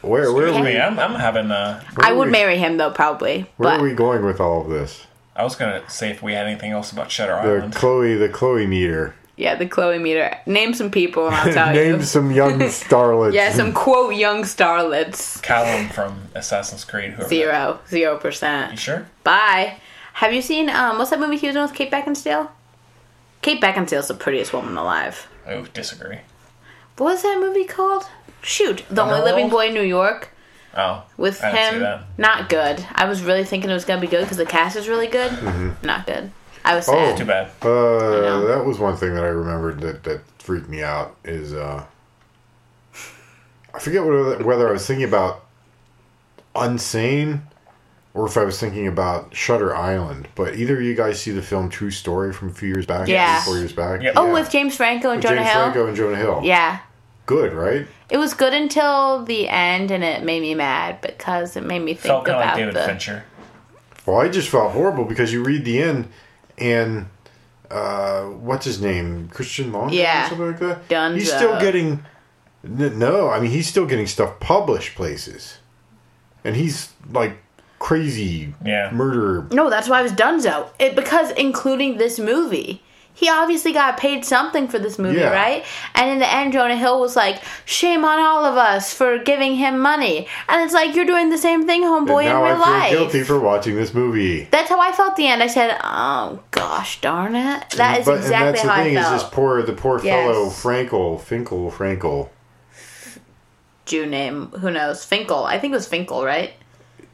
B: Where where are
A: I
B: we
A: mean, I'm, I'm having uh, a.
B: Where
C: I
B: are
C: would
B: we-
C: marry him though, probably.
B: where
C: but
B: are we going with all of this?
A: I was gonna say if we had anything else about Shutter
B: The
A: Island.
B: Chloe the Chloe meter.
C: yeah, the Chloe meter. Name some people, and I'll tell
B: Name
C: you.
B: some young starlets.
C: Yeah, some quote young starlets.
A: Callum from Assassin's Creed. Whoever. that-
C: Zero, zero
A: You
C: percent.
A: sure?
C: Bye. Have you seen um what's that movie he was in with Kate Beckinsale? Kate Beckinsale's the prettiest woman alive.
A: Oh, disagree.
C: What was that movie called? Shoot, The Only
A: Underworld?
C: Living Boy in New York
A: Oh,
C: with
A: I didn't see
C: him.
A: that.
C: Not good. I was really thinking it was gonna be good because the cast is really good.
B: Mm-hmm.
C: Not good. I
B: Oh.
C: was sad.
A: Too bad.
B: Uh,
C: know.
B: that was one thing that I remembered that, that freaked me out is uh, I forget whether, whether I was thinking about Unsane or if I was thinking about Shutter Island. But either of you guys see the film True Story from a few years back,
C: Yeah.
B: three, four years back.
A: Yep.
C: Oh,
B: Yeah.
C: with James Franco and
B: With
C: Jonah
B: James
C: Hill.
B: Franco and Jonah Hill.
C: Yeah,
B: good, right?
C: it was good until the end, and it made me mad because it made me think
A: Felt kind of like
C: about
A: David
C: the.
A: Fincher.
B: Well, I just felt horrible because you read the end and uh, what's his name? Christian Long?
C: Yeah. uh,
B: Or something like that?
C: Dunzo.
B: He's still getting. n- No, I mean, he's still getting stuff published places. And he's like crazy
A: Yeah.
B: murderer.
C: No, that's why I was Dunzo. It because including this movie. He obviously got paid something for this movie,
B: Yeah.
C: right? And in the end, Jonah Hill was like, "Shame on all of us for giving him money." And it's like you're doing the same thing,
B: And
C: homeboy, in
B: now
C: real
B: I feel
C: life.
B: guilty for watching this movie.
C: That's how I felt. at The end. I said, "Oh gosh, darn it!" That is exactly how I felt.
B: is this poor, the poor fellow
C: Yes.
B: Frankel, Finkel, Frankel.
C: Jew name, who knows? Finkel. I think it was Finkel, right?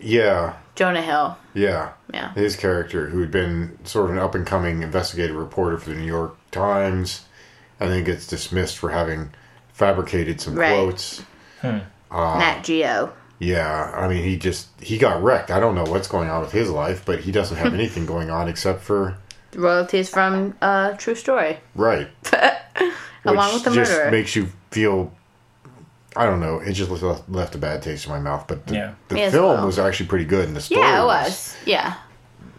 B: Yeah,
C: Jonah Hill.
B: yeah.
C: Yeah.
B: His character, who had been sort of an up and coming investigative reporter for the New York Times, and then gets dismissed for having fabricated some
C: Right.
B: quotes.
C: Nat Geo.
B: Yeah, I mean, he just he got wrecked. I don't know what's going on with his life, but he doesn't have anything going on except for
C: Royalties from uh, True Story.
B: right.
C: Along with the
B: just
C: murderer.
B: makes you feel. I don't know. It just left, left a bad taste in my mouth. But the,
A: Yeah.
B: the
C: Me as
B: film
C: well.
B: was actually pretty good, and the story
C: Yeah, it
B: was
C: was. Yeah.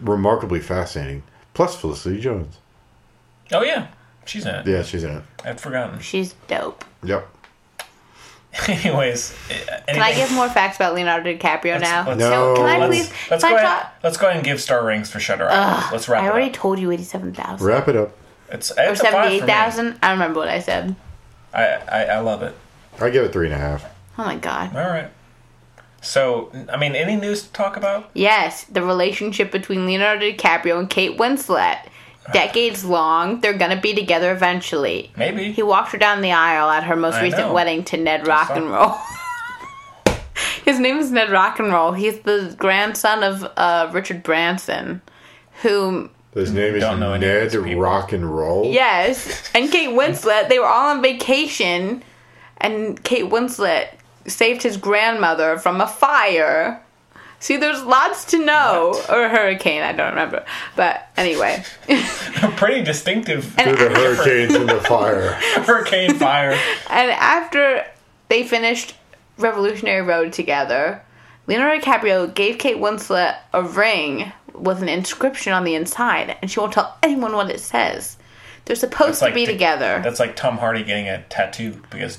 B: remarkably fascinating. Plus Felicity Jones.
A: Oh yeah, she's in it.
B: Yeah, she's in it.
A: I'd forgotten.
C: She's dope.
B: Yep.
A: Anyways, eh,
C: Can I give more facts about Leonardo DiCaprio now?
A: let's-
B: No.
C: Can I
B: let's-
C: please?
A: Let's
C: can
A: go,
C: I
A: ahead,
C: talk-
A: let's go ahead and give star rings for Shutter Island. let's wrap
C: I
A: it
C: already
A: up.
C: told you eighty-seven thousand
B: Wrap it up.
A: It's,
C: or
A: it's a five
C: seventy-eight
A: for me.
C: thousand. I don't remember what I said.
A: I, I I love it.
B: I give it three and a half.
C: Oh my god.
A: All right. So I mean, any news to talk about?
C: Yes, the relationship between Leonardo DiCaprio and Kate Winslet, decades long. They're gonna be together eventually.
A: Maybe.
C: He walked her down the aisle at her most
A: I
C: recent
A: know.
C: wedding to Ned Rock and Roll. His name is Ned Rock and Roll. He's the grandson of uh, Richard Branson, who
B: His name is
A: Mm, Don't know any of
B: Ned
A: these people.
B: Rock and Roll.
C: Yes, and Kate Winslet. They were all on vacation, and Kate Winslet saved his grandmother from a fire. See, there's lots to know. Or hurricane, I don't remember. But anyway.
A: Pretty distinctive
B: Through the hurricanes and the fire.
A: hurricane fire.
C: And after they finished Revolutionary Road together, Leonardo DiCaprio gave Kate Winslet a ring with an inscription on the inside, and she won't tell anyone what it says. They're supposed
A: It's like
C: to be
A: the-
C: together.
A: That's like Tom Hardy getting a tattoo because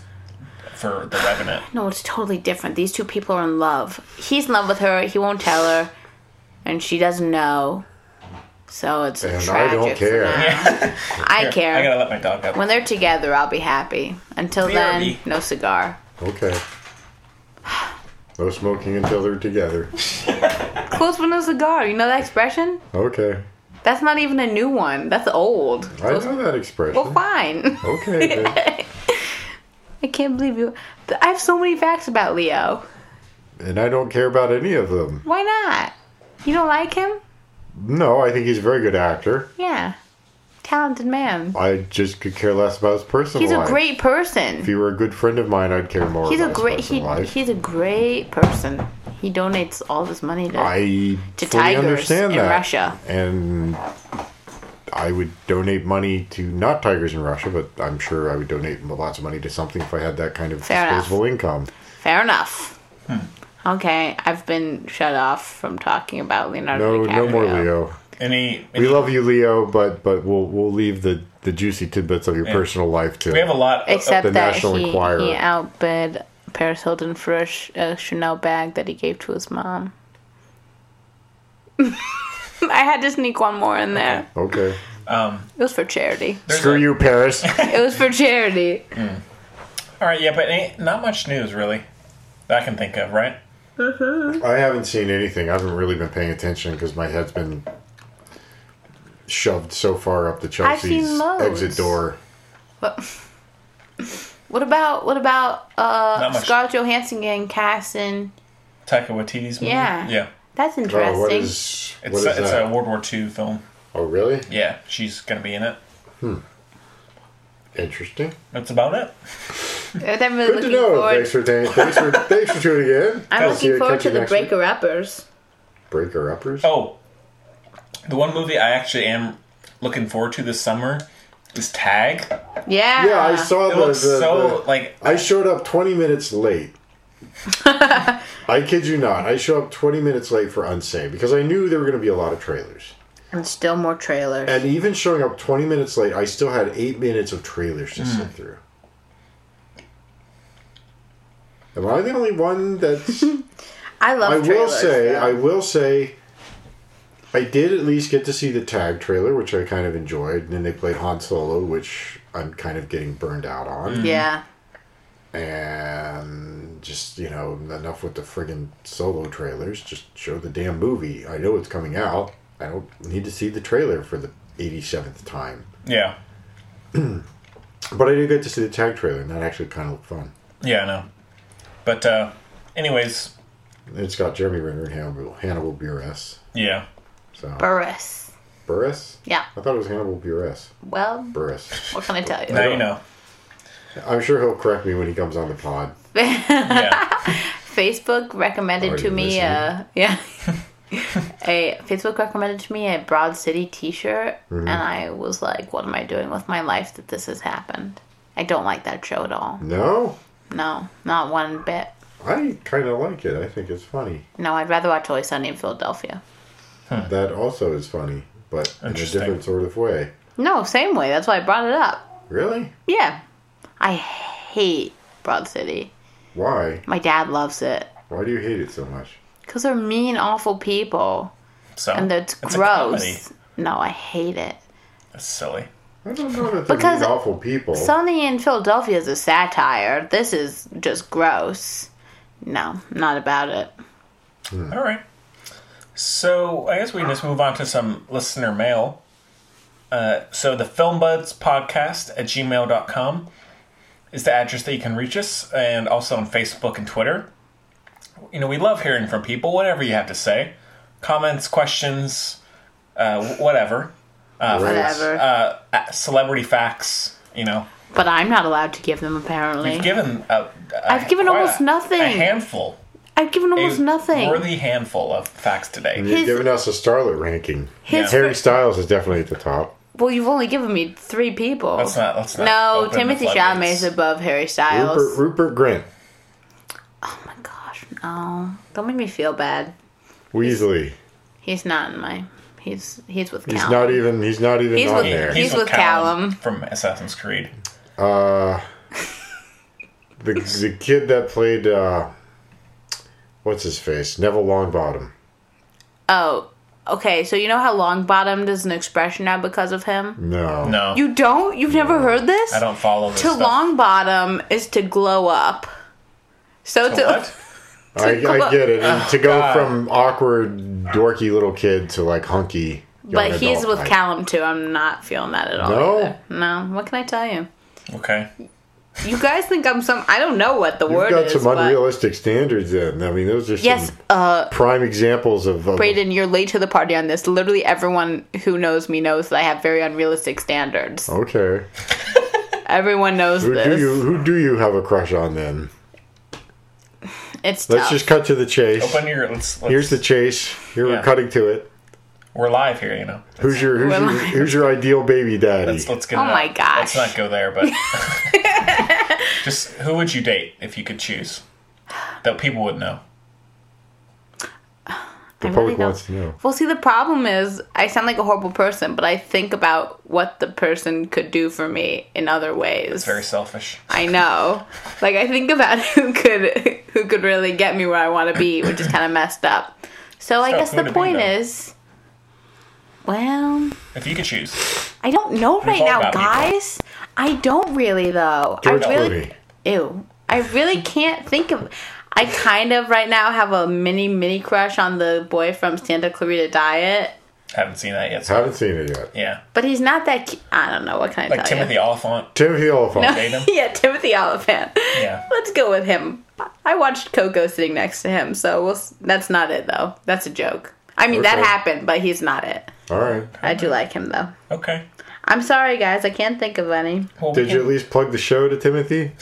A: for the Revenant.
C: No, it's totally different. These two people are in love. He's in love with her. He won't tell her, and she doesn't know. So it's
B: And I
C: tragic.
B: don't care.
C: finale. I
A: Here,
C: care.
A: I gotta let my dog out.
C: When they're together, I'll be happy. Until then,
A: Therapy.
C: no cigar.
B: Okay. No smoking until they're together.
C: Close with no cigar. You know that expression?
B: Okay.
C: That's not even a new one. That's old.
B: I know that expression.
C: Well, fine.
B: Okay. then.
C: I can't believe you. th- I have so many facts about Leo.
B: And I don't care about any of them.
C: Why not? You don't like him?
B: No, I think he's a very good actor.
C: Yeah. Talented man.
B: I just could care less about his personal
C: He's a
B: life.
C: great person.
B: If he were a good friend of mine, I'd care more.
C: He's a
B: about his
C: great he,
B: personal life.
C: he's a great person. He donates all of his money to
B: I
C: to
B: fully
C: tigers
B: understand
C: in
B: that.
C: Russia.
B: And I would donate money to not tigers in Russia, but I'm sure I would donate lots of money to something if I had that kind of
C: Fair enough.
B: disposable income.
C: Fair enough.
B: Hmm.
C: Okay, I've been shut off from talking about Leonardo
B: No,
C: DiCaprio.
B: no more Leo.
A: Any,
B: We
A: any
B: love you, Leo, but but we'll we'll leave the, the juicy tidbits of your personal life to
A: we have a lot.
C: Except
B: The
C: that
B: National
C: he,
B: Enquirer.
C: he outbid Paris Hilton for a, ch- a Chanel bag that he gave to his mom. I had to sneak one more in there.
B: Okay.
C: It was for charity.
B: Screw you, Paris.
C: It was for charity.
A: all right, oh, yeah, but ain't not much news really that I can think of, right?
B: I haven't seen anything. I haven't really been paying attention because my head's been shoved so far up the
C: seen
B: Chelsea's
C: loads.
B: exit door.
C: What about what about uh,
A: Not much.
C: Scarlett Johansson getting cast in?
A: Taika Waititi's movie.
C: Yeah.
A: yeah.
C: That's interesting.
B: Oh, what is
A: It's
B: what is
A: a, it's
B: that?
A: a World War II film.
B: oh, really?
A: Yeah, she's gonna be in it.
B: Interesting.
A: That's about it.
C: Uh, that really
B: Good to
C: looking
B: know.
C: forward.
B: Thanks for ta- thanks for thanks for tuning in.
C: I'm
B: I'll see
C: looking
B: you-
C: forward
B: catch
C: to
B: you
C: the
B: next week.
C: breaker uppers.
B: Breaker uppers.
A: Oh, the one movie I actually am looking forward to this summer is Tag.
C: Yeah.
B: yeah, I saw
A: It
B: the,
A: looks
B: the-
A: so
B: the-
A: like
B: I showed up 20 minutes late. I kid you not. I show up 20 minutes late for Unsane because I knew there were going to be a lot of trailers.
C: And still more trailers.
B: And even showing up 20 minutes late, I still had eight minutes of trailers to
A: Hmm.
B: sit through. Am I the only one that's.
C: I love
B: I will
C: trailers.
B: say, I will say, I did at least get to see the tag trailer, which I kind of enjoyed. And then they played Han Solo, which I'm kind of getting burned out on
C: yeah. Mm.
B: and just you know enough with the friggin' solo trailers just show the damn movie i know it's coming out i don't need to see the trailer for the 87th time
A: yeah,
B: but i did get to see the tag trailer and that actually kind of looked fun
A: yeah, I know. But uh, anyways,
B: it's got jeremy renner and hannibal, hannibal buress
A: yeah,
B: so
C: Burris.
B: buress
C: Yeah.
B: i thought it was hannibal buress
C: well,
B: buress
C: what can I tell you?
A: now you know.
B: i'm sure he'll correct me when he comes on the pod
A: Yeah,
C: Facebook recommended
B: Are
C: to
B: you
C: me
B: listening?
C: a yeah. a Facebook recommended to me a Broad City T-shirt,
B: Mm-hmm.
C: and I was like, "What am I doing with my life that this has happened?" I don't like that show at all.
B: no
C: No, not one bit.
B: i kind of like it i think it's funny
C: No, I'd rather watch Always Sunny in Philadelphia.
B: that also is funny but in a
A: Interesting.
B: different sort of way
C: No, same way. That's why I brought it up.
B: really
C: Yeah, I hate Broad City.
B: why
C: My dad loves it
B: why do you hate it so much
C: because they're mean, awful people,
A: so
C: and that's
A: it's A comedy.
C: gross. No, I hate it.
A: That's silly.
B: I don't know that they're
C: Because
B: mean, awful people.
C: Sunny in Philadelphia is a satire. This is just gross. No, not about it.
A: All right. So I guess we can just move on to some listener mail. Uh, so the filmbuds podcast at gmail.com is the address that you can reach us and also on Facebook and Twitter. You know, we love hearing from people, whatever you have to say. Comments, questions, uh, wh- whatever.
C: Whatever.
A: Uh, celebrity facts, you know.
C: but I'm not allowed to give them, apparently.
A: You've given a, a,
C: I've given
A: quite
C: almost
A: a-
C: nothing.
A: A handful.
C: I've given almost
A: a
C: nothing.
A: Worthy handful of facts today.
B: And you're
C: His-
B: giving us a starlet ranking.
C: His-
B: Harry Styles is definitely at the top.
C: well, you've only given me three people.
A: Let's not- let's not
C: no,
A: open the
C: Timothy
A: floodgates.
C: Chalamet is above Harry Styles.
B: Rupert, Rupert Grint,
C: Oh my gosh, no! Don't make me feel bad.
B: Weasley.
C: He's not in my. He's he's with.
B: He's
C: Callum.
B: not e- even. He's not even
C: He's
B: on
C: with-
B: there.
C: he's- with Callum.
A: from Assassin's Creed.
B: Uh, the the kid that played uh, what's his face Neville Longbottom.
C: Oh, okay. So you know how longbottomed is an expression now because of him.
B: No.
A: No,
C: You don't? You've never heard this?
A: I don't follow this
C: To
A: stuff.
C: longbottom is to glow up. So to,
A: To what?
B: I,
C: To go-
B: I get it. And to go
A: Oh, God.
B: from awkward, dorky little kid to like hunky. young
C: but he's
B: adult,
C: with
B: I-
C: Callum too. I'm not feeling that at all.
B: No?
C: either. no. What can I tell you?
A: Okay.
C: You guys think I'm some? I don't know what the
B: You've
C: word
B: got
C: is.
B: some
C: but-
B: unrealistic standards. Then I mean, those are some
C: Yes, uh,
B: prime examples of. of
C: Braden, you're late to the party on this. Literally everyone who knows me knows that I have very unrealistic standards.
B: Okay.
C: Everyone knows
B: Oh. Who do
C: this.
B: you who do you have a crush on then?
C: It's
B: Let's
C: tough.
B: just cut to the chase.
A: Open your. Let's, let's,
B: Here's the chase. Here we're
A: Yeah.
B: cutting to it.
A: We're live here, you know.
B: Who's your who's
C: We're
B: your,
C: live.
B: who's your ideal baby daddy?
A: Let's, let's get.
C: Oh
A: it out.
C: my gosh.
A: Let's not go there, but just who would you date if you could choose? That people would know.
B: the
C: I really
B: public
C: don't-
B: wants to know.
C: Well, see, the problem is I sound like a horrible person, but I think about what the person could do for me in other ways.
A: Very selfish.
C: I know. Like I think about who could who could really get me where I want to be, which is kind of messed up. So I
A: Still
C: guess
A: cool
C: the
A: to be,
C: point
A: though.
C: is, well,
A: If you could choose,
C: I don't know right
A: all
C: now,
A: got people.
C: guys. I don't really though.
B: George
C: I really
B: Clooney.
C: ew. I really can't think of. I kind of right now have a mini mini crush on the boy from Santa Clarita Diet.
A: haven't seen that yet. So
B: Haven't seen it yet.
A: yeah,
C: But he's not that. Cu- I don't know what kind of
A: like Timothy Oliphant.
B: Timothy Oliphant.
A: Date him?
C: yeah, Timothy Oliphant.
A: Yeah.
C: Let's go with him. I watched Coco sitting next to him, so we'll, s- that's not it though. That's a joke. I mean, that
B: Okay.
C: happened, but he's not it.
B: All right.
C: I do like him though.
A: Okay.
C: I'm sorry, guys. I can't think of any.
A: Well, we
B: Did you at
A: can-
B: least plug the show to Timothy?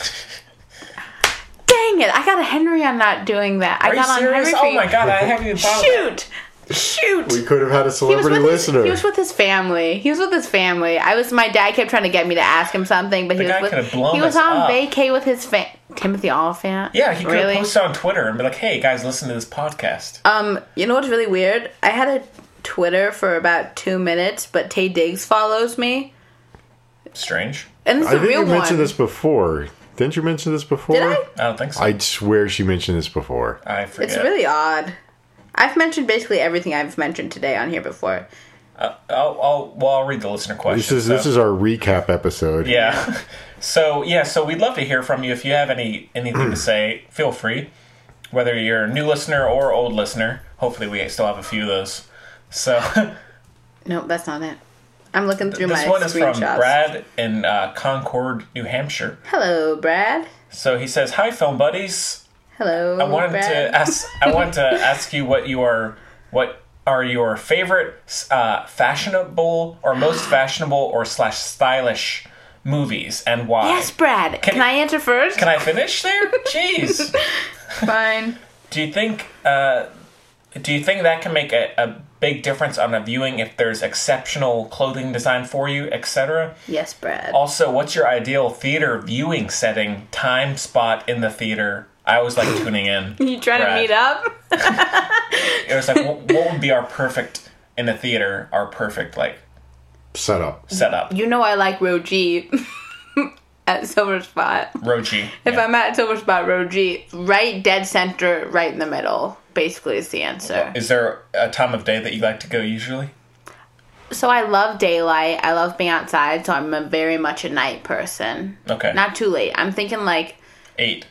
C: Dang it! I got a Henry on not doing that. I
A: Are you
C: got on
A: serious?
C: Henry.
A: Oh
C: for-
A: my god, I haven't even thought. of that.
C: Shoot! Shoot!
B: We could have had a
C: He was,
B: celebrity
C: with his,
B: listener.
C: he was with his family. He was with his family. I was. My dad kept trying to get me to ask him something, but he
A: guy
C: was
A: could've
C: with.
A: blown
C: He was
A: us
C: on
A: up.
C: vacay with his fa- Timothy Oliphant.
A: Yeah, he could
C: really.
A: post on Twitter and be like, "Hey guys, listen to this podcast."
C: Um, you know what's really weird? I had a Twitter for about two minutes, but Tay Diggs follows me,
A: Strange.
C: and it's
B: I
C: a
B: think
C: real
B: you
C: one.
B: mentioned this before. Didn't you mention this before?
C: Did I?
A: I don't think so. I,
B: I'd swear she mentioned this before.
A: forget.
C: It's really odd. I've mentioned basically everything I've mentioned today on here before.
A: Uh, I'll, I'll well, I'll read the listener question.
B: This is this is our recap episode.
A: yeah. So yeah, so we'd love to hear from you. If you have any anything to say, feel free. Whether you're a new listener or old listener, hopefully we still have a few of those. So
C: No, that's not it. I'm looking through
A: this
C: my
A: one is
C: screenshots.
A: from Brad in uh, Concord, New Hampshire.
C: Hello, Brad.
A: So he says, "Hi, film buddies.
C: Hello,
A: I wanted
C: Brad.
A: to ask. I wanted to ask you what you are. What are your favorite uh, fashionable or most fashionable or slash stylish movies and why?
C: Yes, Brad. Can,
A: Can-
C: I answer first?
A: Can I finish there? Jeez.
C: Fine.
A: Do you think? Uh, do you think that can make a, a big difference on a viewing if there's exceptional clothing design for you, etc.?
C: Yes, Brad.
A: Also, what's your ideal theater viewing setting, time, spot in the theater? I always like tuning in.
C: you trying
A: Brad.
C: to meet up?
A: It was like, what, what would be our perfect in the theater? Our perfect like
B: Set up.
A: setup.
C: You know I like Roji at Silver Spot.
A: Rochi.
C: If I'm at Silver Spot Roji, right dead center, right in the middle, basically is the answer.
A: Is there a time of day that you like to go usually?
C: So I love daylight. I love being outside. So I'm a very much a night person.
A: Okay.
C: Not too late. I'm thinking like
A: Eight.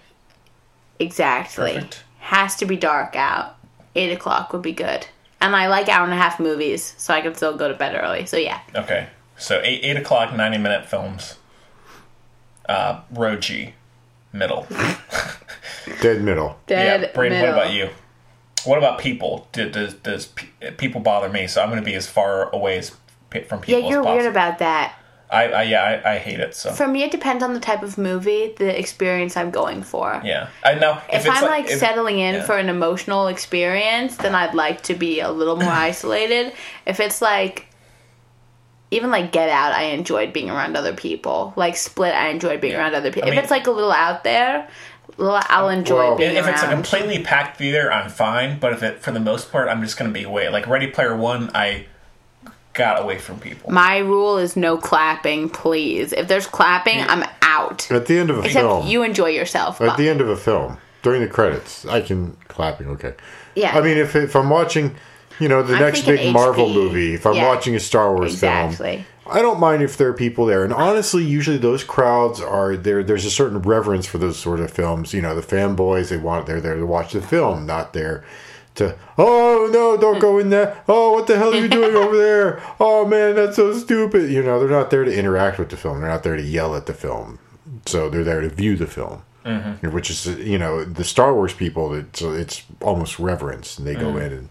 C: exactly.
A: Perfect.
C: Has to be dark out. Eight o'clock would be good. And I like hour and a half movies, so I can still go to bed early. So yeah,
A: Okay. So eight eight o'clock, ninety minute films. Uh, Roji, middle.
B: Dead middle.
C: dead.
A: Braden, what
C: middle.
A: about you? What about people? Do, does does pe- people bother me? So I'm going to be as far away as pe- from
C: Yeah,
A: people
C: you're
A: as possible.
C: weird about that.
A: I, I yeah, I, I hate it. So
C: For me, it depends on the type of movie, the experience I'm going for.
A: yeah, I know.
C: If, I'm like,
A: if-
C: settling in
A: yeah.
C: for an emotional experience, then I'd like to be a little more isolated. If it's like even like Get Out, I enjoyed being around other people. Like Split, I enjoyed being
A: Yeah.
C: around other people.
A: I
C: if
A: mean-
C: it's like a little out there, l- I'll enjoy
B: Well,
C: being
A: if
C: around.
A: it's a completely packed theater, I'm fine. But if it, for the most part, I'm just going to be away. Like Ready Player One, I got away from people.
C: My rule is no clapping, please. If there's clapping, I'm out.
B: At the end of a
C: Except
B: film,
C: you enjoy yourself.
B: at
C: but-
B: the end of a film during the credits, I can clapping. Okay.
C: Yeah.
B: I mean, if if I'm watching, you know, the
C: I'm
B: next
C: thinking
B: big Marvel
C: HP.
B: movie, if I'm
C: Yeah.
B: watching a Star Wars film,
C: Exactly.
B: I don't mind if there are people there. And honestly, usually those crowds are there. There's a certain reverence for those sort of films. You know, the fanboys they want they're there to watch the film, not there to oh no, don't go in there. Oh, what the hell are you doing over there? Oh man, that's so stupid. You know, they're not there to interact with the film. They're not there to yell at the film. So they're there to view the film. Which is you know the Star Wars people. It's it's almost reverence, and they go in and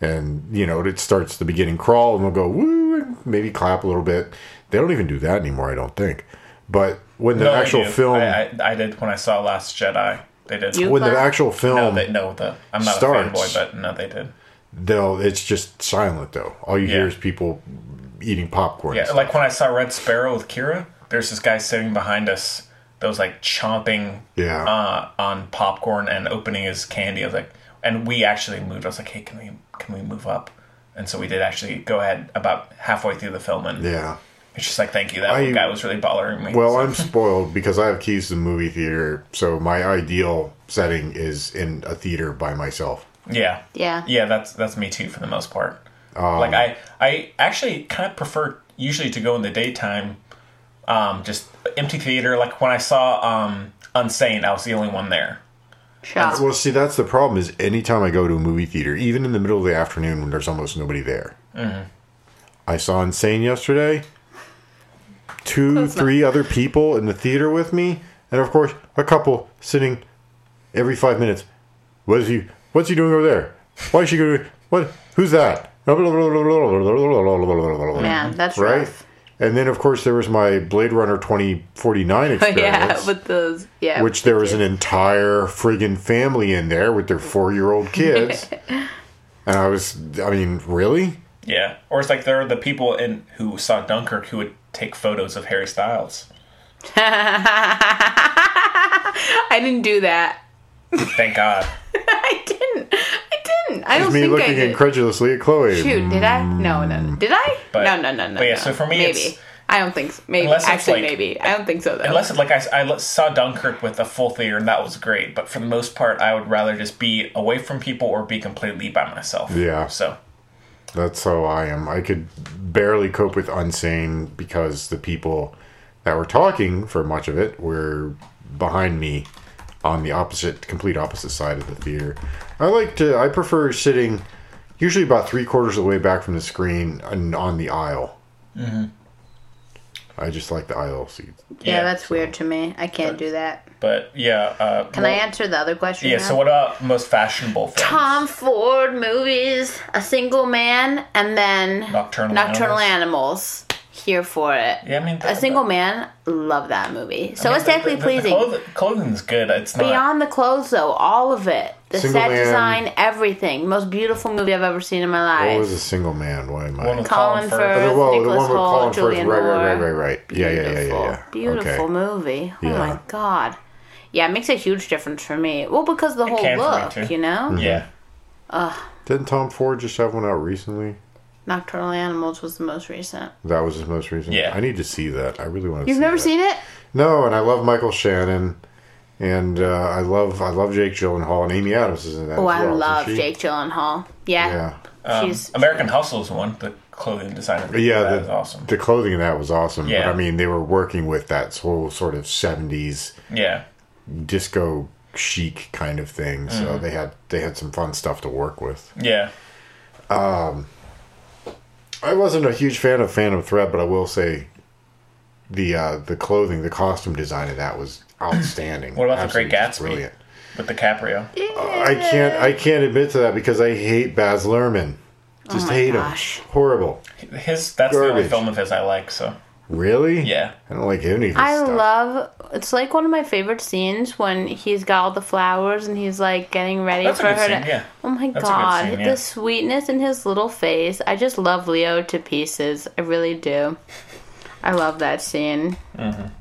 B: and you know it starts the beginning crawl and they'll go woo and maybe clap a little bit they don't even do that anymore i don't think but when the
A: No, they
B: actual
A: do.
B: film
A: I, I, I did when I saw Last Jedi. They did.
C: You-
B: when the
C: Clap.
B: actual
A: no,
B: film
A: they, no, the I'm not
B: starts.
A: a fanboy, but no, they did.
B: they'll it's just silent though all you
A: Yeah.
B: hear is people eating popcorn
A: Yeah, like when I saw Red Sparrow with Kira, there's this guy sitting behind us that was like chomping
B: Yeah.
A: uh, on popcorn and opening his candy. I was like, and we actually moved. I was like, hey, can we can we move up? And so we did actually go ahead about halfway through the film, and
B: yeah
A: it's just like, thank you, that
B: I-
A: guy was really bothering me.
B: well i'm spoiled because i have keys to the movie theater so my ideal setting is in a theater by myself
A: yeah,
C: Yeah.
A: yeah. That's that's me too for the most part.
B: Um,
A: like I I actually kind of prefer usually to go in the daytime, um, just empty theater. Like when I saw um, Unsane, I was the only one there.
C: Sure.
B: Well, see, that's the problem. Is anytime I go to a movie theater, even in the middle of the afternoon when there's almost nobody there, I saw Insane yesterday. Two, three other people in the theater with me, and of course, a couple sitting every five minutes. What is he? What's he doing over there? Why is she going? What? Who's that?
C: Man, that's
B: right.
C: rough.
B: And then, of course, there was my Blade Runner twenty forty nine experience
C: yeah, with those. Yeah.
B: which there was an entire friggin' family in there with their four year old kids. and I was, I mean, really?
A: Yeah, or it's like there are the people in who saw Dunkirk who would take photos of Harry Styles.
C: I didn't do that.
A: Thank God.
C: I didn't. I didn't. I don't
B: Me
C: think I
B: looking
C: did.
B: incredulously at Chloe.
C: Shoot, did I? No, no, no. Did I?
A: But-
C: no, no, no, no.
A: but yeah,
C: no.
A: so for me,
C: maybe.
A: it's-
C: I don't think so. Maybe.
A: Unless it's
C: Actually,
A: like-
C: maybe. I don't think so, though.
A: Unless it's like I, I saw Dunkirk with a full theater and that was great, but for the most part, I would rather just be away from people or be completely by myself.
B: Yeah.
A: So
B: That's how I am. I could barely cope with Unsane because the people that were talking for much of it were behind me on the opposite, complete opposite side of the theater. I like to, I prefer sitting usually about three quarters of the way back from the screen and on the aisle. I just like the aisle seats.
C: yeah, that's weird to me. I can't do that.
A: But yeah. Uh,
C: Can I answer the other question?
A: Yeah.
C: now?
A: So what about most fashionable films?
C: Tom Ford movies, A Single Man, and then
A: Nocturnal
C: Nocturnal
A: Animals.
C: Animals. Here for it.
A: Yeah, I mean,
C: A
A: the-
C: Single Man, love that movie. So
A: the-
C: aesthetically
A: the- the
C: pleasing.
A: cloth- clothing's good. It's not.
C: Beyond the clothes, though, all of it. The
B: Single
C: set
B: Man.
C: design, everything. Most beautiful movie I've ever seen in my
B: What
C: life.
B: was a single man? Why am I?
A: one with
C: Colin
A: Colin Firth.
C: Firth.
B: Oh, whoa, the
C: Nicholas
B: one with
C: Hoult,
B: Colin Firth.
C: Julianne
B: Right, right, right,
C: Moore.
B: right, right. Yeah, yeah, yeah, yeah, yeah.
C: Beautiful
B: Okay.
C: movie. Oh
B: Yeah.
C: my god. Yeah, it makes a huge difference for me. Well, because the whole
A: can for me,
C: look,
A: too.
C: you know?
B: Mm-hmm. Mm.
A: Yeah.
B: Didn't Tom Ford just have one out recently?
C: Nocturnal Animals was the most recent.
B: That was his most recent.
A: Yeah.
B: I need to see that. I really want to.
C: You've
B: see
C: never
B: that.
C: seen it?
B: No, and I love Michael Shannon, and uh, I love I love Jake Gyllenhaal and Amy Adams is in that.
C: Oh,
B: as
C: I
B: well, isn't
C: love
B: she?
C: Jake Gyllenhaal. Yeah.
B: Yeah,
C: She's
A: Um, American Hustle's one. The clothing designer.
B: yeah.
A: That
B: the,
A: is awesome.
B: The clothing in that was awesome.
A: Yeah.
B: But I mean, they were working with that whole sort of seventies
A: yeah.
B: disco chic kind of thing.
A: Mm-hmm.
B: So they had they had some fun stuff to work with.
A: Yeah.
B: I wasn't a huge fan of Phantom Thread, but I will say the uh, the clothing, the costume design of that was outstanding.
A: What about The Great
B: Absolutely just
A: Gatsby? With DiCaprio.
B: I can't I can't admit to that because I hate Baz Luhrmann. Just hate
C: Oh gosh.
B: him. Horrible.
A: His that's the only
B: Garbage.
A: film of his I like. So
B: Really?
A: Yeah.
B: I don't like any of this
C: I
B: stuff.
C: love it's like one of my favorite scenes when he's got all the flowers and he's like getting ready
A: That's a
C: for
A: good
C: her
A: scene,
C: to
A: yeah.
C: Oh my
A: That's a good
C: god,
A: scene, yeah.
C: the sweetness in his little face. I just love Leo to pieces. I really do. I love that scene.
A: But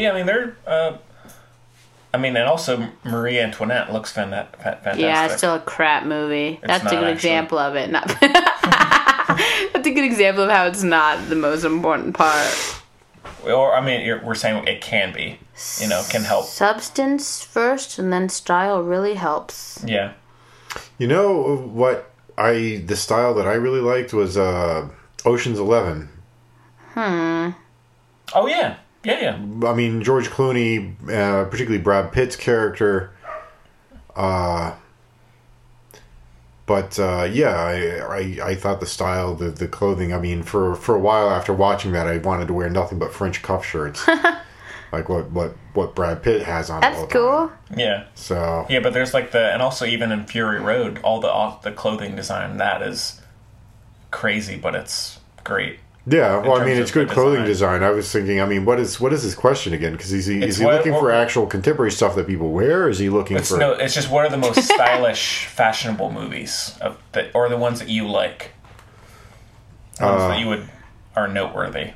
A: yeah, I mean, they're. Uh, I mean, and also Marie Antoinette looks fanta- fa- fantastic.
C: Yeah, it's still a crap movie. That's a
A: not,
C: good
A: actually.
C: example of it. Not That's a good example of how it's not the most important part.
A: Or I mean, you're, we're saying it can be. You know, can help.
C: Substance first and then style really helps.
A: Yeah.
B: You know what I the style that I really liked was uh Ocean's 11.
A: Oh yeah. Yeah, yeah.
B: I mean George Clooney, uh, particularly Brad Pitt's character uh but uh, yeah, I, I I thought the style, the, the clothing. I mean, for for a while after watching that, I wanted to wear nothing but French cuff shirts, like what what what Brad Pitt has on. all
C: That's
B: the time.
C: cool.
A: Yeah.
B: So
A: Yeah, but there's like the and also even in Fury Road, all the all the clothing design that is crazy, but it's great.
B: Yeah, well, I mean,
A: terms
B: it's
A: of
B: good
A: the
B: clothing
A: design.
B: design. I was thinking, I mean, what is what is his question again? Because is he
A: It's
B: is he
A: what-
B: looking
A: what-
B: for actual contemporary stuff that people wear? Or is he looking
A: It's
B: for?
A: no, it's just one of the most stylish, fashionable movies of the, or the ones that you like, The ones
B: Uh.
A: that you would are noteworthy.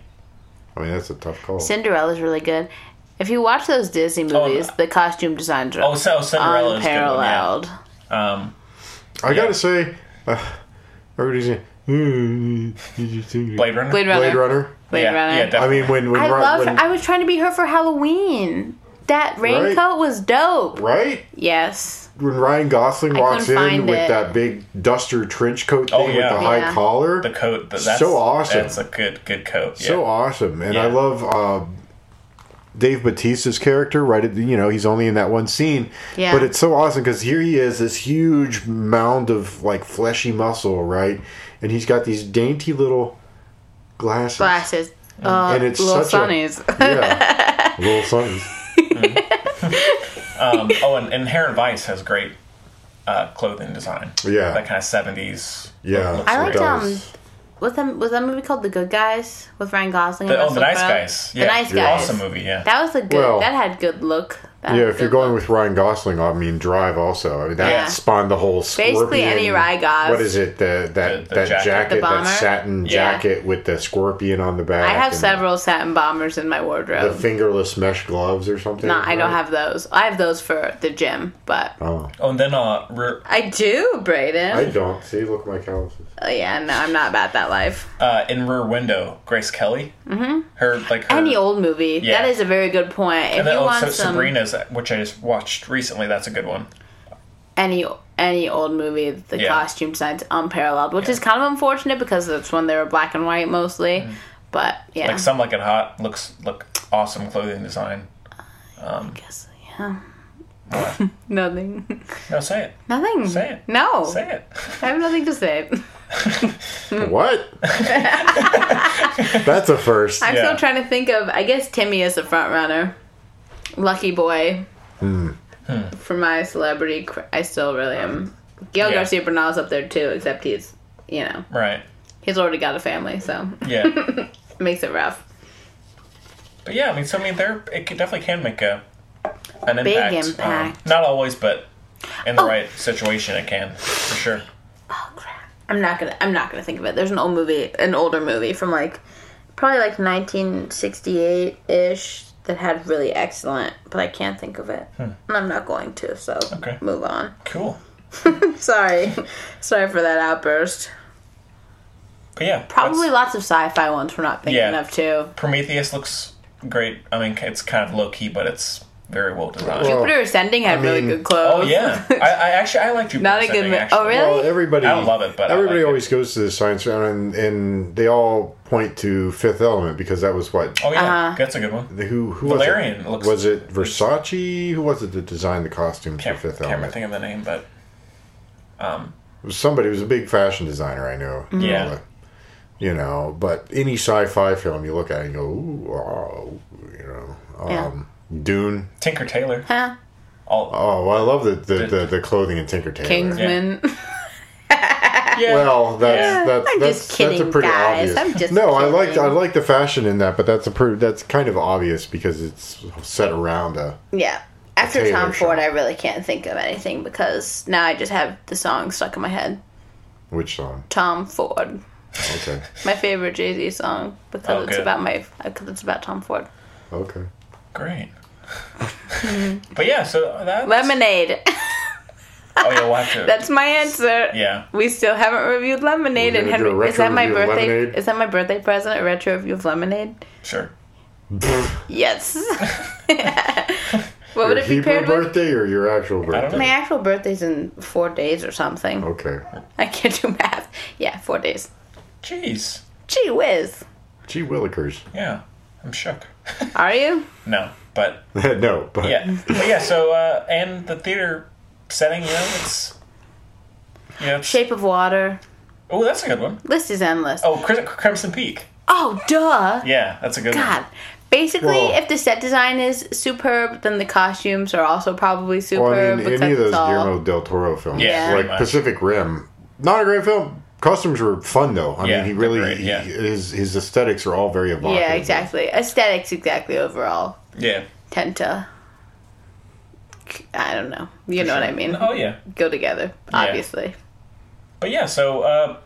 B: I mean, that's a tough call.
C: Cinderella's really good. If you watch those Disney movies, the costume designs are
A: Oh, so Cinderella is a good one. Yeah.
C: unparalleled.
A: Um,
B: I gotta say, uh, everybody's saying, "Mm, did you think-
A: Blade Runner.
C: Blade Runner.
B: Blade Runner.
C: Blade
A: yeah,
C: Runner.
A: yeah,
B: I
A: definitely.
B: mean, when when,
C: I
B: Ru-
C: loved.
B: when-
C: I was trying to be her for Halloween. That raincoat was dope.
B: right
C: Yes.
B: when Ryan Gosling
C: I
B: walks
C: couldn't
B: in
C: find
B: with
C: it.
B: that big duster trench coat thing
A: Oh, yeah.
B: with the high
C: Yeah.
B: collar,
A: the coat. th- That's
B: So awesome.
A: That's a good, good coat. Yeah.
B: so awesome, and I
A: Yeah.
B: love uh, Dave Batista's character. Right at the, you know he's only in that one scene,
C: Yeah.
B: but it's so awesome because here he is, this huge mound of like fleshy muscle, right, and he's got these dainty little glasses.
C: Glasses. Uh,
B: And it's
C: little
B: such a-
C: sunnies.
B: yeah, little sunnies.
A: Um, oh, and Inherent Vice has great uh, clothing design.
B: Yeah.
A: that kind of seventies.
B: Yeah,
C: I liked
B: it
C: um.
B: does.
C: What's that, was that movie called The Good Guys with Ryan Gosling?
A: The,
C: and
A: oh, the
C: Russell
A: Nice
C: Crowe?
A: Guys. Yeah,
C: The Nice Guys.
A: Awesome movie. Yeah.
C: That was a good.
B: Well-
C: that had good look. That
B: Yeah,
C: had
B: if you're
C: good
B: going
C: look.
B: with Ryan Gosling, I mean Drive also. I mean that
C: Yeah.
B: spawned the whole
C: Basically
B: scorpion.
C: any Ryan Gos-
B: What is it? The, that
A: The- the
B: that
A: jacket.
B: jacket,
C: The bomber?
B: that satin
A: Yeah.
B: jacket with the scorpion on the back.
C: I have
B: and
C: several satin bombers in my
B: The
C: wardrobe.
B: fingerless mesh gloves or something.
C: No, I don't
B: right?
C: have those. I have those for the gym, but
B: Oh,
A: oh, and then uh, re-
C: I do, Brayden.
B: I don't. See, look at my calluses.
C: Oh, yeah, no, I'm not about that life.
A: uh, in Rear Window, Grace Kelly. Mm-hmm. Her like her,
C: Any old movie.
A: Yeah.
C: That is a very good point. If
A: And then
C: you
A: also
C: want some
A: Sabrina's, which I just watched recently. That's a good one.
C: any any old movie, the
A: Yeah.
C: costume design's unparalleled, which is kind of unfortunate because that's when they were black and white mostly. But yeah,
A: Mm. Like some like it hot looks look awesome clothing design.
C: I guess yeah. Nothing.
A: No, say it.
C: Nothing.
A: Say it.
C: No.
A: Say it.
C: I have nothing to say. Mm.
B: What? That's a first.
C: I'm
A: Yeah.
C: still trying to think of. I guess Timmy is the front runner. Lucky boy.
A: Hmm.
C: For my celebrity, cr- I still really am. Gail
A: Yeah.
C: Garcia Bernal's up there too, except he's, you know,
A: Right.
C: he's already got a family, so
A: Yeah.
C: it makes it rough.
A: But yeah, I mean, so I mean, there it could, definitely can make a an
C: Big
A: impact. Um,
C: impact. Oh.
A: not always, but in the right situation, it can for sure.
C: I'm not gonna. I'm not gonna think of it. There's an old movie, an older movie from like, probably like 1968 ish that had really excellent, but I can't think of it, and I'm not going to. So
A: Hmm. Okay.
C: move on.
A: Cool.
C: Sorry, sorry for that outburst.
A: But yeah,
C: Probably
A: that's-
C: lots of sci-fi ones we're not thinking
A: Yeah.
C: of too.
A: Prometheus looks great. I mean, it's kind of low key, but it's very well designed.
B: Well-
C: Jupiter Ascending had really
B: mean-
C: good clothes.
A: oh yeah, I, I actually I like Jupiter.
C: Not a good
A: Ascending,
C: mo-
A: actually.
C: Oh, really?
B: Well, everybody.
A: I don't love it, but I
B: everybody
A: like it.
B: always goes to the science fair, and, and they all point to Fifth Element because that was what
A: Oh yeah,
C: Uh-huh.
A: that's a good one.
B: The- Who, who
A: Valerian
B: was it?
A: looks-
B: was it Versace? Who was it that designed the costumes
A: Can't,
B: for Fifth
A: can't
B: Element?
A: think of the name, but
B: It was somebody it was a big fashion designer I know.
A: Yeah.
B: All the- You know, but any sci-fi film you look at and you go, ooh, oh, you know, um, Dune.
A: Tinker Taylor.
C: Huh?
A: All
B: Oh, well, I love the the, the, the clothing in Tinker Tailor.
C: Kingsman.
A: Yeah.
B: Well, that's that's
C: I'm
B: that's,
C: just
B: that's a
C: kidding,
B: pretty obvious.
C: guys. I'm just
B: no, I like
C: kidding.
B: I like the fashion in that, but that's a pretty that's kind of obvious because it's set around a.
C: Yeah. After
B: Taylor
C: Tom Ford,
B: Swift.
C: I really can't think of anything because now I just have the song stuck in my head.
B: Which song?
C: Tom Ford,
B: Okay,
C: my favorite Jay Z song because
A: Oh,
C: it's
A: good.
C: about my because it's about Tom Ford.
B: okay.
A: Great. but yeah, so uh, that's
C: Lemonade.
A: Oh yeah, we'll have to.
C: That's my answer.
A: yeah.
C: We still haven't reviewed Lemonade,
B: We're
C: and
B: gonna do a
C: Henry, is
B: retro
C: that my
B: review of
C: birthday?
B: Lemonade?
C: Is that my birthday present? A retro review of Lemonade?
A: Sure.
C: Yes. what would
B: your
C: it be
B: Hebrew
C: paired with?
B: birthday or your actual
A: don't
B: birthday?
C: My actual birthday's in four days or something.
B: Okay.
C: I can't do math. Yeah, four days.
A: Jeez.
C: Gee whiz.
B: Gee willikers.
A: Yeah. I'm shook.
C: Are you?
A: No, but
B: no, but
A: yeah, but yeah. So uh, and the theater setting, you know, it's you know,
C: Shape of Water.
A: oh, that's a good one.
C: List is endless. Oh,
A: Oh, Crim- Crimson Peak.
C: duh.
A: Yeah, that's a good
C: God. Basically,
B: Well-
C: if the set design is superb, then the costumes are also probably superb.
B: Well, I mean,
C: because
B: any of those
C: it's all-
B: Guillermo del Toro films,
A: Yeah,
C: pretty
B: like
A: much.
B: Pacific Rim, not a great film. Costumes were fun though. I
A: Yeah,
B: mean, he
A: they're
B: really
A: great, yeah.
B: he- his his aesthetics are all very evocative.
C: Yeah, exactly. Aesthetics, exactly, overall
A: one. Yeah.
C: tend to. I don't know. You know what I mean?
A: Oh yeah.
C: Go together, obviously.
A: But yeah, so uh,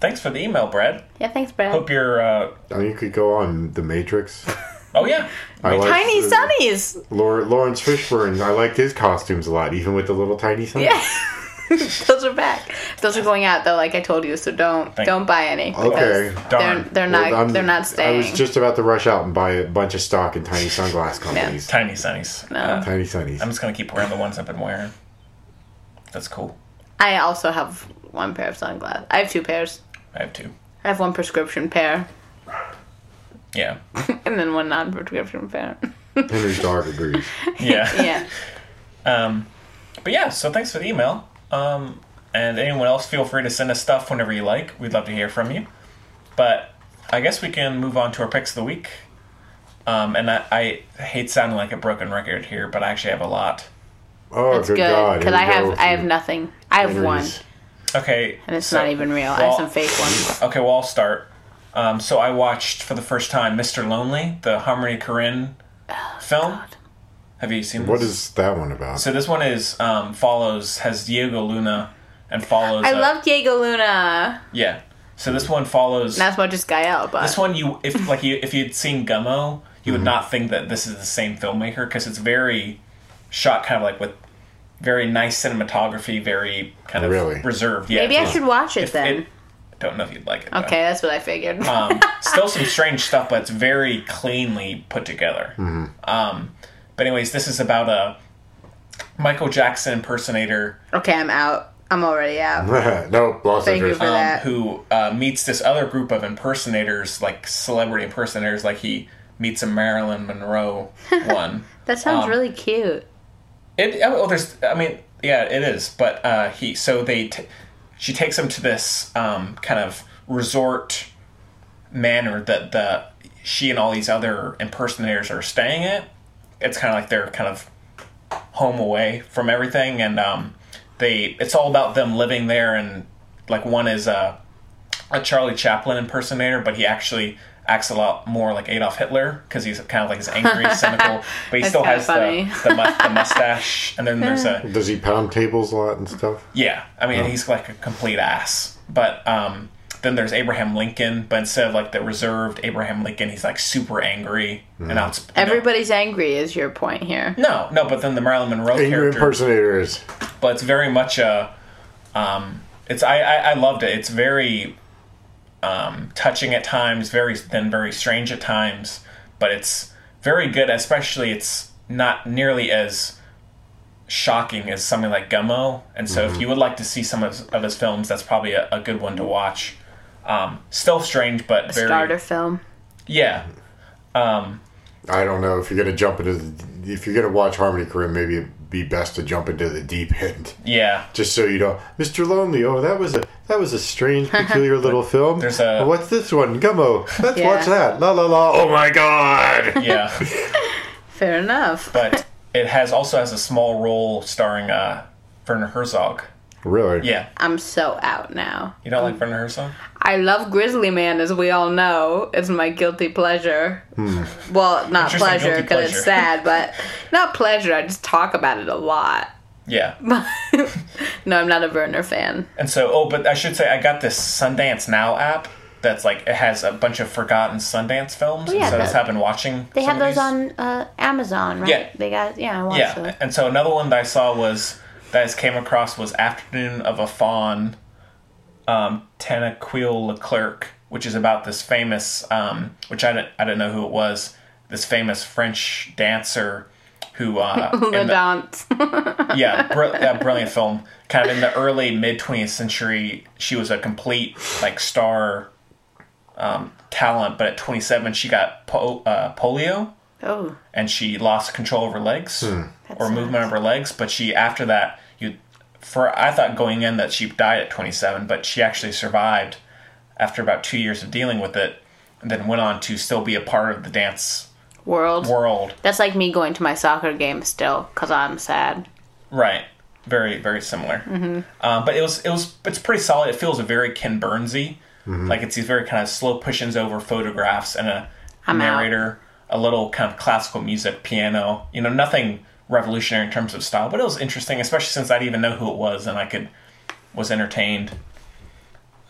A: thanks for the email, Brad.
C: Yeah, thanks, Brad.
A: Hope you're. Uh,
B: I mean, you could go on The Matrix.
A: oh yeah.
B: I like
C: Tiny Sunnies!
B: Lawrence, Lawrence Fishburne. I liked his costumes a lot, even with the little tiny sun.
C: Yeah. Those are back. Those are going out though, like I told you. So don't
A: Thank-
C: don't buy any.
B: Okay.
C: because They're
A: Darn.
C: they're not
B: Well, I'm-
C: they're not
B: I
C: staying.
B: was just about to rush out and buy a bunch of stock in tiny sunglass companies.
A: Tiny sunnies.
C: no.
B: Tiny sunnies.
A: I'm just gonna keep wearing the ones I've been wearing. That's cool.
C: I also have one pair of sunglasses. I have two pairs.
A: I have two.
C: I have one prescription pair
A: Yeah.
C: and then one non-prescription pair.
B: Henry's dog agrees.
A: Yeah.
C: yeah.
B: Oh,
A: Um, but yeah, so thanks for the email. Um, and anyone else, feel free to send us stuff whenever you like. We'd love to hear from you. But I guess we can move on to our picks of the week. Um, and I, I hate sounding like a broken record here, but I actually have a lot.
B: Oh,
C: That's
B: good,
C: good
B: God!
C: because
B: here
C: I
B: we go
C: have
B: with
C: I have
B: you.
C: nothing. I have one,
B: Henry's-
A: Okay.
C: and it's
A: so-
C: not even real. I have
A: well-
C: some fake ones.
A: Okay, well, I'll start. Um, so I watched for the first time Mr. Lonely, the Harmony Korine
C: Oh,
A: film. Have you seen this?
B: What is that one about?
A: So this one is um, follows has Diego Luna and follows.
C: I
A: uh,
C: love Diego Luna.
A: yeah. So this one follows.
C: Not as much as Gael, but
A: This one, you if like you if you'd seen Gummo, you
B: Mm-hmm.
A: would not think that this is the same filmmaker because it's very shot kind of like with very nice cinematography, very kind of
B: Really?
A: reserved. Yeah,
C: maybe I should watch it
A: If
C: then.
A: it- don't know if you'd like it. though.
C: okay, that's what I figured.
A: Um, still some strange stuff, but it's very cleanly put together. Um, but anyways, this is about a Michael Jackson impersonator
C: okay, I'm out. I'm already out.
B: no, lost
C: Thank you
B: interest.
C: for
A: um,
C: that.
A: who uh, meets this other group of impersonators, like celebrity impersonators, like he meets a Marilyn Monroe one.
C: That sounds
A: um,
C: really cute.
A: It oh, there's I mean yeah it is, but uh, he so they t- she takes him to this um, kind of resort manor that the she and all these other impersonators are staying at. It's kind of like they're kind of home away from everything, and um, they it's all about them living there. And like one is a a Charlie Chaplin impersonator, but he actually acts a lot more like Adolf Hitler because he's kind of like his angry, cynical, but he still
C: kinda
A: has
C: funny.
A: the the, mu- the mustache. And then there's a
B: Does he pound tables a lot and stuff?
A: yeah, I mean, he's like a complete ass. But um, then there's Abraham Lincoln, but instead of like the reserved Abraham Lincoln, he's like super angry and outsp- you know.
C: Everybody's angry is your point here.
A: No, no, but then the Marilyn Monroe
B: Angry
A: character,
B: impersonators.
A: but it's very much a, um, it's I, I I loved it. It's very, um, touching at times, very then very strange at times, but it's very good. Especially, it's not nearly as shocking as something like Gummo. And so, if you would like to see some of his, of his films, that's probably a, a good one to watch. Um, still strange, but very
C: Starter film.
A: yeah,
B: I don't know if you're gonna jump into the, if you're gonna watch Harmony Korine, maybe it'd be best to jump into the deep end,
A: yeah.
B: just so you don't. Mr. Lonely, oh that was a that was a strange, peculiar little film.
A: There's a-
B: what's this one? Gummo. Let's
C: Yeah.
B: watch that. La la la. Oh my God.
A: Yeah,
C: Fair enough.
A: but it has also has a small role starring uh, Werner Herzog.
B: Really?
A: Yeah.
C: I'm so out now.
A: You don't like Werner Herzog?
C: I love Grizzly Man, as we all know. It's my guilty pleasure. Well, not
A: Hmm. Interesting
C: pleasure
A: guilty
C: because
A: pleasure.
C: it's sad, but not pleasure. I just talk about it a lot.
A: Yeah.
C: no, I'm not a Werner fan.
A: And so, oh, but I should say I got this Sundance Now app that's like it has a bunch of forgotten Sundance films,
C: Oh, yeah,
A: and so
C: the-
A: that's how I've been watching.
C: They
A: some
C: have
A: of
C: those
A: these.
C: on uh, Amazon, right?
A: Yeah.
C: They got yeah. I watched
A: Yeah,
C: those.
A: and so another one that I saw was that I just came across was Afternoon of a Fawn, um, Tanaquil Leclerc, which is about this famous, um, which I don't, I don't know who it was, this famous French dancer who uh,
C: The
A: in the-
C: dance.
A: yeah, br- yeah, brilliant film. Kind of in the early mid 20th century, she was a complete like star um, talent, but at 27 she got po- uh, polio
C: oh,
A: and she lost control of her legs or movement of her legs. But she after that, you for I thought going in that she died at 27, but she actually survived after about two years of dealing with it, and then went on to still be a part of the dance
C: world.
A: world.
C: That's like me going to my soccer game still because I'm sad.
A: Right. Very very similar.
C: Mm-hmm.
A: Um, but it was it was it's pretty solid. It feels very Ken Burnsy. Like it's these very kind of slow push-ins over photographs and a
C: I'm out.
A: narrator, a little kind of classical music, piano. You know, nothing revolutionary in terms of style, but it was interesting, especially since I didn't even know who it was and I could was entertained.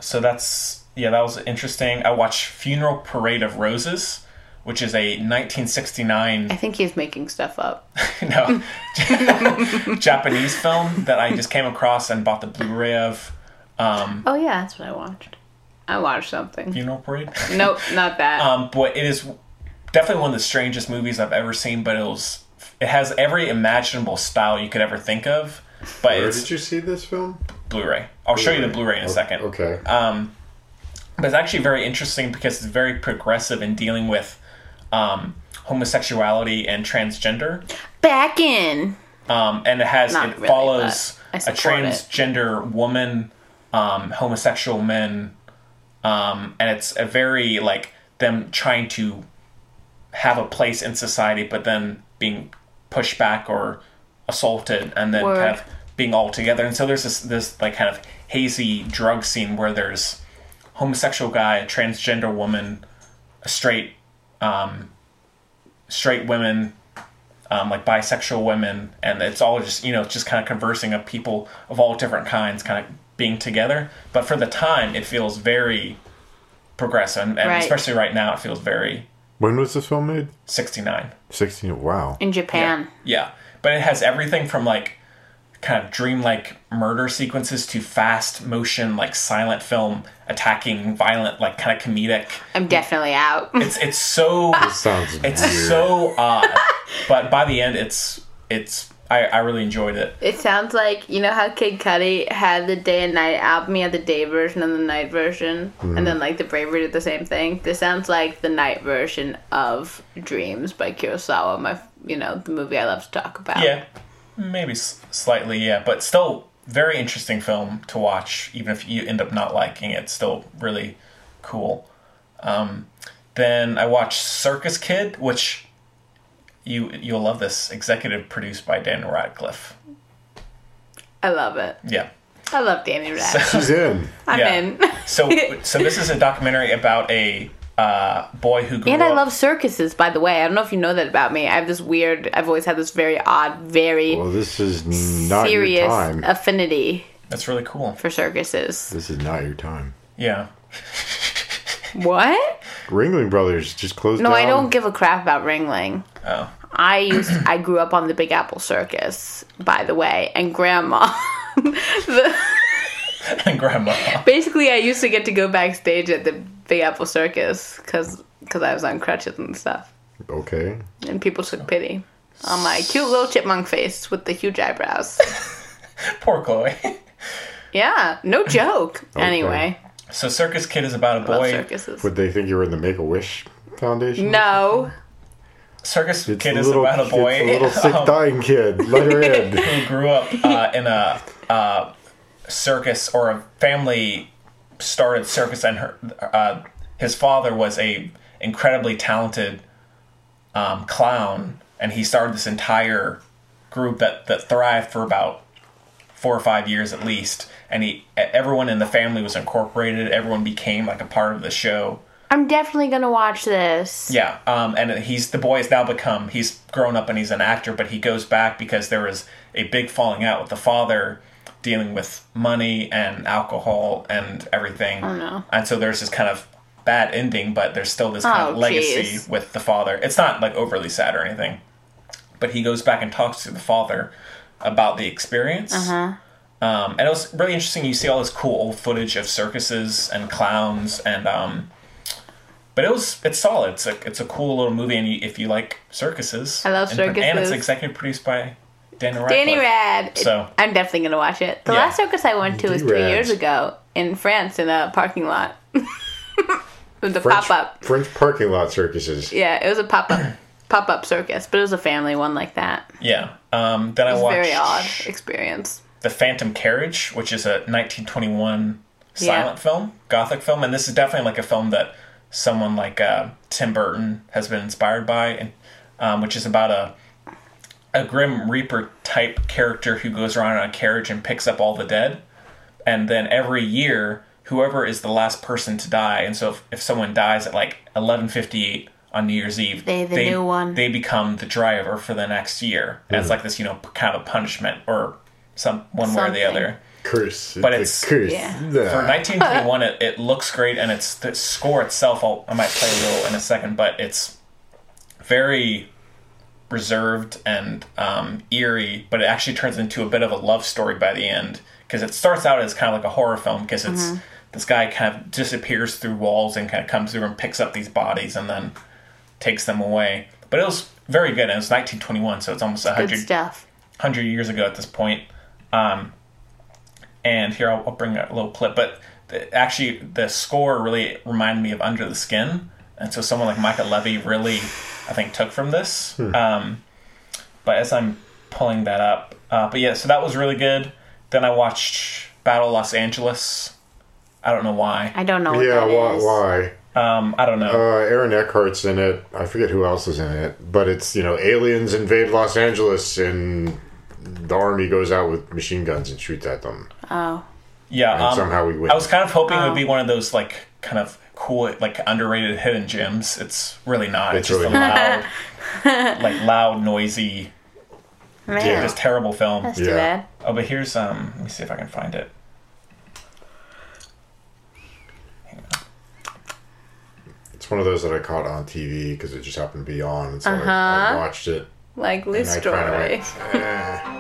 A: So that's yeah, that was interesting. I watched Funeral Parade of Roses, which is a 1969
C: I think he's making stuff up.
A: no Japanese film that I just came across and bought the Blu-ray of um,
C: Oh yeah, that's what I watched. I watched something.
A: Funeral Parade.
C: Nope, not that.
A: Um, but it is definitely one of the strangest movies I've ever seen. But it was it has every imaginable style you could ever think of. But
B: Where
A: it's
B: did you see this film?
A: Blu-ray. I'll show you the Blu-ray in a second.
B: Okay.
A: Uh, but it's actually very interesting because it's very progressive in dealing with um, homosexuality and transgender.
C: Back in.
A: um, and it has
C: Not
A: it
C: really,
A: follows a
C: but I support it.
A: transgender woman, um, homosexual men, um, and it's a very like them trying to have a place in society, but then being pushed back or assaulted, and then
C: Word.
A: kind of being all together. And so there's this this like kind of hazy drug scene where there's homosexual guy, a transgender woman, a straight um, straight women, um, like bisexual women, and it's all just you know it's just kind of conversing of people of all different kinds, kind of being together. But for the time, it feels very progressive, and, and
C: Right.
A: especially right now, it feels very
B: when was this film made?
A: sixty nine.
B: 16. Wow.
C: In Japan.
A: Yeah, but it has everything from like kind of dreamlike murder sequences to fast motion, like silent film attacking, violent, like kind of comedic.
C: I'm definitely out.
A: It's it's so
B: This sounds
A: It's
B: weird.
A: so odd, but by the end, it's it's I, I really enjoyed it.
C: It sounds like you know how Kid Cudi had the day and night album. He had the day version and the night version, and then like the Bravery did the same thing. This sounds like the night version of Dreams by Kurosawa. My, you know, the movie I love to talk about.
A: Yeah, maybe s- slightly, yeah, but still very interesting film to watch. Even if you end up not liking it, still really cool. Um, then I watched Circus Kid, which you you'll love this. Executive produced by Dan Radcliffe.
C: I love it.
A: Yeah.
C: I love Danny Rad.
B: She's in.
C: I'm
A: yeah.
C: in.
A: So so this is a documentary about a uh, boy who grew
C: And
A: up.
C: I love circuses, by the way. I don't know if you know that about me. I have this weird. I've always had this very odd, very
B: Well, this is not your
C: serious
B: time.
C: affinity
A: That's really cool.
C: for circuses.
B: This is not your time.
A: Yeah.
C: What?
B: Ringling Brothers just closed
C: No,
B: down.
C: I don't give a crap about Ringling.
A: Oh.
C: I used I grew up on the Big Apple Circus, by the way, and Grandma. the,
A: and grandma.
C: basically, I used to get to go backstage at the Big Apple Circus because I was on crutches and stuff,
B: Okay.
C: and people took pity on my cute little chipmunk face with the huge eyebrows.
A: Poor Chloe.
C: yeah, no joke. Anyway,
A: So Circus Kid is about a
C: love
A: boy.
C: circuses.
B: Would they think you were in the Make a Wish Foundation?
C: No,
A: Circus
B: It's
A: Kid
B: a
A: is
B: little,
A: about a boy
B: It's a little sick
A: um,
B: dying kid. Let her in.
A: who grew up uh, in a uh, circus or a family started circus, and her uh, his father was a incredibly talented um, clown, and he started this entire group that that thrived for about four or five years at least, and he e-, everyone in the family was incorporated. Everyone became like a part of the show.
C: I'm definitely gonna watch this.
A: Yeah, um, and he's the boy has now become he's grown up and he's an actor, but he goes back because there was a big falling out with the father, dealing with money and alcohol and everything.
C: Oh, no.
A: And so there's this kind of bad ending, but there's still this kind
C: Oh,
A: of legacy
C: geez.
A: with the father. It's not like overly sad or anything, but he goes back and talks to the father about the experience.
C: Uh-huh.
A: Um, and it was really interesting. You see all this cool old footage of circuses and clowns, and um, but it was it's solid. It's a it's a cool little movie, and you, if you like circuses,
C: I love
A: and, and it's
C: circuses.
A: executive produced by Danny Radcliffe.
C: Danny Rad.
A: So-
C: I'm definitely gonna watch it. The
A: Yeah.
C: last circus I went to was two
B: D-Rad.
C: years ago in France in a parking lot. it was a
B: French,
C: pop up.
B: French parking lot circuses.
C: Yeah, it was a pop up pop up circus, but it was a family one like that.
A: Yeah. Um, then I
C: It was a
A: watched
C: very odd experience.
A: The Phantom Carriage, which is a 1921
C: Yeah.
A: silent film, gothic film, and this is definitely like a film that someone like uh, Tim Burton has been inspired by, and um, which is about a a grim reaper type character who goes around on a carriage and picks up all the dead, and then every year whoever is the last person to die, and so if, if someone dies at like 11:58 on New Year's Eve,
C: They the new one.
A: they become the driver for the next year. And it's like this, you know, p- kind of a punishment or some one way or the
C: Something.
A: other.
B: Curse.
A: But
B: a
A: it's-
B: curse.
C: yeah.
A: For 1921, it, it looks great, and it's the score itself. I'll, I might play a little in a second, but it's very reserved and um, eerie. But it actually turns into a bit of a love story by the end because it starts out as kind of like a horror film because it's
C: Mm-hmm.
A: this guy kind of disappears through walls and kind of comes through and picks up these bodies and then takes them away. But it was very good, and it was 1921, so it's almost
C: Good
A: 100
C: stuff.
A: hundred years ago at this point. Um, and here I'll, I'll bring a little clip, but the, actually the score really reminded me of Under the Skin, and so someone like Micah Levy really, I think, took from this. Um, but as I'm pulling that up, uh, but yeah, so that was really good. Then I watched Battle Los Angeles. I don't know why.
C: I don't know what
B: Yeah,
C: that
B: why?
C: is.
B: why?
A: Um, I don't know.
B: Uh, Aaron Eckhart's in it. I forget who else is in it, but it's you know aliens invade Los Angeles and the army goes out with machine guns and shoots at them,
C: Oh.
B: and
A: Yeah, um,
B: somehow we win.
A: I was kind of hoping it would be one of those like kind of cool, like underrated hidden gems. It's really not. It's,
B: It's
A: just
B: really
A: a loud, like loud, noisy,
C: Man,
B: Yeah.
A: just terrible film.
C: that's too
B: Yeah.
C: bad.
A: Oh, but here's um. Let me see if I can find it.
B: it's one of those that I caught on TV because it just happened to be on, and so
C: Uh-huh.
B: I, I watched it.
C: Like
B: And
C: Liz
B: I
C: Story.
B: kinda went, eh.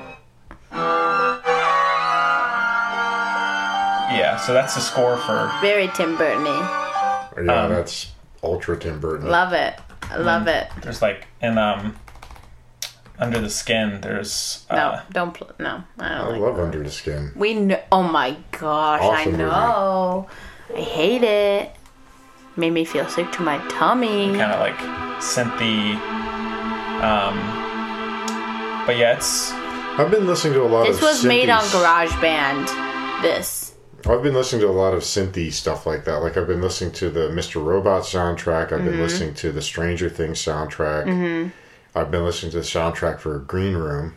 A: Yeah, so that's the score for.
C: Very Tim Burton y.
B: Yeah, that's ultra Tim Burton.
C: Um, Love it. I love
A: Mm.
C: it.
A: There's like and um. Under the skin, there's uh,
C: No, don't. Pl- no, I don't
B: I
C: like
B: love Under the Skin.
C: We know. Oh my gosh,
B: Awesome
C: I
B: movie.
C: know. I hate it. Made me feel sick to my tummy.
A: kind of like synthy. Um, but yeah, it's
B: I've been listening to a lot
C: This
B: of
C: was made on
B: synthy-
C: GarageBand. This.
B: I've been listening to a lot of synthy stuff like that. Like I've been listening to the Mr. Robot soundtrack. I've
C: Mm-hmm.
B: been listening to the Stranger Things soundtrack. I've been listening to the soundtrack for Green Room,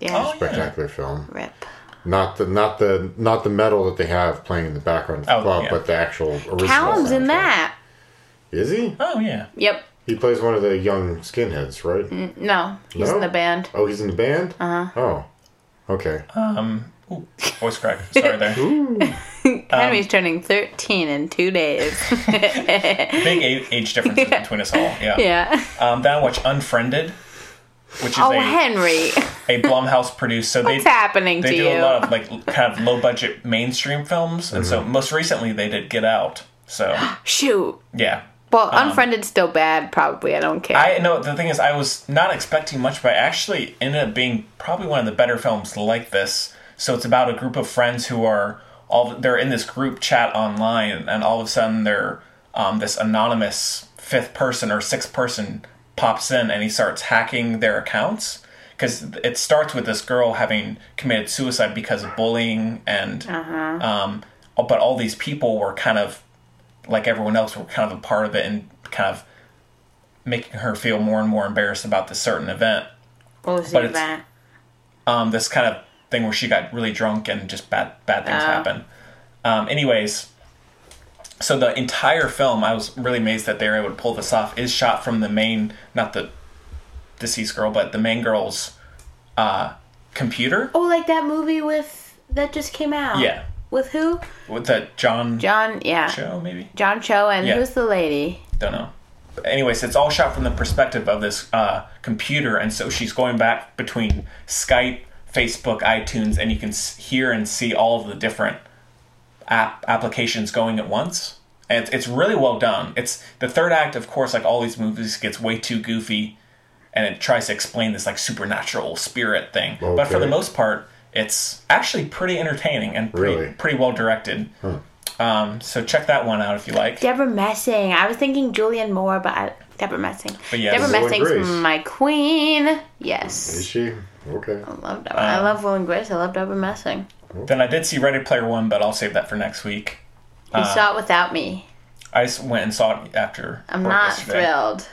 C: Yeah.
A: Oh.
B: spectacular film.
C: Rip.
B: Not the not the not the metal that they have playing in the background of the
A: Oh,
B: club,
A: yeah.
B: but the actual original.
C: Cowan's in
B: soundtrack.
C: that.
B: Is he?
A: oh yeah,
C: Yep.
B: He plays one of the young skinheads, right?
A: Mm.
C: No, he's
B: No?
C: in the band.
B: Oh, he's in the band.
A: Uh-huh.
B: Uh huh. Oh, okay.
A: Ooh, voice crack. Sorry there. Um,
C: Henry's turning 13 in two days.
A: Big a- age differences between us all. Yeah.
C: yeah.
A: Um, then I watch Unfriended, which is
C: Oh,
A: a,
C: Henry.
A: a Blumhouse produced. So
C: What's
A: they
C: happening
A: they
C: to
A: do
C: you?
A: a lot of like l- kind of low budget mainstream films, and so most recently they did Get Out. So
C: Shoot.
A: yeah,
C: Well, Unfriended's still bad, probably. I don't care.
A: Um, I know the thing is I was not expecting much, but it actually ended up being probably one of the better films like this. So it's about a group of friends who are all they're in this group chat online, and all of a sudden they're um, this anonymous fifth person or sixth person pops in and he starts hacking their accounts because it starts with this girl having committed suicide because of bullying and um, but all these people were kind of like everyone else were kind of a part of it and kind of making her feel more and more embarrassed about this certain event.
C: what was the
A: but it's-
C: event?
A: Um, this kind of thing where she got really drunk and just bad bad things
C: Oh.
A: happen. Um, anyways, so the entire film, I was really amazed that they were able to pull this off. Is shot from the main, not the deceased girl, but the main girl's uh, computer.
C: Oh, like that movie with that just came out.
A: Yeah.
C: With who?
A: With that John,
C: John. Yeah.
A: show maybe.
C: John Cho and
A: Yeah.
C: who's the lady?
A: don't know. But anyways, it's all shot from the perspective of this uh, computer, and so she's going back between Skype, Facebook, iTunes, and you can s- hear and see all of the different app applications going at once. And it's, it's really well done. It's the third act, of course, like all these movies, gets way too goofy, and it tries to explain this like supernatural spirit thing. But for
B: Okay.
A: the most part, it's actually pretty entertaining and pretty
B: Really?
A: pretty well directed. Um, so check that one out if you like.
C: Deborah Messing. I was thinking Julian Moore, but I, Deborah Messing.
A: But yes.
C: Deborah
A: Will
B: and
C: Messing's
B: Grace.
C: my queen.
B: Is
C: Yes.
B: she? Okay.
C: I love Deborah. I
A: Um,
C: love Will and Grace. I love Deborah Messing.
A: Then I did see Ready Player One, but I'll save that for next week.
C: You
A: uh,
C: saw it without me.
A: I s- went and saw it after.
C: I'm
A: work
C: not
A: yesterday.
C: thrilled.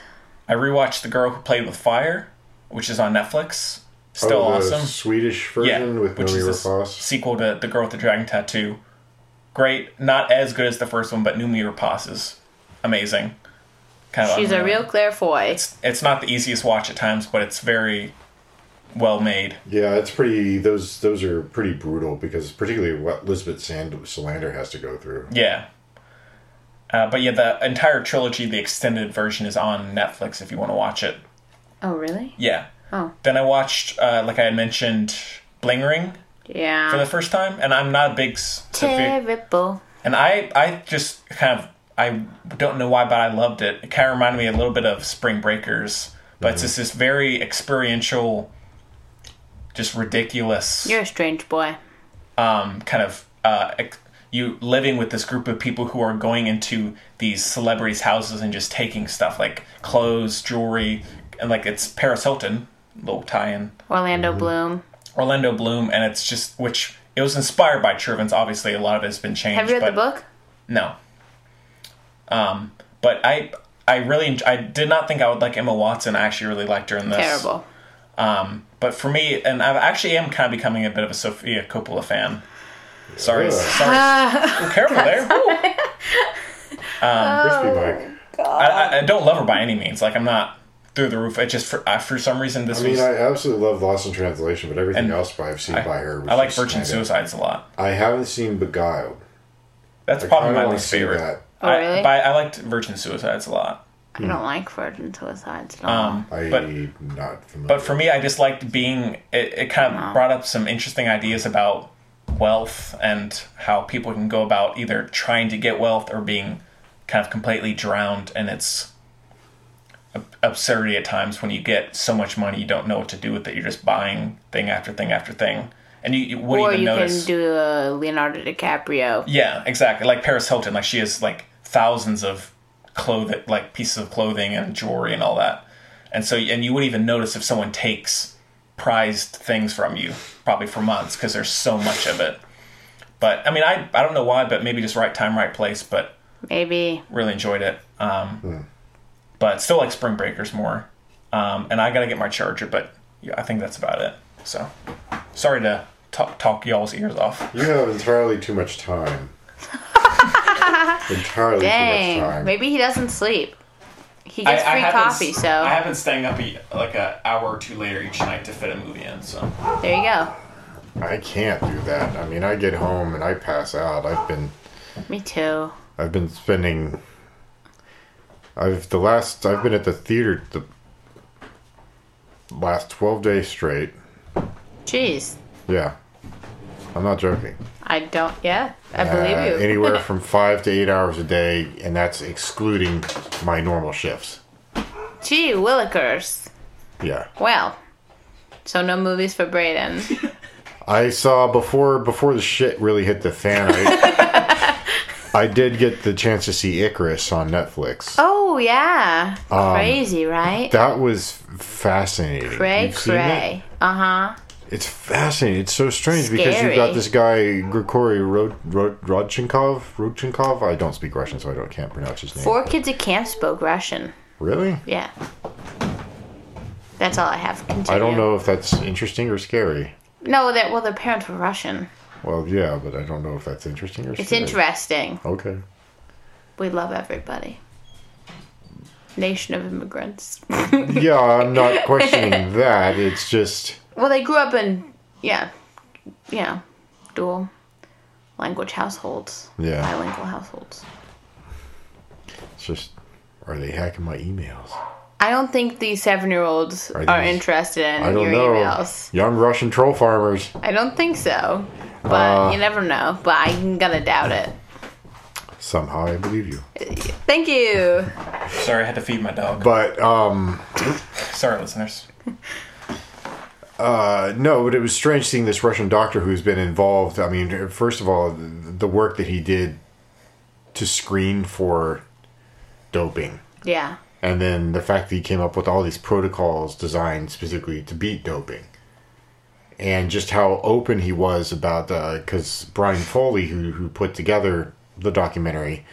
A: I rewatched The Girl Who Played with Fire, which is on Netflix. Still
B: oh, the
A: awesome.
B: Swedish
A: Yeah,
B: version with
A: which
B: Mimi
A: is a s-
B: Rapaz.
A: sequel to The Girl with the Dragon Tattoo. Great, not as good as the first one, but Numi Rapaz is amazing. Kind of
C: She's a
A: unreal.
C: real Claire Foy.
A: It's not the easiest watch at times, but it's very well made.
B: Yeah, it's pretty. Those those are pretty brutal because particularly what Lisbeth Sand- Salander has to go through.
A: Yeah. Uh, but yeah, the entire trilogy, the extended version, is on Netflix if you want to watch it.
C: Oh, really?
A: Yeah.
C: Oh.
A: Then I watched, uh, like I had mentioned, Bling Ring for the
C: Yeah.
A: first time, and I'm not a big s- Sophia.
C: Terrible.
A: And I, I just kind of, I don't know why, but I loved it. It kind of reminded me a little bit of Spring Breakers, but it's just this very experiential, just ridiculous
C: You're a strange boy.
A: um, kind of uh, ex- you living with this group of people who are going into these celebrities' houses and just taking stuff like clothes, jewelry, and like it's Paris Hilton, little tie-in,
C: Orlando Bloom.
A: Orlando Bloom, and it's just which it was inspired by Chervin's. Obviously, a lot of it has been changed.
C: Have you
A: but
C: read the book?
A: No. Um, but I I really en- I did not think I would like Emma Watson. I actually really liked her in this.
C: Terrible.
A: Um, but for me, and I actually am kind of becoming a bit of a Sophia Coppola fan. Sorry,
B: Yeah.
A: sorry. Oh, careful there. Woo. Oh.
B: Crispy Mike.
A: I, I, I don't love her by any means. Like I'm not through the roof. It just for I, for some reason this
B: I mean,
A: was.
B: I
A: I,
B: absolutely love Lost in Translation, but everything
A: And
B: else I've seen by her. was
A: like
B: just
A: Virgin
B: kinda-
A: Suicides a lot.
B: I haven't seen Beguiled.
A: That's
B: I
A: probably
B: kinda
A: my
B: wanna
A: least
B: see
A: favorite.
B: that.
C: Oh,
A: I-
C: really?
A: but I, liked Virgin Suicides a lot.
C: I don't like virgin suicides at all.
A: Um,
B: I
A: but
B: not familiar.
A: but for me, I just liked being. It, it kind of brought up some interesting ideas about wealth and how people can go about either trying to get wealth or being kind of completely drowned in its ab- absurdity at times when you get so much money you don't know what to do with it. You're just buying thing after thing after thing, and you, you wouldn't
C: or
A: even
C: you
A: notice.
C: can do a Leonardo DiCaprio.
A: Yeah, exactly. Like Paris Hilton, like she has like thousands of clothing, like pieces of clothing and jewelry and all that. And so, and you wouldn't even notice if someone takes prized things from you, probably for months, because there's so much of it. But I mean, I I don't know why, but maybe just right time, right place. But
C: Maybe.
A: really enjoyed it. Um, But still like Spring Breakers more. Um, and I gotta get my charger, but yeah, I think that's about it. So sorry to talk talk y'all's ears off.
B: you have entirely too much time. entirely too much
C: Dang.
B: time.
C: Maybe he doesn't sleep. He gets free coffee, so
A: I have been staying up a, like an hour or two later each night to fit a movie in. So
C: there you go.
B: I can't do that. I mean, I get home and I pass out. I've been
C: Me too.
B: I've been spending. I've the last I've been at the theater the last twelve days straight.
C: Jeez.
B: Yeah, I'm not joking.
C: I don't. Yeah, I
B: Uh,
C: believe you.
B: anywhere from five to eight hours a day, and that's excluding my normal shifts.
C: Gee, Willikers.
B: Yeah.
C: Well, so no movies for Braden.
B: I saw before before the shit really hit the fan. I, I did get the chance to see Icarus on Netflix.
C: Oh yeah, crazy, right?
B: That was fascinating.
C: Cray
B: You've seen it?
C: cray. Uh huh.
B: It's fascinating. It's so strange because you've
C: Scary.
B: got this guy Grigory Rod, Rod, Rodchenkov. Rodchenkov. I don't speak Russian, so I don't can't pronounce his name.
C: Four kids at camp spoke Russian.
B: Really?
C: Yeah. That's all I have. Continue.
B: I don't know if that's interesting or scary.
C: No, that well, their parents were Russian.
B: Well, yeah, but I don't know if that's interesting or
C: It's
B: shit.
C: interesting.
B: Okay.
C: We love everybody. Nation of immigrants.
B: Yeah, I'm not questioning that. It's just
C: well, they grew up in yeah, yeah, dual language households,
B: yeah,
C: bilingual households.
B: it's just are they hacking my emails?
C: I don't think these seven-year-olds are,
B: Are these-
C: interested in
B: I don't
C: your
B: know.
C: emails.
B: Young Russian troll farmers.
C: I don't think so, but
B: Uh.
C: you never know. But I'm gonna doubt it.
B: Somehow I believe you.
C: Thank you.
A: Sorry, I had to feed my dog.
B: But um
A: Sorry, listeners.
B: Uh, no, but it was strange seeing this Russian doctor who's been involved. I mean, first of all, th- the work that he did to screen for doping,
C: Yeah,
B: and then the fact that he came up with all these protocols designed specifically to beat doping, and just how open he was about because Brian Foley, who who put together the documentary,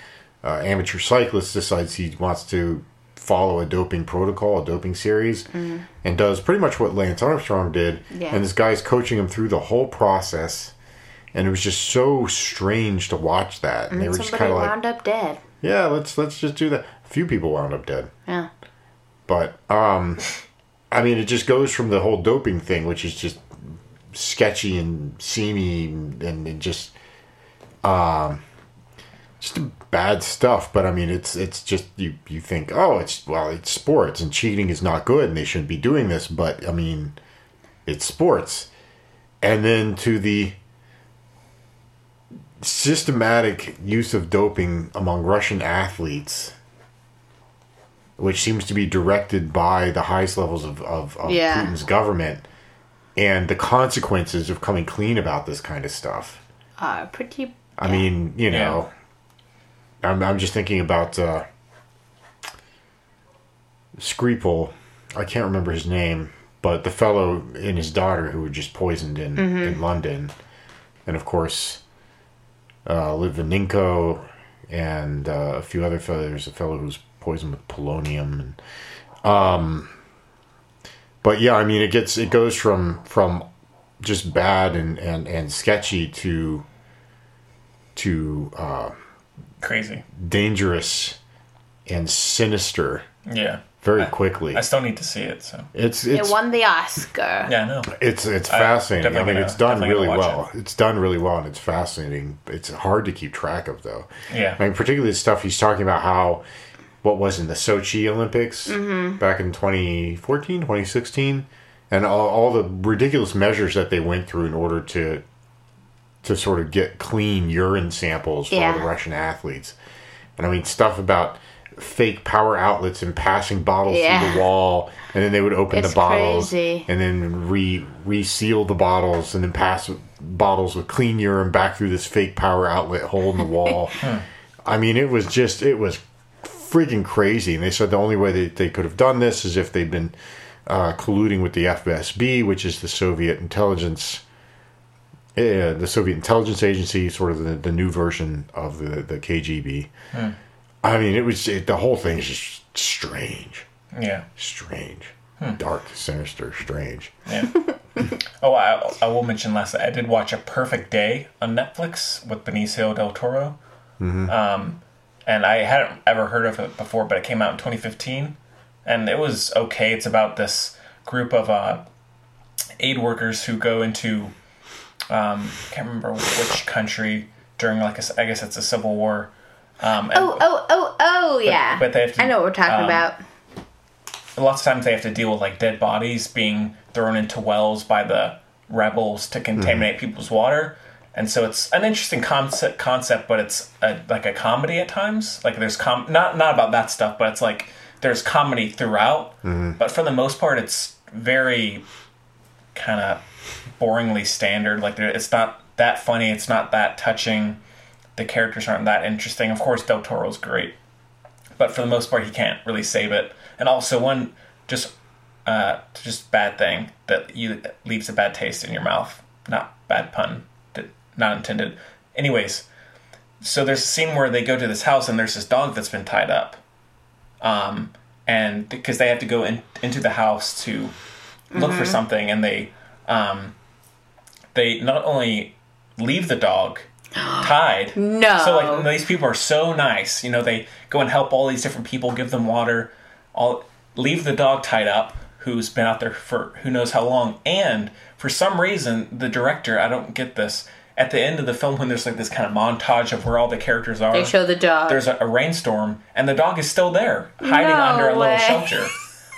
B: uh, amateur cyclist, decides he wants to follow a doping protocol, a doping series, and does pretty much what Lance Armstrong did.
C: Mm-hmm. Yeah.
B: And this guy's coaching him through the whole process. And it was just so strange to watch that. And they were just kind
C: somebody
B: of like,
C: wound up dead.
B: yeah, let's let's just do that. A few people wound up dead.
C: Yeah.
B: But um I mean it just goes from the whole doping thing, which is just sketchy and seamy and, and just um just bad stuff. But I mean it's it's just you you think, oh it's well it's sports and cheating is not good and they shouldn't be doing this, but I mean it's sports. And then to the systematic use of doping among Russian athletes, which seems to be directed by the highest levels of, of, of
C: Yeah.
B: Putin's government, and the consequences of coming clean about this kind of stuff.
C: Are Uh, pretty.
B: I mean, you
A: Yeah.
B: know, I'm, I'm just thinking about uh, Skripal. I can't remember his name, but the fellow and his daughter who were just poisoned in,
A: Mm-hmm.
B: in London. And of course, uh, Litvinenko and uh, a few other fellows. There's a fellow who was poisoned with polonium. And, um, but yeah, I mean, it gets it goes from from just bad and, and, and sketchy to to uh,
A: Crazy.
B: dangerous and sinister
A: Yeah.
B: very quickly.
A: I still need to see it, so.
B: it's
C: It
B: it's
C: won the Oscar.
A: Yeah, I know.
B: it's it's fascinating. I,
A: definitely
B: mean,
A: gonna-
B: it's done
A: definitely
B: really
A: gonna watch
B: well. It's done really well, and it's fascinating. It's hard to keep track of though.
A: Yeah.
B: I mean, particularly the stuff he's talking about how what was in the Sochi Olympics
C: Mm-hmm.
B: back in 2014, 2016, and all, all the ridiculous measures that they went through in order to to sort of get clean urine samples for all the
C: Yeah.
B: Russian athletes. And I mean, stuff about fake power outlets and passing bottles through
C: Yeah.
B: the wall, and then they would open
C: It's
B: the bottles
C: crazy.
B: and then re reseal the bottles, and then pass bottles with clean urine back through this fake power outlet hole in the wall. I mean, it was just it was freaking crazy. And they said the only way that they could have done this is if they'd been uh, colluding with the FSB, which is the Soviet intelligence, uh, the Soviet intelligence agency, sort of the, the new version of the the KGB. I mean, it was it, the whole thing is just strange,
A: Yeah.
B: strange,
A: Hmm.
B: dark, sinister, strange.
A: Yeah. oh, I, I will mention last. I did watch A Perfect Day on Netflix with Benicio del Toro, um, and I hadn't ever heard of it before, but it came out in 2015, and it was okay. It's about this group of uh, aid workers who go into um, can't remember which country during like a s I guess it's a civil war. Um, and
C: Oh, oh, oh, oh, yeah.
A: but they have to,
C: I know what we're talking
A: um,
C: about.
A: lots of times they have to deal with like dead bodies being thrown into wells by the rebels to contaminate people's water and so it's an interesting concept concept but it's a, like a comedy at times like there's com not not about that stuff but it's like there's comedy throughout but for the most part it's very kind of boringly standard like there, it's not that funny it's not that touching the characters aren't that interesting of course del toro's great but for the most part, he can't really save it. And also, one just uh, just bad thing that you leaves a bad taste in your mouth. Not bad pun, did- not intended. Anyways, so there's a scene where they go to this house and there's this dog that's been tied up, um, and because they have to go in, into the house to look for something, and they um, they not only leave the dog tied.
C: No.
A: So like these people are so nice. You know, they go and help all these different people, give them water, all leave the dog tied up who's been out there for who knows how long. And for some reason, the director, I don't get this, at the end of the film when there's like this kind of montage of where all the characters are
C: They show the dog.
A: there's a, a rainstorm and the dog is still there, hiding
C: No
A: under a
C: way.
A: little shelter.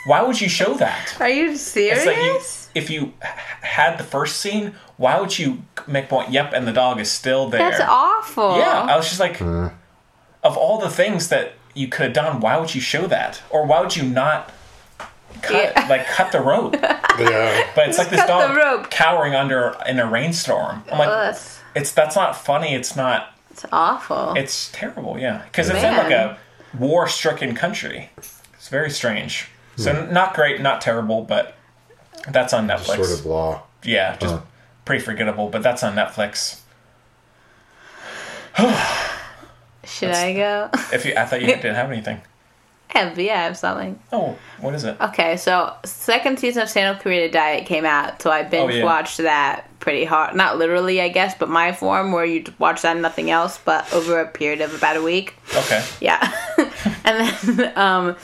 A: Why would you show that?
C: Are you serious?
A: It's like you, if you h- had the first scene, why would you make point? Yep, and the dog is still there.
C: That's awful.
A: Yeah, I was just like,
B: Uh.
A: of all the things that you could have done, why would you show that, or why would you not cut
C: Yeah.
A: like cut the rope?
B: Yeah.
A: But it's like this
C: cut
A: dog
C: the rope.
A: cowering under in a rainstorm. I'm like,
C: Well, that's,
A: it's that's not funny. It's not.
C: that's awful.
A: It's terrible. Yeah, because it's in like
C: Man.
A: a war-stricken country. It's very strange. So
B: Hmm.
A: not great, not terrible, but that's on Netflix.
B: Sort of blah.
A: Yeah, just pretty forgettable, but that's on Netflix.
C: Should I go?
A: If you, I thought you didn't have anything.
C: I have, yeah, I have something.
A: Oh, what is it?
C: Okay, so second season of Stand Up Korea Diet came out, so
A: Oh,
C: I binge watched that pretty hard. Not literally, I guess, but my form where you watch that and nothing else, but over a period of about a week.
A: Okay.
C: Yeah. and then um,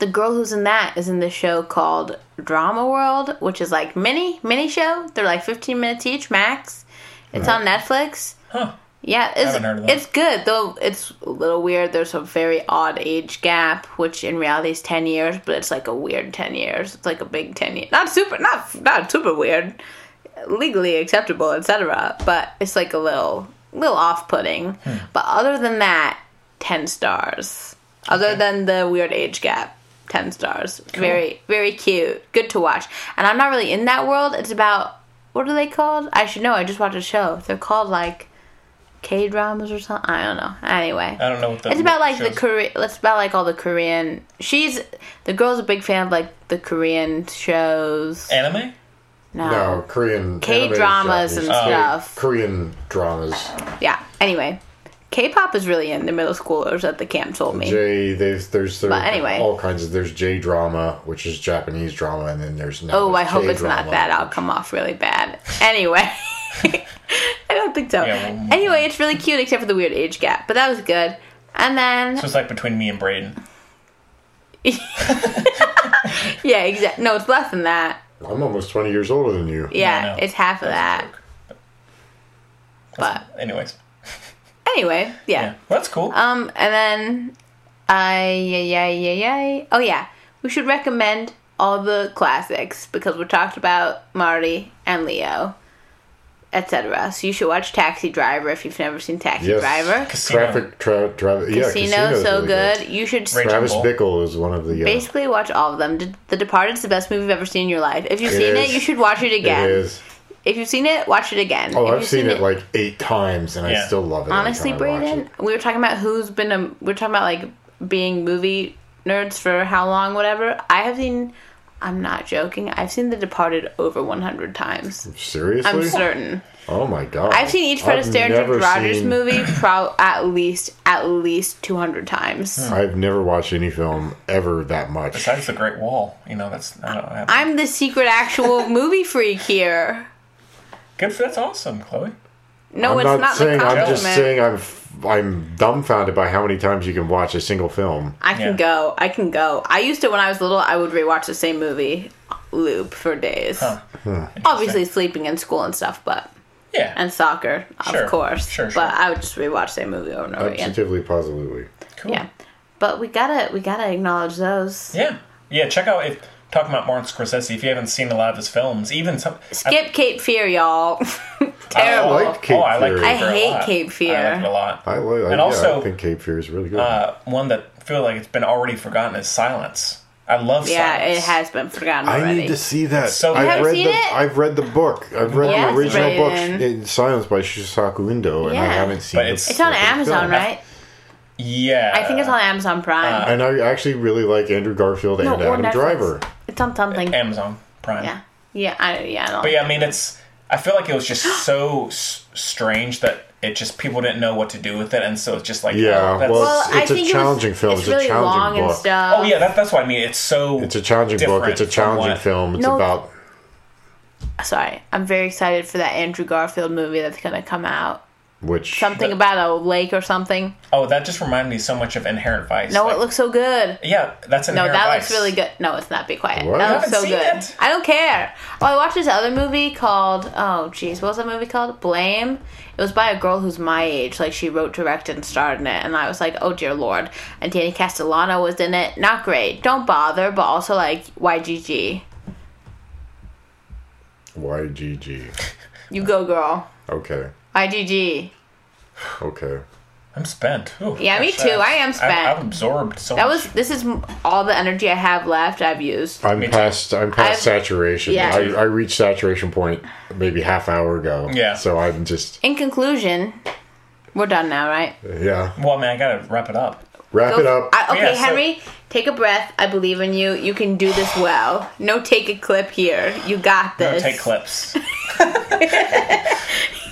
C: the girl who's in that is in this show called Drama World, which is like mini mini show. They're like 15 minutes each max. It's on Netflix.
A: Huh.
C: Yeah, it's,
A: haven't heard of that.
C: it's good though. It's a little weird. There's a very odd age gap, which in reality is ten years, but it's like a weird ten years. It's like a big ten years. Not super, not not super weird, legally acceptable, etc. But it's like a little little off putting.
A: Hmm.
C: But other than that, ten stars. Other than the weird age gap, ten stars. Very very cute. Good to watch. And I'm not really in that world. It's about what are they called? I should know. I just watched a show. They're called like K dramas or something. I don't know. Anyway,
A: I don't know what the
C: it's about like the
A: show's-
C: Korean. It's about like all the Korean. She's the girl's a big fan of like the Korean shows.
A: anime.
C: No.
B: No, Korean
C: K
B: anime is
C: dramas and
B: Japanese.
A: Oh.
C: stuff.
B: Korean dramas.
C: Yeah. Anyway, K-pop is really in the middle schoolers at the camp told me.
B: J there's there's there
C: But anyway.
B: all kinds of there's J drama, which is Japanese drama, and then there's now
C: oh, I
B: there's
C: hope it's
B: K-drama.
C: not that. I'll come off really bad. Anyway. I don't think so.
A: Yeah, well-
C: anyway, it's really cute except for the weird age gap, but that was good. And then
A: So it's like between me and Braden.
C: yeah, exactly. No, it's less than that.
B: I'm almost 20 years older than you.
C: Yeah,
A: I know.
C: it's half of
A: That's a
C: that.
A: joke.
C: But
A: Anyways,
C: anyway, yeah.
A: yeah, well, that's cool.
C: Um, and then, I yeah yeah yeah yeah. Oh yeah, we should recommend all the classics because we talked about Marty and Leo, etc. So you should watch Taxi Driver if you've never seen Taxi
B: Yes.
C: Driver.
A: Casino.
B: Traffic, tra- tra- yeah,
C: Casino,
B: Casino's
C: so
B: really
C: good. You should s-
A: Raging
B: Travis
A: Bull.
B: Bickle is one of the. Uh,
C: basically watch all of them. D- The Departed is the best movie you've ever seen in your life. If you've
B: It
C: seen it,
B: is.
C: you should watch it
B: it
C: again.
B: is.
C: If you've seen it, watch it again.
B: Oh,
C: If
B: I've
C: you've
B: seen it, like eight times, and
A: Yeah.
B: I still love it. every
C: Honestly,
B: time I watch
C: Brayden,
B: it.
C: we were talking about who's been a. We are talking about like being movie nerds for how long, whatever. I have seen. I'm not joking. I've seen The Departed over 100 times.
B: seriously,
C: I'm certain.
B: Oh my god,
C: I've seen each Fred
B: I've
C: Astaire and
B: never
C: George Rogers
B: seen-
C: movie pro- at least at least 200 times.
B: I've never watched any film ever that much.
A: Besides the Great Wall, you know that's I don't know.
C: I'm the secret actual movie freak here.
A: Good for that's awesome, Chloe.
C: No,
B: I'm
C: Oh, it's not,
B: not, saying.
C: the
B: I'm
C: compliment.
B: just saying. I'm f- I'm dumbfounded by how many times you can watch a single film.
C: I
A: Yeah.
C: can go. I can go. I used to when I was little. I would rewatch the same movie loop for days. Obviously, sleeping in school and stuff, but
A: Yeah.
C: and soccer,
A: Sure.
C: of course.
A: Sure, sure.
C: But I would just rewatch the same movie over and over again.
B: Positively, positively.
A: cool.
C: Yeah, but we gotta we gotta acknowledge those.
A: Yeah. Yeah, Check out if talking about Martin Scorsese. If you haven't seen a lot of his films, even some
C: Skip Cape Fear, y'all. Terrible.
B: I like Cape
A: oh, I like
B: Fear.
A: Cape Fear
C: I
A: a
C: hate
A: lot.
C: Cape Fear.
A: I like it a lot.
B: I, li- I,
A: And
B: yeah,
A: also-
B: I think Cape Fear is really good.
A: Uh, one that I feel like it's been already forgotten is Silence. I love
C: yeah,
A: Silence.
C: it has been forgotten already.
B: I need to see that.
A: So- You
B: I've
A: haven't
B: read
C: seen
B: the
C: it?
B: I've read the book. I've read
C: Yes,
B: the original book,
C: Brayden.
B: in Silence by Shisaku Indo, and I
C: Yeah.
B: haven't seen
A: But
B: it.
A: it's-
C: it's on Amazon, right?
A: Yeah.
C: I think it's on
B: Uh,
C: Amazon Prime.
B: And I actually really like Andrew Garfield and
C: or
B: Adam
C: Netflix.
B: Driver.
C: It's
B: uh,
C: on something.
A: Amazon Prime.
C: yeah, yeah, I, yeah. I don't
A: But yeah, I mean, it's. I feel like it was just so s- strange that it just people didn't know what to do with it, and so it's just like
B: Yeah,
A: oh, that's,
B: well,
C: Well,
B: It's-
C: I
B: it's a
C: think it was-
B: challenging film.
C: It's
B: It's a
C: really
B: challenging
C: long and
B: book.
C: stuff.
A: oh yeah, that, that's what I mean. It's so
B: It's a challenging book.
A: different
B: It's a
A: from
B: challenging
A: what-
B: film. It's
C: No,
B: about
C: sorry, I'm very excited for that Andrew Garfield movie that's gonna come out.
B: Which
C: Something about a lake or something.
A: Oh, that just reminded me so much of Inherent Vice.
C: No,
A: Like,
C: it looks so good.
A: Yeah, that's
C: No,
A: Inherent
C: that
A: Vice.
C: looks really good. No, it's not. Be quiet.
B: What? I
C: That looks
A: haven't
C: so
A: seen
C: good.
A: it.
C: I don't care. Oh, I watched this other movie called Oh, jeez, what was that movie called? Blame. It was by a girl who's my age. Like she wrote, directed, and starred in it, and I was like, oh dear lord. And Danny Castellano was in it. Not great. Don't bother. But also like YGG.
B: YGG.
C: You go, girl.
B: Okay.
C: YGG.
B: Okay.
A: I'm spent. Ooh,
C: Yeah, me too. I am spent.
A: I've, I've absorbed so
C: That
A: much.
C: was. This is m- all the energy I have left. I've used.
B: I'm
A: Me too.
B: past. I'm past
C: I've-
B: saturation.
C: yeah.
B: I, I reached saturation point maybe half hour ago.
A: Yeah.
B: So I'm just
C: In conclusion, we're done now, right?
B: yeah.
A: Well, I mean, I gotta wrap it up.
B: Wrap
C: Go-
B: it up.
C: Oh, I- okay,
A: Yeah, so-
C: Henry, take a breath. I believe in you. You can do this well. No, take a clip here. You got
A: No,
C: this.
A: take clips.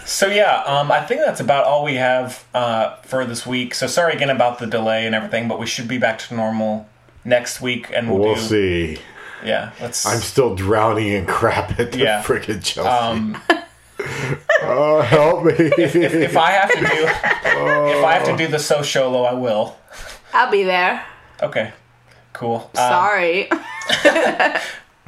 A: so yeah, um, I think that's about all we have uh, for this week. So sorry again about the delay and everything, but we should be back to normal next week, and we'll,
B: We'll
A: do.
B: see.
A: Yeah, let's.
B: I'm still drowning in crap at the
A: Yeah.
B: frickin' Chelsea.
A: um,
B: oh, help me.
A: if I have to do, if I have to do the
B: Oh.
A: so solo, I will.
C: I'll be there.
A: Okay, cool. Um,
C: Sorry.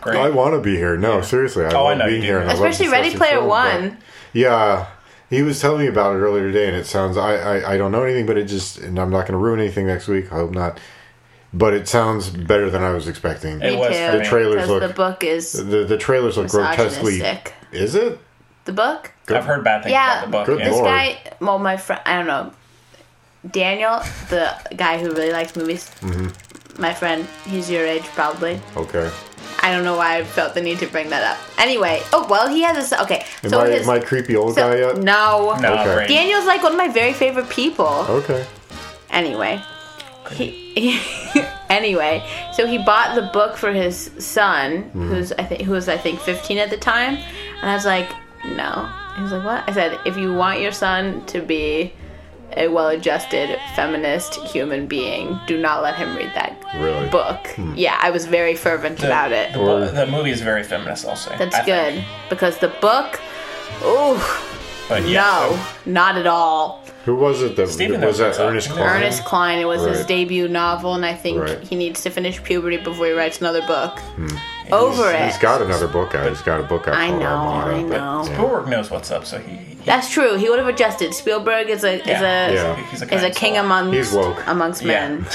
A: great.
B: I want to be here. No, seriously, I
A: Oh, I
B: want
A: know
B: to
A: you
B: be
A: do.
B: here. and I love
C: Especially Ready
B: discussing
C: Player
B: film, but-
C: One.
B: Yeah, he was telling me about it earlier today, and it sounds I I, I don't know anything, but it just and I'm not going to ruin anything next week. I hope not. But it sounds better than I was expecting.
A: it
C: Me
A: was
C: too.
A: for
B: the
A: me.
B: trailers
C: Because
B: look
C: the book is
B: the, the trailers look grotesquely.
C: misogynistic.
B: Is it?
C: The book?
B: Good.
A: I've heard bad things about
C: Yeah.
A: the book.
B: Good
A: yeah.
C: This
B: Lord.
C: guy, well, my friend, I don't know. Daniel, the guy who really likes movies,
B: Mm-hmm.
C: my friend, he's your age probably.
B: Okay.
C: I don't know why I felt the need to bring that up. Anyway, oh well, he has this. Okay,
B: Am
C: so
B: I
C: his
B: am I creepy old
C: so-
B: guy yet?
C: no,
A: No,
B: Okay.
A: great.
C: Daniel's like one of my very favorite people.
B: Okay.
C: Anyway, he, anyway, so he bought the book for his son,
A: Mm-hmm.
C: who's I think who was I think 15 at the time, and I was like, no. He was like, what? I said, if you want your son to be a well-adjusted feminist human being, do not let him read that
B: Really?
C: book. Yeah, I was very fervent
A: Hmm. The-
C: about it.
A: The, bu- the movie is very feminist. I'll say
C: That's
A: I
C: good
A: think.
C: because the book, ooh,
A: But yeah,
C: no, not at all.
B: Who was it that
A: Stephen knows
B: was that?
A: what's up.
B: Ernest
A: Isn't it
B: Klein.
C: Ernest Klein. It was his
B: Right.
C: debut novel, and I think
B: Right. Hmm.
C: he needs to finish puberty before he writes another book. Over it.
B: He's got another book out. He's got a book out
C: I
B: called
C: know,
B: Armada.
C: I
B: but-
C: know.
B: yeah.
A: Spielberg knows what's up, so he. he
C: That's true. He would have adjusted. Spielberg is a is a
B: Yeah.
A: he's
C: is a
A: kind
C: king
A: soul.
C: amongst
B: He's woke.
C: amongst
A: Yeah.
C: men.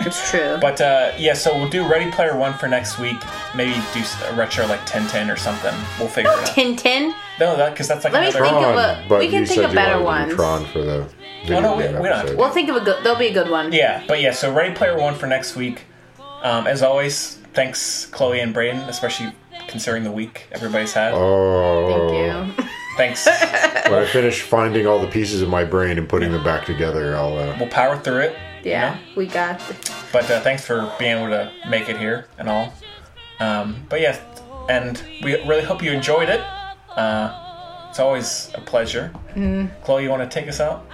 C: it's true.
A: But uh, yeah, so we'll do Ready Player One for next week. Maybe do s- a retro like Tintin or something. We'll figure it out.
C: Tintin.
A: No, that because that's like
C: Let me
A: another.
C: think of
B: Tron,
C: a-
B: but
C: we can
B: you
C: think
B: said
C: of
B: you
C: better
B: wanted to do
C: ones.
B: Tron for the video
A: Oh, no, we-
B: game
A: we don't have
B: episode.
A: to.
C: We'll think of a good. There'll be a good one.
A: yeah, but yeah, so Ready Player One for next week. Um, as always, thanks Chloe and Braden, especially considering the week everybody's had.
B: Oh.
C: Thank you.
A: Thanks.
B: When I finish finding all the pieces of my brain and putting them back together, I'll. Uh,
A: we'll power through it. you
C: Yeah,
A: know?
C: we got. th-
A: But uh, thanks for being able to make it here and all. Um, but yeah, and we really hope you enjoyed it. Uh, it's always a pleasure.
C: Mm.
A: Chloe, you want to take us out?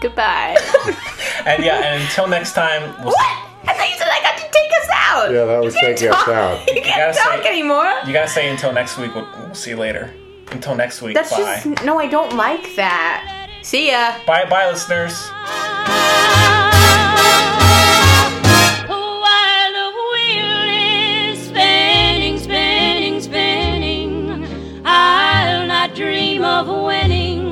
C: Goodbye.
A: And yeah, and until next time, we'll
C: what? I thought you said I got to take us out.
B: yeah, that was
C: can't
B: taking us
C: talk.
B: out.
C: You can't
A: gotta
C: talk
A: say-
C: anymore.
A: You gotta say until next week. We'll, we'll see you later. Until next week.
C: That's
A: bye.
C: just no. I don't like that. See ya.
A: Bye, bye, listeners.
H: While the wheel is spinning, spinning, spinning, I'll not dream of winning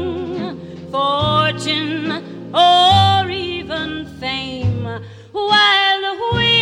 H: fortune or even fame. While the wheel Oh, oh,